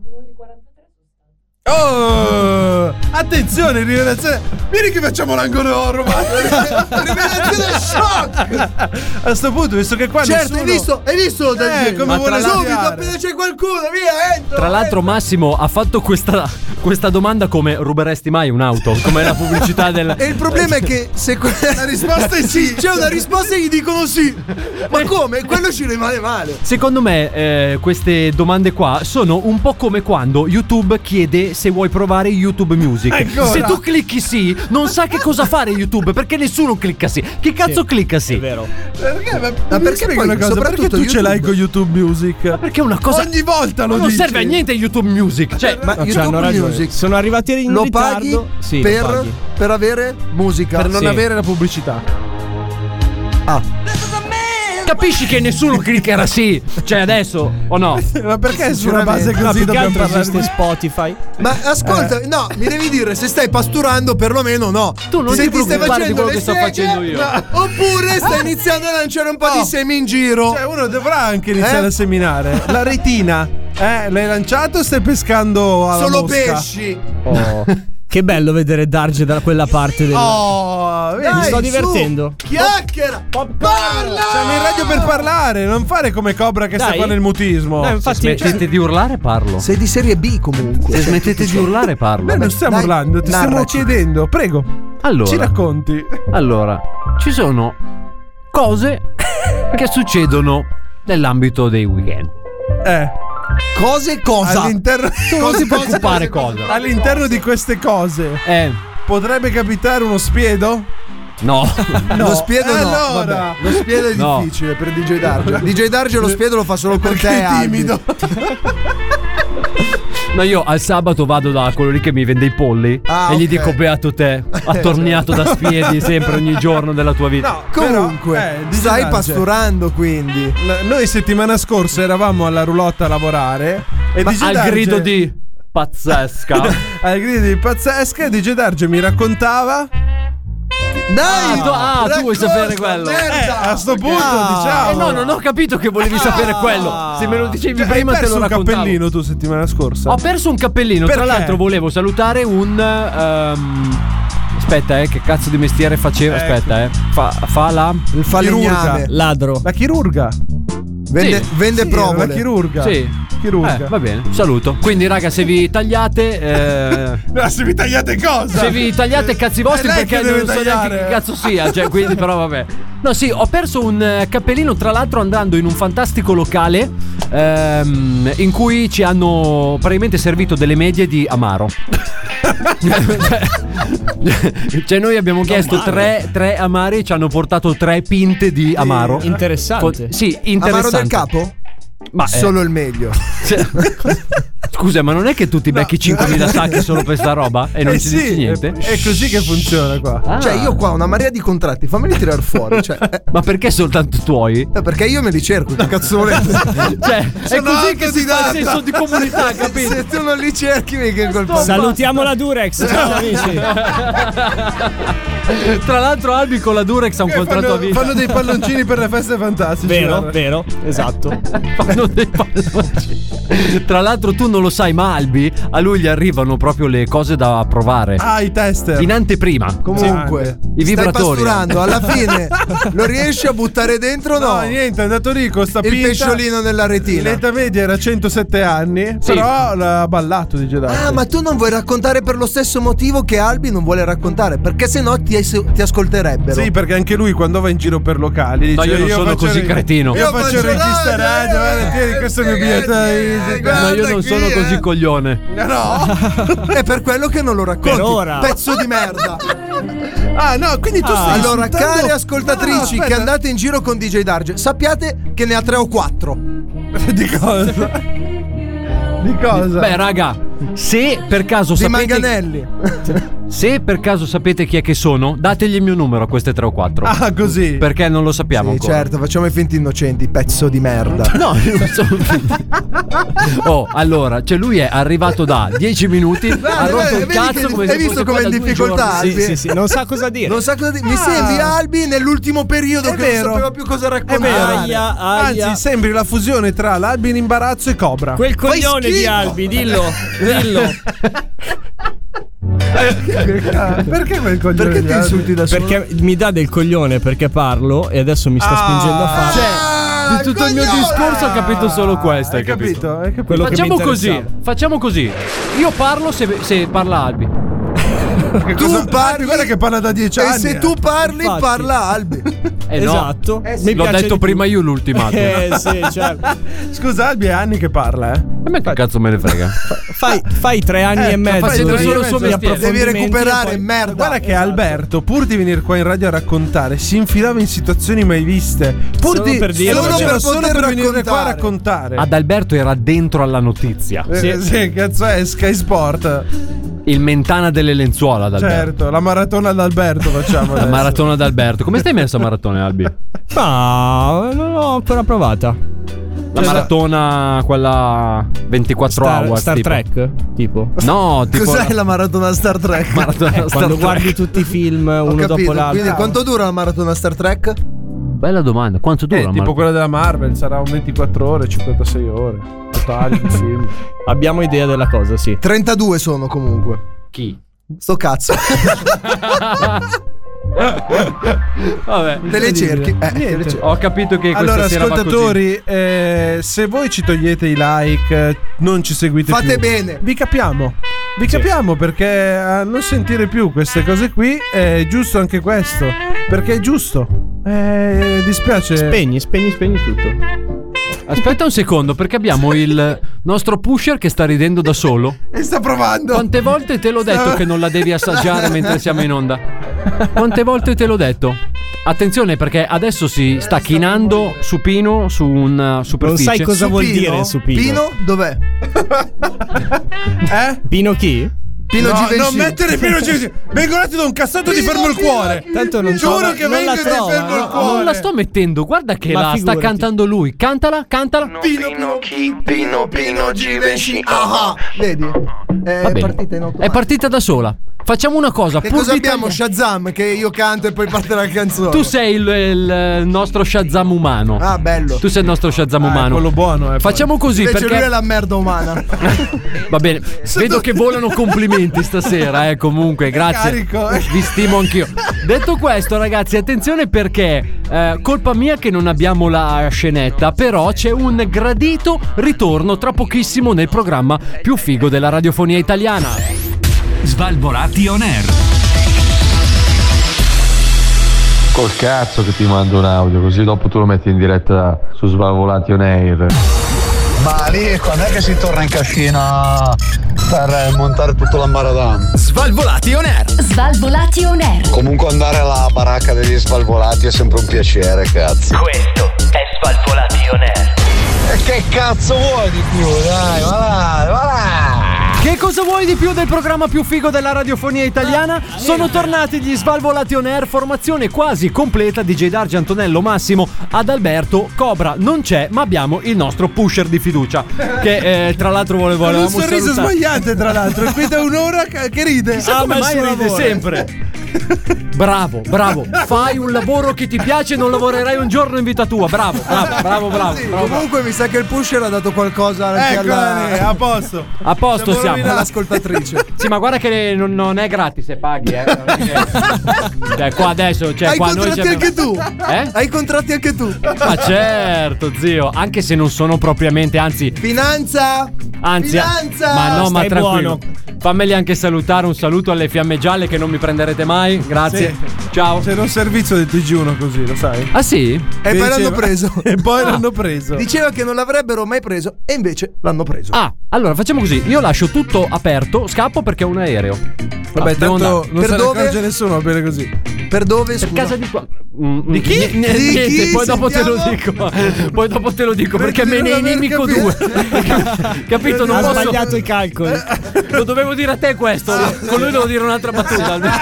[SPEAKER 2] Oh, attenzione, rivelazione. Vieni che facciamo l'angolo romantico. [LAUGHS] rivelazione shock. A sto punto, visto che qua
[SPEAKER 9] certo, hai visto? Hai visto? dal-
[SPEAKER 2] Eh, come
[SPEAKER 3] Ma
[SPEAKER 2] vuole
[SPEAKER 3] tra l'altro-
[SPEAKER 9] subito, appena c'è qualcuno, via, entro.
[SPEAKER 3] Tra l'altro Massimo ha fatto questa, questa domanda come ruberesti mai un'auto? Come la pubblicità
[SPEAKER 9] [LAUGHS]
[SPEAKER 3] del...
[SPEAKER 9] E il problema è che se que-
[SPEAKER 2] La risposta
[SPEAKER 9] [LAUGHS]
[SPEAKER 2] è sì. Eh.
[SPEAKER 9] C'è una risposta e gli dicono sì. Ma come? Quello ci rimane male.
[SPEAKER 3] Secondo me eh, queste domande qua sono un po' come quando YouTube chiede se vuoi provare YouTube Music.
[SPEAKER 2] Ancora?
[SPEAKER 3] Se tu clicchi sì, non sa che cosa fare YouTube perché nessuno clicca sì. Che cazzo clicca sì? È vero.
[SPEAKER 2] Perché? Ma,
[SPEAKER 9] perché
[SPEAKER 2] perché
[SPEAKER 9] poi,
[SPEAKER 2] una cosa? Perché
[SPEAKER 9] soprattutto
[SPEAKER 2] tu ce
[SPEAKER 9] YouTube?
[SPEAKER 2] l'hai con YouTube Music? Ma
[SPEAKER 3] perché una cosa-
[SPEAKER 2] Ogni volta lo
[SPEAKER 3] Non
[SPEAKER 2] dici.
[SPEAKER 3] serve a niente YouTube Music. Cioè,
[SPEAKER 9] Ma
[SPEAKER 17] No, cioè,
[SPEAKER 9] YouTube
[SPEAKER 17] hanno ragione.
[SPEAKER 9] Music
[SPEAKER 17] Sono arrivati in
[SPEAKER 9] lo paghi,
[SPEAKER 17] ritardo. Sì, lo
[SPEAKER 9] per,
[SPEAKER 17] paghi.
[SPEAKER 9] per avere musica.
[SPEAKER 2] Per non
[SPEAKER 17] Sì.
[SPEAKER 2] avere la pubblicità.
[SPEAKER 3] capisci che nessuno cliccherà sì. Cioè adesso o no?
[SPEAKER 2] Ma perché su una base
[SPEAKER 17] Ma
[SPEAKER 2] così
[SPEAKER 17] più che
[SPEAKER 2] dobbiamo
[SPEAKER 17] altro
[SPEAKER 2] parlare? Eh.
[SPEAKER 17] esiste Spotify.
[SPEAKER 9] Ma ascolta, no, mi devi dire se stai pasturando perlomeno no.
[SPEAKER 3] Tu non
[SPEAKER 9] se
[SPEAKER 3] ti
[SPEAKER 9] ti stai
[SPEAKER 3] preoccupare di
[SPEAKER 9] facendo
[SPEAKER 3] quello
[SPEAKER 9] le
[SPEAKER 3] che sto
[SPEAKER 9] seghe,
[SPEAKER 3] facendo io.
[SPEAKER 9] no, oppure stai iniziando a lanciare un po'
[SPEAKER 2] No.
[SPEAKER 9] di semi in giro.
[SPEAKER 2] Cioè, uno dovrà anche iniziare
[SPEAKER 9] Eh?
[SPEAKER 2] a seminare. La retina, eh, l'hai lanciato o stai pescando alla
[SPEAKER 9] Solo
[SPEAKER 2] mosca?
[SPEAKER 9] pesci.
[SPEAKER 17] Oh, che bello vedere Darge da quella parte del.
[SPEAKER 2] Oh, vedi?
[SPEAKER 17] Mi sto
[SPEAKER 9] su.
[SPEAKER 17] divertendo.
[SPEAKER 9] Chiacchiera. Parla.
[SPEAKER 2] Siamo in radio per parlare, non fare come Cobra che sta
[SPEAKER 17] Dai.
[SPEAKER 2] qua nel mutismo.
[SPEAKER 17] No, infatti-
[SPEAKER 3] Smettete di urlare parlo. Se
[SPEAKER 9] Sei di serie B comunque. Cioè,
[SPEAKER 3] smettete di urlare parlo.
[SPEAKER 2] Noi Eh, non stiamo
[SPEAKER 9] Dai,
[SPEAKER 2] urlando, ti stiamo
[SPEAKER 9] narraci.
[SPEAKER 2] chiedendo. Prego, ci
[SPEAKER 3] Allora,
[SPEAKER 2] racconti.
[SPEAKER 3] allora, ci sono cose [LAUGHS] che succedono nell'ambito dei weekend.
[SPEAKER 2] Eh,
[SPEAKER 9] Cose cosa?
[SPEAKER 2] all'interno,
[SPEAKER 9] [LAUGHS]
[SPEAKER 3] Non si preoccupare cosa.
[SPEAKER 2] all'interno di queste cose
[SPEAKER 3] Eh,
[SPEAKER 2] potrebbe capitare uno spiedo?
[SPEAKER 3] [LAUGHS] no.
[SPEAKER 9] Lo spiedo no.
[SPEAKER 2] Allora. eh,
[SPEAKER 9] vabbè. Lo spiedo è
[SPEAKER 3] No.
[SPEAKER 9] difficile per DJ Darge. DJ Darge lo spiedo lo fa solo con te.
[SPEAKER 2] Perché è
[SPEAKER 9] Albi.
[SPEAKER 2] timido.
[SPEAKER 3] No, io al sabato vado da quello lì che mi vende i polli
[SPEAKER 9] Ah,
[SPEAKER 3] e gli
[SPEAKER 9] ok.
[SPEAKER 3] dico beato te, attorniato da spiedi sempre ogni giorno della tua vita.
[SPEAKER 2] No,
[SPEAKER 9] Comunque,
[SPEAKER 2] però, eh, DJ
[SPEAKER 9] stai
[SPEAKER 2] Darge.
[SPEAKER 9] pasturando quindi.
[SPEAKER 2] L- Noi settimana scorsa eravamo alla roulotte a lavorare e
[SPEAKER 3] Ma
[SPEAKER 2] DJ
[SPEAKER 3] al
[SPEAKER 2] Darge-
[SPEAKER 3] grido di pazzesca.
[SPEAKER 2] al grido di pazzesca DJ Darge mi raccontava
[SPEAKER 9] Dai!
[SPEAKER 3] Ah, tu- ah, tu
[SPEAKER 9] racconta,
[SPEAKER 3] vuoi sapere quello.
[SPEAKER 9] merda.
[SPEAKER 2] eh, a sto punto
[SPEAKER 3] Eh
[SPEAKER 2] diciamo
[SPEAKER 3] no, non ho capito che volevi sapere quello. Se me lo dicevi
[SPEAKER 2] Cioè,
[SPEAKER 3] prima
[SPEAKER 2] hai
[SPEAKER 3] te
[SPEAKER 2] perso
[SPEAKER 3] lo
[SPEAKER 2] un
[SPEAKER 3] raccontavo.
[SPEAKER 2] cappellino tu settimana scorsa
[SPEAKER 3] Ho perso un cappellino. Tra
[SPEAKER 2] Esatto. Perché?
[SPEAKER 3] l'altro, volevo salutare un. ehm, aspetta, eh, che cazzo di mestiere faceva?
[SPEAKER 2] Ecco.
[SPEAKER 3] Aspetta, eh. Fa, fa la.
[SPEAKER 2] Ah,
[SPEAKER 9] Il falegname.
[SPEAKER 2] Chirurga.
[SPEAKER 17] Ladro.
[SPEAKER 2] la chirurga
[SPEAKER 9] Vende,
[SPEAKER 3] Sì.
[SPEAKER 9] vende
[SPEAKER 2] Sì,
[SPEAKER 9] provole.
[SPEAKER 2] la chirurga
[SPEAKER 3] Sì.
[SPEAKER 2] chirurga
[SPEAKER 3] Eh, va bene, saluto. Quindi, raga, se vi tagliate. eh,
[SPEAKER 2] [LAUGHS] Ma se vi tagliate cosa
[SPEAKER 3] se vi tagliate i cazzi vostri
[SPEAKER 2] È lei
[SPEAKER 3] perché
[SPEAKER 2] che deve
[SPEAKER 3] non so neanche
[SPEAKER 2] tagliare.
[SPEAKER 3] che cazzo sia. Cioè, quindi, però, vabbè. No, sì, ho perso un eh, cappellino. Tra l'altro, andando in un fantastico locale ehm, in cui ci hanno praticamente servito delle medie di amaro. [LAUGHS] cioè, noi abbiamo chiesto tre, tre amari e ci hanno portato tre pinte di amaro.
[SPEAKER 17] Interessante.
[SPEAKER 3] Co- sì,
[SPEAKER 9] Amaro
[SPEAKER 3] interessante.
[SPEAKER 9] del capo?
[SPEAKER 3] Ma, eh,
[SPEAKER 9] Solo il
[SPEAKER 2] [LAUGHS]
[SPEAKER 9] meglio.
[SPEAKER 3] cioè- [LAUGHS] Scusa, ma non è che tu ti becchi 5.000 sacchi solo per sta roba e non
[SPEAKER 2] Eh
[SPEAKER 3] ci
[SPEAKER 2] sì,
[SPEAKER 3] dici niente?
[SPEAKER 2] è, è così che funziona qua
[SPEAKER 3] Ah.
[SPEAKER 9] Cioè, io qua ho una marea di contratti, fammeli tirare fuori.
[SPEAKER 2] [LAUGHS]
[SPEAKER 9] Cioè, eh,
[SPEAKER 3] Ma perché soltanto tuoi?
[SPEAKER 9] eh, perché io me li cerco, che cazzo
[SPEAKER 2] [LAUGHS]
[SPEAKER 9] volete?
[SPEAKER 3] Cioè, è così che si dà
[SPEAKER 9] autodidatta.
[SPEAKER 3] il senso di comunità, capito?
[SPEAKER 9] Se tu non li cerchi, mi che colpa.
[SPEAKER 17] Salutiamo la Durex. Ciao amici.
[SPEAKER 3] [LAUGHS] Tra l'altro, Albi con la Durex ha un contratto a
[SPEAKER 2] Eh, fanno,
[SPEAKER 3] vita.
[SPEAKER 2] fanno dei palloncini per le
[SPEAKER 3] [LAUGHS]
[SPEAKER 2] feste fantastiche
[SPEAKER 17] Vero, vero, esatto.
[SPEAKER 3] Fanno dei palloni. Tra l'altro, tu non lo sai, ma Albi a lui gli arrivano proprio le cose da provare.
[SPEAKER 2] ah i tester
[SPEAKER 3] In anteprima.
[SPEAKER 9] Comunque,
[SPEAKER 3] I vibratori.
[SPEAKER 9] Stai pasturando, alla
[SPEAKER 2] [LAUGHS]
[SPEAKER 9] fine lo riesci a buttare dentro o no?
[SPEAKER 2] No, niente, è andato lì con sta
[SPEAKER 9] Il
[SPEAKER 2] pinta.
[SPEAKER 9] pesciolino nella retina.
[SPEAKER 2] L'età media era 107 anni, però l'ha ballato di Gerardo.
[SPEAKER 9] Ah, ma tu non vuoi raccontare per lo stesso motivo che Albi non vuole raccontare, perché sennò ti as- ti ascolterebbero.
[SPEAKER 2] Sì, perché anche lui quando va in giro per locali dice:
[SPEAKER 3] No, io non sono
[SPEAKER 2] faccio
[SPEAKER 3] così
[SPEAKER 2] il-
[SPEAKER 3] cretino."
[SPEAKER 2] Io
[SPEAKER 3] Io
[SPEAKER 2] faccio il
[SPEAKER 3] faccio
[SPEAKER 2] regista radio,
[SPEAKER 9] eh.
[SPEAKER 2] guarda, tieni, questo è il mio biglietto. eh,
[SPEAKER 3] No, io non
[SPEAKER 2] guarda
[SPEAKER 3] sono
[SPEAKER 2] qui,
[SPEAKER 3] così
[SPEAKER 2] eh.
[SPEAKER 3] coglione.
[SPEAKER 9] No, è per quello che non lo racconti.
[SPEAKER 3] Per ora.
[SPEAKER 9] Pezzo di merda.
[SPEAKER 2] Ah, no, quindi
[SPEAKER 3] tu stai
[SPEAKER 9] Allora,
[SPEAKER 2] insultando-
[SPEAKER 9] cari
[SPEAKER 2] No, no,
[SPEAKER 9] ascoltatrici
[SPEAKER 2] aspetta.
[SPEAKER 9] che andate in giro con DJ Darge, sappiate che ne ha tre o quattro.
[SPEAKER 2] Di cosa? Di cosa?
[SPEAKER 3] Beh, raga, se per caso
[SPEAKER 9] Di
[SPEAKER 3] sapete.
[SPEAKER 9] manganelli.
[SPEAKER 3] Se per caso sapete chi è che sono, dategli il mio numero a queste 3 o 4.
[SPEAKER 9] Ah, così.
[SPEAKER 3] Perché non lo sappiamo
[SPEAKER 9] Sì,
[SPEAKER 3] ancora.
[SPEAKER 9] certo, facciamo i finti innocenti, pezzo di merda.
[SPEAKER 3] [LAUGHS] No, io non sono Oh, allora, cioè lui è arrivato da 10 minuti, ha
[SPEAKER 9] Guarda,
[SPEAKER 3] rotto
[SPEAKER 9] guarda,
[SPEAKER 3] il
[SPEAKER 9] vedi che-
[SPEAKER 3] cazzo come se
[SPEAKER 9] hai visto
[SPEAKER 3] fosse
[SPEAKER 9] com'è
[SPEAKER 3] qua
[SPEAKER 9] in
[SPEAKER 3] da due
[SPEAKER 9] difficoltà
[SPEAKER 3] giorni.
[SPEAKER 9] Albi? Non sa cosa dire. Mi sembri Albi nell'ultimo periodo
[SPEAKER 2] È
[SPEAKER 9] che
[SPEAKER 2] vero.
[SPEAKER 9] non sapeva più cosa
[SPEAKER 2] È
[SPEAKER 9] raccontare.
[SPEAKER 2] vero.
[SPEAKER 9] Anzi,
[SPEAKER 2] Anzi, sembri la fusione tra l'albi in imbarazzo e Cobra.
[SPEAKER 6] Quel
[SPEAKER 2] Fai
[SPEAKER 6] coglione di
[SPEAKER 2] schifo.
[SPEAKER 6] Albi, dillo, dillo.
[SPEAKER 2] Perché quel coglione?
[SPEAKER 6] Perché
[SPEAKER 2] ti insulti
[SPEAKER 6] da solo? Perché mi dà del coglione perché parlo e adesso mi sta spingendo a
[SPEAKER 9] Ah,
[SPEAKER 6] fare.
[SPEAKER 3] Cioè, di tutto il mio discorso ho capito solo questo, hai capito?
[SPEAKER 6] Quello che
[SPEAKER 3] facciamo
[SPEAKER 6] mi
[SPEAKER 3] così,
[SPEAKER 6] interessava.
[SPEAKER 3] facciamo così. Io parlo se, se parla Albi. Eh,
[SPEAKER 2] tu parli, guarda che parla da 10
[SPEAKER 9] E
[SPEAKER 2] anni.
[SPEAKER 9] se
[SPEAKER 2] eh.
[SPEAKER 9] tu parli,
[SPEAKER 2] Infatti.
[SPEAKER 9] parla Albi.
[SPEAKER 3] Eh no.
[SPEAKER 6] Esatto.
[SPEAKER 9] Eh sì.
[SPEAKER 6] Mi
[SPEAKER 3] L'ho
[SPEAKER 6] piace
[SPEAKER 3] detto
[SPEAKER 6] di
[SPEAKER 3] prima io l'ultimato.
[SPEAKER 6] [LAUGHS] Eh sì, certo.
[SPEAKER 2] Scusa, Albi è anni che parla, eh.
[SPEAKER 3] A me che cazzo me ne
[SPEAKER 6] [LAUGHS]
[SPEAKER 3] frega.
[SPEAKER 6] Fai, fai tre anni
[SPEAKER 2] Eh,
[SPEAKER 6] e mezzo.
[SPEAKER 3] facendo
[SPEAKER 6] di-
[SPEAKER 3] solo il suo
[SPEAKER 6] di
[SPEAKER 3] mestiere.
[SPEAKER 6] approfondimenti
[SPEAKER 9] Devi recuperare,
[SPEAKER 6] e poi- Esatto.
[SPEAKER 9] merda.
[SPEAKER 2] Guarda che Alberto, pur di venire qua in radio a raccontare, si infilava in situazioni mai viste. Pur
[SPEAKER 6] Solo
[SPEAKER 2] di
[SPEAKER 6] per dire,
[SPEAKER 2] solo
[SPEAKER 6] faceva-
[SPEAKER 2] per, solo
[SPEAKER 9] poter
[SPEAKER 2] per venire qua a
[SPEAKER 9] raccontare.
[SPEAKER 2] raccontare.
[SPEAKER 3] Ad Alberto era dentro alla notizia.
[SPEAKER 2] Eh, sì. cazzo è Sky Sport.
[SPEAKER 3] Il mentana delle lenzuola ad Alberto.
[SPEAKER 2] Certo, la maratona d'Alberto facciamo.
[SPEAKER 3] La
[SPEAKER 2] adesso.
[SPEAKER 3] maratona d'Alberto. Come stai messo a maratona,
[SPEAKER 6] [LAUGHS]
[SPEAKER 3] Albi?
[SPEAKER 6] Ma Ah, non l'ho ancora provata.
[SPEAKER 3] La maratona, quella 24
[SPEAKER 6] Cioè, Star,
[SPEAKER 3] hours.
[SPEAKER 6] Star
[SPEAKER 3] tipo.
[SPEAKER 6] Trek, tipo. Eh,
[SPEAKER 3] No, tipo.
[SPEAKER 9] Cos'è la maratona Star Trek?
[SPEAKER 3] maratona Star
[SPEAKER 6] Quando
[SPEAKER 3] Trek?
[SPEAKER 6] guardi tutti i film
[SPEAKER 9] Ho
[SPEAKER 6] uno dopo
[SPEAKER 9] capito.
[SPEAKER 6] l'altro.
[SPEAKER 9] Quindi quanto dura la maratona Star Trek?
[SPEAKER 3] Bella domanda. Quanto dura?
[SPEAKER 2] Eh,
[SPEAKER 3] la
[SPEAKER 2] tipo
[SPEAKER 3] maratona?
[SPEAKER 2] quella della Marvel, sarà un 24 ore, 56 ore. Totale di film.
[SPEAKER 6] Abbiamo idea della cosa, sì.
[SPEAKER 9] 32 sono comunque.
[SPEAKER 3] Chi?
[SPEAKER 9] Sto cazzo. [LAUGHS]
[SPEAKER 3] Vabbè.
[SPEAKER 9] Te le cerchi. Eh, te le cerchi.
[SPEAKER 3] Ho capito che questa
[SPEAKER 2] Allora,
[SPEAKER 3] sera va così.
[SPEAKER 2] ascoltatori, eh, se voi ci togliete i like, eh, non ci seguite
[SPEAKER 9] Fate
[SPEAKER 2] più.
[SPEAKER 9] bene.
[SPEAKER 2] Vi capiamo. Vi capiamo perché a non sentire più queste cose qui è giusto anche questo. Perché è giusto. Eh, dispiace.
[SPEAKER 6] Spegni, spegni, spegni tutto.
[SPEAKER 3] Aspetta un secondo, perché abbiamo il nostro pusher che sta ridendo da solo.
[SPEAKER 9] E sta provando.
[SPEAKER 3] Quante volte te l'ho detto che non la devi assaggiare mentre siamo in onda? Quante volte te l'ho detto? Attenzione perché adesso si sta chinando supino su una
[SPEAKER 6] Non
[SPEAKER 3] superficie.
[SPEAKER 6] sai cosa vuol dire supino.
[SPEAKER 9] Pino, dov'è?
[SPEAKER 2] Eh?
[SPEAKER 6] Pino chi?
[SPEAKER 9] Pino
[SPEAKER 2] No,
[SPEAKER 9] Givenchy.
[SPEAKER 2] non mettere [LAUGHS] Pino Givenchy. Vengo un attimo da un cassato di fermo il cuore.
[SPEAKER 6] Tanto non
[SPEAKER 2] Giuro
[SPEAKER 6] trova-
[SPEAKER 2] che
[SPEAKER 6] non
[SPEAKER 2] vengo
[SPEAKER 6] la
[SPEAKER 2] e ti
[SPEAKER 6] trova,
[SPEAKER 2] fermo il
[SPEAKER 6] no?
[SPEAKER 2] cuore.
[SPEAKER 3] Non la sto mettendo, guarda che
[SPEAKER 6] Ma
[SPEAKER 3] la sta
[SPEAKER 6] figurati.
[SPEAKER 3] cantando lui. Cantala, cantala.
[SPEAKER 9] Pino, Pino, Pino, Pino Givenchy. Ah, ah. Vedi? È
[SPEAKER 3] Va bene.
[SPEAKER 9] partita in auto.
[SPEAKER 3] È partita da sola. Facciamo una cosa.
[SPEAKER 9] Che
[SPEAKER 3] pur
[SPEAKER 9] cosa
[SPEAKER 3] di
[SPEAKER 9] abbiamo?
[SPEAKER 3] tagliare-
[SPEAKER 9] Shazam che io canto e poi parte la canzone.
[SPEAKER 3] Tu sei il, il nostro Shazam umano.
[SPEAKER 9] Ah, bello.
[SPEAKER 3] Tu sei il nostro Shazam
[SPEAKER 2] Ah,
[SPEAKER 3] umano.
[SPEAKER 2] quello buono, eh,
[SPEAKER 3] Facciamo così
[SPEAKER 9] Invece
[SPEAKER 3] perché
[SPEAKER 9] lui è la merda
[SPEAKER 3] [LAUGHS]
[SPEAKER 9] umana. [LAUGHS]
[SPEAKER 3] Va bene, vedo che volano complimenti stasera, eh, comunque, grazie.
[SPEAKER 2] Carico, eh.
[SPEAKER 3] Vi stimo anch'io. Detto questo, ragazzi, attenzione perché eh, colpa mia che non abbiamo la scenetta, però c'è un gradito ritorno tra pochissimo nel programma più figo della radiofonia italiana.
[SPEAKER 18] Svalvolati on air.
[SPEAKER 19] Col cazzo che ti mando un audio, così dopo tu lo metti in diretta su Svalvolati on Air.
[SPEAKER 20] Ma lì quando è che si torna in cascina per eh, montare tutto l'ambaradan?
[SPEAKER 18] Svalvolati on air.
[SPEAKER 1] Svalvolati on air.
[SPEAKER 19] Comunque andare alla baracca degli Svalvolati è sempre un piacere, cazzo.
[SPEAKER 18] Questo è Svalvolati on air.
[SPEAKER 20] E che cazzo vuoi di più? Dai, va là, va là!
[SPEAKER 3] Che cosa vuoi di più del programma più figo della radiofonia italiana? Sono tornati gli Svalvolati On Air, formazione quasi completa di J. Dargi, Antonello, Massimo, Adalberto, Cobra non c'è, ma abbiamo il nostro pusher di fiducia, che eh, tra l'altro volevo
[SPEAKER 2] Con un
[SPEAKER 3] volevamo
[SPEAKER 2] sorriso
[SPEAKER 3] salutare. Ah,
[SPEAKER 2] sbagliante, tra l'altro. E qui da un'ora ca- che ride.
[SPEAKER 3] Chissà come mai ride sempre. Bravo, bravo, fai un lavoro che ti piace e non lavorerai un giorno in vita tua, bravo, bravo, bravo, bravo. bravo.
[SPEAKER 9] Comunque mi sa che il pusher ha dato qualcosa
[SPEAKER 3] Ecco,
[SPEAKER 9] anche
[SPEAKER 2] Eccola lì,
[SPEAKER 9] alla,
[SPEAKER 2] a posto.
[SPEAKER 3] A posto
[SPEAKER 2] Siamo
[SPEAKER 3] siamo.
[SPEAKER 2] rovinati. [LAUGHS]
[SPEAKER 9] all'ascoltatrice.
[SPEAKER 3] Sì, ma guarda che non, non è gratis se paghi, eh. Non è che- Cioè, qua adesso, cioè,
[SPEAKER 9] Hai
[SPEAKER 3] qua noi
[SPEAKER 9] contratti
[SPEAKER 3] ci abbiamo-
[SPEAKER 9] anche tu.
[SPEAKER 3] Eh?
[SPEAKER 9] Hai contratti anche tu.
[SPEAKER 3] Ma certo, zio, anche se non sono propriamente, anzi,
[SPEAKER 9] Finanza.
[SPEAKER 3] anzi,
[SPEAKER 9] Finanza.
[SPEAKER 3] ma no, ma
[SPEAKER 6] Stai
[SPEAKER 3] tranquillo.
[SPEAKER 6] buono.
[SPEAKER 3] Fammeli anche salutare. Un saluto alle fiamme gialle che non mi prenderete mai. Grazie.
[SPEAKER 2] Sì.
[SPEAKER 3] Ciao.
[SPEAKER 2] C'era un servizio del TG1 così, lo sai?
[SPEAKER 3] Ah, sì?
[SPEAKER 9] E
[SPEAKER 2] Che
[SPEAKER 9] poi l'hanno
[SPEAKER 2] diceva-
[SPEAKER 9] preso.
[SPEAKER 2] [LAUGHS] E poi l'hanno preso.
[SPEAKER 9] Diceva che non l'avrebbero mai preso e invece l'hanno preso.
[SPEAKER 3] Ah, allora facciamo così. Io lascio tutto aperto, scappo perché ho un aereo.
[SPEAKER 2] Vabbè,
[SPEAKER 3] Ah, devo
[SPEAKER 2] tanto
[SPEAKER 3] andare.
[SPEAKER 2] non
[SPEAKER 3] Per
[SPEAKER 2] se ne
[SPEAKER 3] dove?
[SPEAKER 2] accorge nessuno, va bene così.
[SPEAKER 9] Per dove?
[SPEAKER 3] Per casa di qua.
[SPEAKER 2] Mm, Di chi?
[SPEAKER 3] Ni- ni-
[SPEAKER 2] Di
[SPEAKER 3] niente,
[SPEAKER 2] chi?
[SPEAKER 3] poi dopo te lo dico.
[SPEAKER 2] Sentiamo.
[SPEAKER 3] Poi dopo te lo dico perché me ne inimico due. [LAUGHS] Capito? Non
[SPEAKER 21] ha
[SPEAKER 3] posso.
[SPEAKER 21] sbagliato i calcoli.
[SPEAKER 3] [LAUGHS] Lo dovevo dire a te questo. Con lui devo dire un'altra
[SPEAKER 2] [LAUGHS]
[SPEAKER 3] battuta. almeno.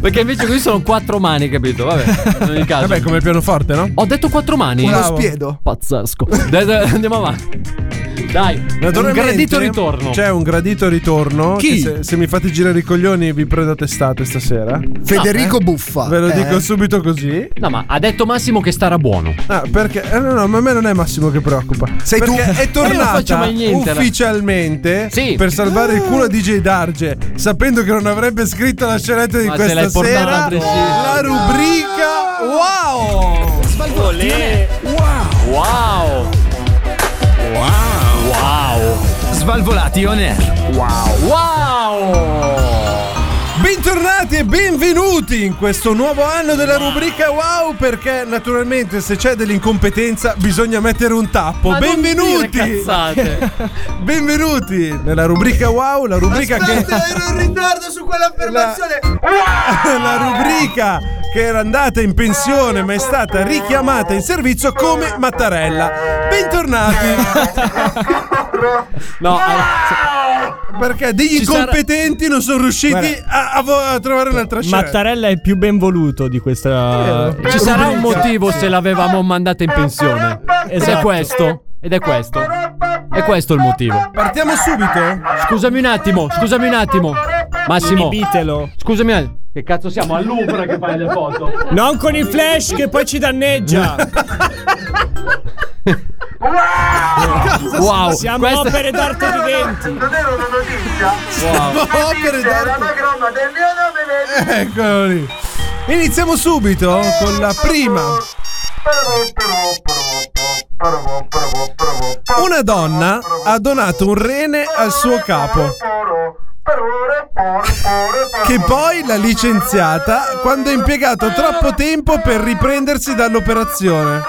[SPEAKER 3] perché invece qui sono quattro mani, capito? Vabbè, in ogni caso.
[SPEAKER 2] Vabbè, come il pianoforte, no?
[SPEAKER 3] Ho detto quattro mani.
[SPEAKER 9] Uno
[SPEAKER 3] Bravo.
[SPEAKER 9] spiedo.
[SPEAKER 3] Pazzesco. Dai, dai, Andiamo avanti. Dai, un
[SPEAKER 2] Naturalmente Cioè-
[SPEAKER 3] gradito ritorno.
[SPEAKER 2] C'è un gradito ritorno.
[SPEAKER 3] Chi?
[SPEAKER 2] che Se, se mi fate girare i coglioni, vi prendo a testate stasera.
[SPEAKER 9] Federico Buffa.
[SPEAKER 2] eh. Ve lo
[SPEAKER 9] Eh.
[SPEAKER 2] dico subito così.
[SPEAKER 3] No, ma ha detto Massimo che starà buono.
[SPEAKER 2] Ah, perché? eh, no, no, ma a me non è Massimo che preoccupa.
[SPEAKER 9] Sei tu.
[SPEAKER 2] Perché è
[SPEAKER 3] Eh, non faccio
[SPEAKER 2] tornata
[SPEAKER 3] mai niente, allora.
[SPEAKER 2] ufficialmente
[SPEAKER 3] Sì.
[SPEAKER 2] per salvare
[SPEAKER 9] Ah.
[SPEAKER 2] il culo a DJ Darge, sapendo che non avrebbe scritto la scenetta di
[SPEAKER 3] Ma se
[SPEAKER 2] questa
[SPEAKER 3] l'hai portata a
[SPEAKER 2] sera.
[SPEAKER 3] prescindere.
[SPEAKER 2] La rubrica
[SPEAKER 9] Ah.
[SPEAKER 2] Wow!
[SPEAKER 3] Wow. Wow.
[SPEAKER 22] Svalvolati on air.
[SPEAKER 3] Wow. Wow.
[SPEAKER 2] Bentornati e benvenuti in questo nuovo anno della rubrica Wow perché naturalmente se c'è dell'incompetenza bisogna mettere un tappo.
[SPEAKER 3] Ma non dire
[SPEAKER 2] benvenuti!
[SPEAKER 3] cazzate.
[SPEAKER 2] Benvenuti nella rubrica Wow, la rubrica che
[SPEAKER 9] Aspetta, ero in ritardo su quell'affermazione.
[SPEAKER 2] la [LAUGHS] rubrica che era andata in pensione ma è stata richiamata in servizio come Mattarella. Bentornati!
[SPEAKER 3] No,
[SPEAKER 2] Ah!
[SPEAKER 3] allora,
[SPEAKER 2] Perché degli
[SPEAKER 3] Ci sarà-
[SPEAKER 2] incompetenti non sono riusciti
[SPEAKER 21] Guarda.
[SPEAKER 2] a, a vo- a trovare un'altra scelta.
[SPEAKER 21] Mattarella è più ben voluto di questa.
[SPEAKER 3] ci sarà un motivo
[SPEAKER 21] Eh.
[SPEAKER 3] se l'avevamo mandata in pensione. Ed è
[SPEAKER 21] Esatto.
[SPEAKER 3] questo. Ed è questo. È questo il motivo.
[SPEAKER 2] Partiamo subito?
[SPEAKER 3] Scusami un attimo, scusami un attimo. Massimo,
[SPEAKER 21] Inibitelo.
[SPEAKER 3] scusami. un attimo. Che cazzo siamo? Al Louvre che fai le foto.
[SPEAKER 21] Non con i flash che poi ci danneggia.
[SPEAKER 2] [LAUGHS]
[SPEAKER 3] Wow,
[SPEAKER 21] Siamo
[SPEAKER 3] questa-
[SPEAKER 21] opere d'arte viventi.
[SPEAKER 23] Non era una notizia?
[SPEAKER 3] wow.
[SPEAKER 2] Opere
[SPEAKER 23] Era
[SPEAKER 2] d'arte.
[SPEAKER 23] l'anagramma del mio nome, vedi?
[SPEAKER 2] Eccolo lì. Iniziamo subito
[SPEAKER 23] Eh,
[SPEAKER 2] con la prima. Una donna ha donato un rene al suo capo, che poi l'ha licenziata quando ha impiegato troppo tempo per riprendersi dall'operazione.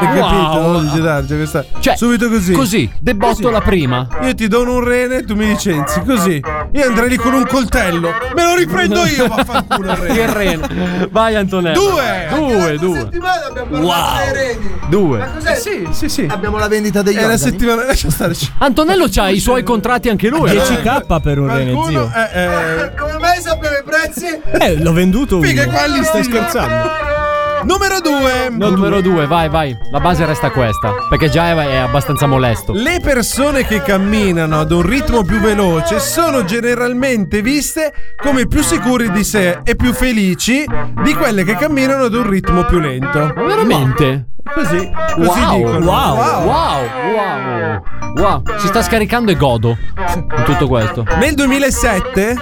[SPEAKER 2] Hai capito?
[SPEAKER 3] Wow.
[SPEAKER 2] Luigi D'Arge? Questa-
[SPEAKER 3] Cioè,
[SPEAKER 2] subito così.
[SPEAKER 3] Così, debotto la prima.
[SPEAKER 2] Io ti dono un rene e tu mi licenzi, così. Io andrei lì con un coltello. Me lo riprendo io, [LAUGHS] vaffanculo il
[SPEAKER 3] Che
[SPEAKER 2] rene.
[SPEAKER 3] rene. Vai Antonello.
[SPEAKER 2] Due!
[SPEAKER 3] Due, due.
[SPEAKER 9] settimana abbiamo
[SPEAKER 3] Wow.
[SPEAKER 9] dei reni.
[SPEAKER 3] Due.
[SPEAKER 9] Cos'è?
[SPEAKER 2] Sì, sì, sì.
[SPEAKER 9] Abbiamo la vendita degli
[SPEAKER 2] È la
[SPEAKER 9] organi.
[SPEAKER 2] settimana, lascia starci.
[SPEAKER 3] Antonello c'ha i suoi contratti anche lui. eh.
[SPEAKER 21] 10k per un rene,
[SPEAKER 2] Qualcuno
[SPEAKER 21] zio.
[SPEAKER 2] eh, [LAUGHS] eh,
[SPEAKER 9] Come mai sappiamo i prezzi?
[SPEAKER 21] Eh, l'ho venduto uno.
[SPEAKER 2] Figa, qua lì stai scherzando. Numero 2.
[SPEAKER 3] Numero due, vai, vai. La base resta questa. Perché già è è abbastanza molesto.
[SPEAKER 2] Le persone che camminano ad un ritmo più veloce sono generalmente viste come più sicure di sé e più felici di quelle che camminano ad un ritmo più lento.
[SPEAKER 3] Veramente?
[SPEAKER 2] Così, così
[SPEAKER 3] Wow, wow,
[SPEAKER 2] dicono.
[SPEAKER 3] wow, wow, wow. Si sta scaricando e godo in tutto questo.
[SPEAKER 2] Nel 2007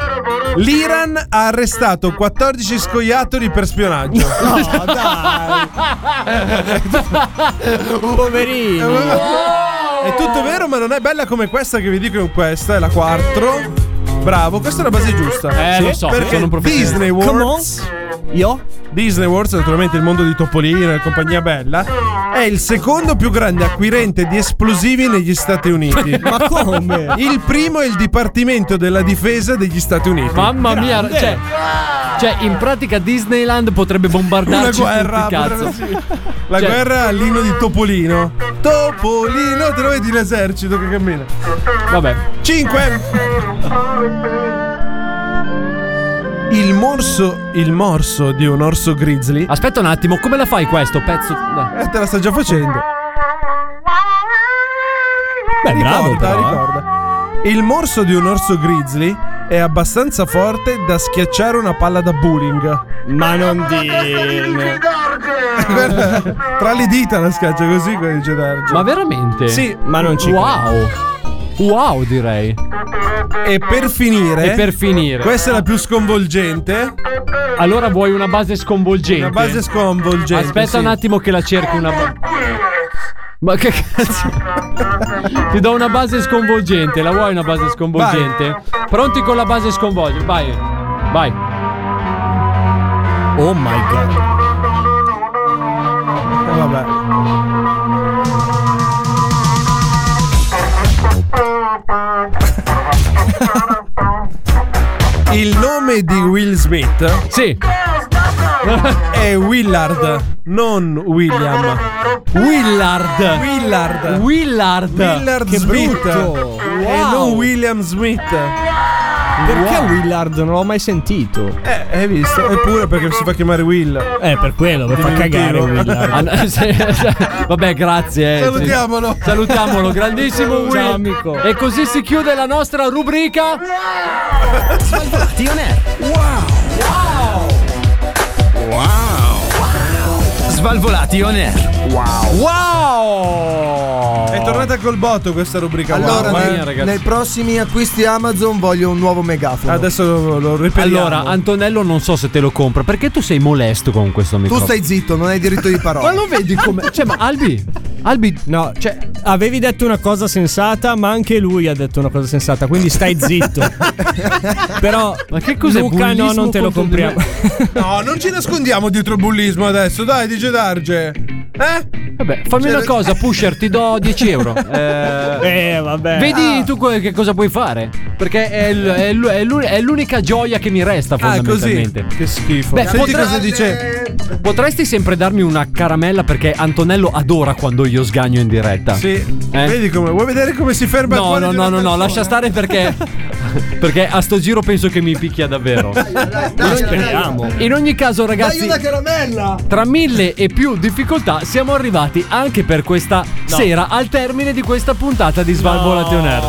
[SPEAKER 2] l'Iran ha arrestato 14 scoiattoli per spionaggio.
[SPEAKER 21] Poverino.
[SPEAKER 2] È tutto vero, ma non è bella come questa che vi dico io. Questa è la 4. Bravo, questa è la base giusta.
[SPEAKER 3] Eh, lo so,
[SPEAKER 2] perché
[SPEAKER 3] sono un professionista.
[SPEAKER 2] Disney
[SPEAKER 21] Come
[SPEAKER 2] World.
[SPEAKER 21] on. Io?
[SPEAKER 2] Disney World, naturalmente il mondo di Topolino e compagnia bella, è il secondo più grande acquirente di esplosivi negli Stati Uniti.
[SPEAKER 21] Ma come?
[SPEAKER 2] Il primo è il Dipartimento della Difesa degli Stati Uniti.
[SPEAKER 3] Mamma mia,
[SPEAKER 21] Grande.
[SPEAKER 3] cioè, cioè, in pratica Disneyland potrebbe
[SPEAKER 2] Una
[SPEAKER 3] bombardarci
[SPEAKER 2] guerra,
[SPEAKER 3] tutti, cazzo.
[SPEAKER 2] sì. la
[SPEAKER 3] Cioè-
[SPEAKER 2] guerra all'inno di Topolino. Topolino, te lo vedi l'esercito che cammina.
[SPEAKER 3] Vabbè.
[SPEAKER 2] 5 Il morso, il morso di un orso grizzly.
[SPEAKER 3] Aspetta un attimo, come la fai questo pezzo? No.
[SPEAKER 2] Eh, te la sta già facendo.
[SPEAKER 21] Beh, bravo,
[SPEAKER 2] ricorda,
[SPEAKER 21] però, eh.
[SPEAKER 2] ricorda. Il morso di un orso grizzly è abbastanza forte da schiacciare una palla da bowling.
[SPEAKER 21] Ma non dirne.
[SPEAKER 2] Guarda, [LAUGHS] Tra le dita la schiaccia così con il gedarge.
[SPEAKER 3] Ma veramente?
[SPEAKER 2] Sì,
[SPEAKER 21] Ma non ci
[SPEAKER 3] Wow. Wow, direi.
[SPEAKER 2] e per finire,
[SPEAKER 3] E per finire.
[SPEAKER 2] questa è la più sconvolgente.
[SPEAKER 3] Allora vuoi una base sconvolgente?
[SPEAKER 2] Una base sconvolgente.
[SPEAKER 3] Aspetta
[SPEAKER 2] sì.
[SPEAKER 3] un attimo che la cerco una. Ma che cazzo? Ti do una base sconvolgente. La vuoi una base sconvolgente? Pronti con la base sconvolgente? Vai. Vai.
[SPEAKER 24] Oh my god.
[SPEAKER 2] Eh, vabbè. Il nome di Will Smith?
[SPEAKER 3] Sì.
[SPEAKER 2] È Willard, non William.
[SPEAKER 3] Willard.
[SPEAKER 2] Willard.
[SPEAKER 3] Willard.
[SPEAKER 2] Willard
[SPEAKER 24] Che
[SPEAKER 2] Smith.
[SPEAKER 24] brutto.
[SPEAKER 2] E
[SPEAKER 24] Wow.
[SPEAKER 2] non William Smith.
[SPEAKER 24] Eh, Perché Willard non l'ho mai sentito?
[SPEAKER 2] Eh, hai visto? Eppure perché si fa chiamare Will.
[SPEAKER 24] Eh, per quello, per far cagare
[SPEAKER 3] Ah,
[SPEAKER 24] Willard.
[SPEAKER 3] no, [LAUGHS] sì, sì. Vabbè, grazie. eh.
[SPEAKER 2] Salutiamolo.
[SPEAKER 24] [LAUGHS]
[SPEAKER 3] Salutiamolo, grandissimo Will.
[SPEAKER 24] Ciao, amico.
[SPEAKER 3] E così si chiude la nostra rubrica.
[SPEAKER 25] Svalvolati on air. Wow. Wow. Svalvolati on air.
[SPEAKER 3] Wow!
[SPEAKER 2] È tornata col botto questa rubrica.
[SPEAKER 9] Allora,
[SPEAKER 2] wow, eh.
[SPEAKER 9] nei,
[SPEAKER 3] ragazzi.
[SPEAKER 9] nei prossimi acquisti Amazon voglio un nuovo megafono.
[SPEAKER 2] Adesso lo, lo repeliamo.
[SPEAKER 3] Allora, Antonello, non so se te lo compro perché tu sei molesto con questo
[SPEAKER 9] tu
[SPEAKER 3] microfono.
[SPEAKER 9] stai zitto, non hai diritto di
[SPEAKER 3] Ma
[SPEAKER 9] parola.
[SPEAKER 3] lo vedi come. Cioè, ma Albi. Albi.
[SPEAKER 24] No, cioè, avevi detto una cosa sensata, ma anche lui ha detto una cosa sensata, quindi stai
[SPEAKER 3] [LAUGHS]
[SPEAKER 24] zitto. Però,
[SPEAKER 3] Ma che cos'è?
[SPEAKER 24] Luca, no, non te lo
[SPEAKER 3] Bullismo
[SPEAKER 24] compriamo.
[SPEAKER 3] contro di
[SPEAKER 2] [LAUGHS] No, non ci nascondiamo dietro il bullismo adesso, dai, dice Darge. Eh?
[SPEAKER 3] Vabbè, fammi una cosa, Pusher, ti do 10 euro. Cioè, [LAUGHS] Eh, Ah.
[SPEAKER 24] eh, vabbè.
[SPEAKER 3] Vedi tu que- che cosa puoi fare. Perché è, l- è l- è l'u- è l'unica gioia che mi resta,
[SPEAKER 2] Ah, così.
[SPEAKER 3] fondamentalmente.
[SPEAKER 2] Che schifo.
[SPEAKER 3] Beh,
[SPEAKER 2] Senti
[SPEAKER 3] potrà-
[SPEAKER 2] cosa dice.
[SPEAKER 3] Potresti sempre darmi una caramella perché Antonello adora quando io sgagno in diretta.
[SPEAKER 2] Sì.
[SPEAKER 3] Eh?
[SPEAKER 2] Vedi come vuoi vedere come si ferma il
[SPEAKER 3] No,
[SPEAKER 2] cuore
[SPEAKER 3] no,
[SPEAKER 2] di
[SPEAKER 3] no,
[SPEAKER 2] una
[SPEAKER 3] no, no,
[SPEAKER 2] persona?
[SPEAKER 3] lascia
[SPEAKER 9] [LAUGHS]
[SPEAKER 3] stare perché. Perché a sto giro penso che mi picchia davvero.
[SPEAKER 9] Dai,
[SPEAKER 24] Speriamo.
[SPEAKER 3] In ogni caso,
[SPEAKER 9] dai
[SPEAKER 3] ragazzi,
[SPEAKER 9] una caramella.
[SPEAKER 3] tra mille e più difficoltà siamo arrivati anche per questa sera al termine di questa puntata di Svalvolation Air.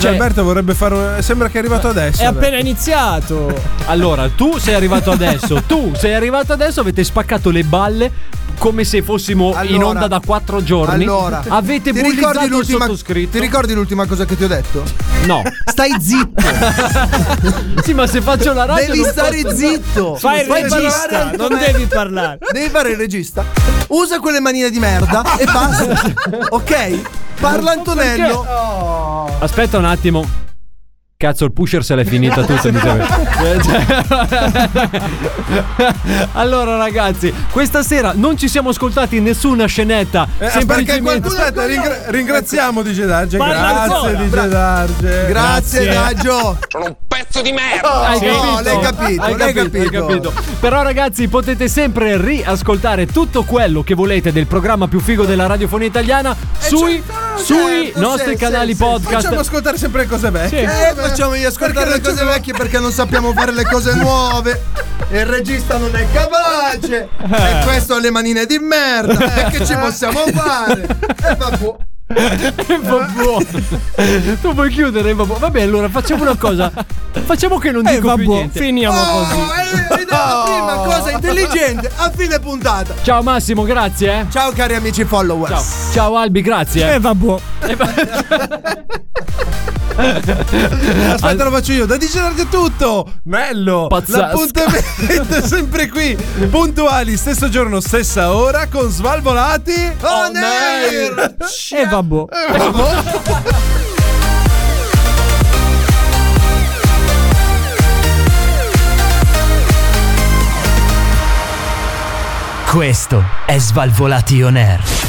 [SPEAKER 3] Cioè-
[SPEAKER 2] Adalberto vorrebbe fare un- sembra che è arrivato adesso.
[SPEAKER 24] È appena iniziato.
[SPEAKER 3] Allora, tu sei
[SPEAKER 9] [LAUGHS]
[SPEAKER 3] arrivato adesso, tu sei arrivato adesso, avete spaccato le balle come se fossimo in
[SPEAKER 9] Allora-
[SPEAKER 3] onda da quattro giorni.
[SPEAKER 9] Allora,
[SPEAKER 3] avete
[SPEAKER 9] ti ricordi,
[SPEAKER 3] bullizzato il
[SPEAKER 9] l'ultima,
[SPEAKER 3] sottoscritto.
[SPEAKER 9] ti ricordi l'ultima cosa che ti ho [LAUGHS] detto?
[SPEAKER 3] No.
[SPEAKER 9] Stai zitto,
[SPEAKER 3] Sì, ma se faccio la radio
[SPEAKER 9] devi
[SPEAKER 3] non
[SPEAKER 9] stare
[SPEAKER 3] posso-
[SPEAKER 9] zitto.
[SPEAKER 24] Fai il
[SPEAKER 9] Fai
[SPEAKER 24] regista,
[SPEAKER 9] parlare
[SPEAKER 24] non
[SPEAKER 9] Antonello.
[SPEAKER 24] devi parlare.
[SPEAKER 9] Devi fare il regista. Usa quelle manine di merda e basta. [LAUGHS] Ok? Parla Antonello. Oh.
[SPEAKER 3] Aspetta un attimo. Cazzo, il pusher se l'è finita tutta.
[SPEAKER 9] [LAUGHS]
[SPEAKER 3] mi sembra. Eh, cioè- [LAUGHS] allora, ragazzi, questa sera non ci siamo ascoltati nessuna scenetta.
[SPEAKER 2] Eh, perché
[SPEAKER 3] semplicemente.
[SPEAKER 2] qualcuno aspetta, ringra- ringraziamo Dice Darge.
[SPEAKER 24] Parla
[SPEAKER 2] Grazie
[SPEAKER 24] ancora.
[SPEAKER 2] Dice Darge.
[SPEAKER 9] Grazie, Daggio.
[SPEAKER 3] Hai
[SPEAKER 9] Sì, no, l'hai capito,
[SPEAKER 3] Hai
[SPEAKER 9] l'hai
[SPEAKER 3] capito, hai
[SPEAKER 9] capito.
[SPEAKER 3] capito. Però ragazzi potete sempre riascoltare tutto quello che volete del programma più figo della radiofonia italiana sui,
[SPEAKER 9] certo,
[SPEAKER 3] sui
[SPEAKER 9] certo,
[SPEAKER 3] nostri
[SPEAKER 9] sì,
[SPEAKER 3] canali
[SPEAKER 9] sì, sì.
[SPEAKER 3] podcast.
[SPEAKER 2] Facciamo ascoltare sempre le cose vecchie.
[SPEAKER 9] Eh, facciamogli ascoltare le cose vecchie perché non sappiamo fare le [LAUGHS] cose nuove. E il regista non è capace. E questo ha le manine di merda. E che ci [LAUGHS] possiamo fare? E vabbè.
[SPEAKER 3] Vabbò. tu vuoi chiudere? Vabbò. Vabbè, allora facciamo una cosa. Facciamo che non dico
[SPEAKER 24] Vabbè,
[SPEAKER 3] più niente.
[SPEAKER 24] finiamo
[SPEAKER 2] Ah,
[SPEAKER 24] così.
[SPEAKER 9] Oh, eh, hai detto prima cosa intelligente a fine puntata.
[SPEAKER 3] Ciao Massimo, grazie. eh.
[SPEAKER 9] Ciao cari amici followers.
[SPEAKER 3] Ciao. Ciao Albi, grazie. eh.
[SPEAKER 24] E vabbè.
[SPEAKER 2] Aspetta, lo faccio io. Da Dice Darge è tutto. Bello.
[SPEAKER 3] Pazzesco.
[SPEAKER 2] L'appuntamento è sempre qui. Puntuali, stesso giorno, stessa ora con Svalvolati.
[SPEAKER 3] Oh,
[SPEAKER 2] On air.
[SPEAKER 24] E vabbè.
[SPEAKER 26] Questo è Svalvolation Air.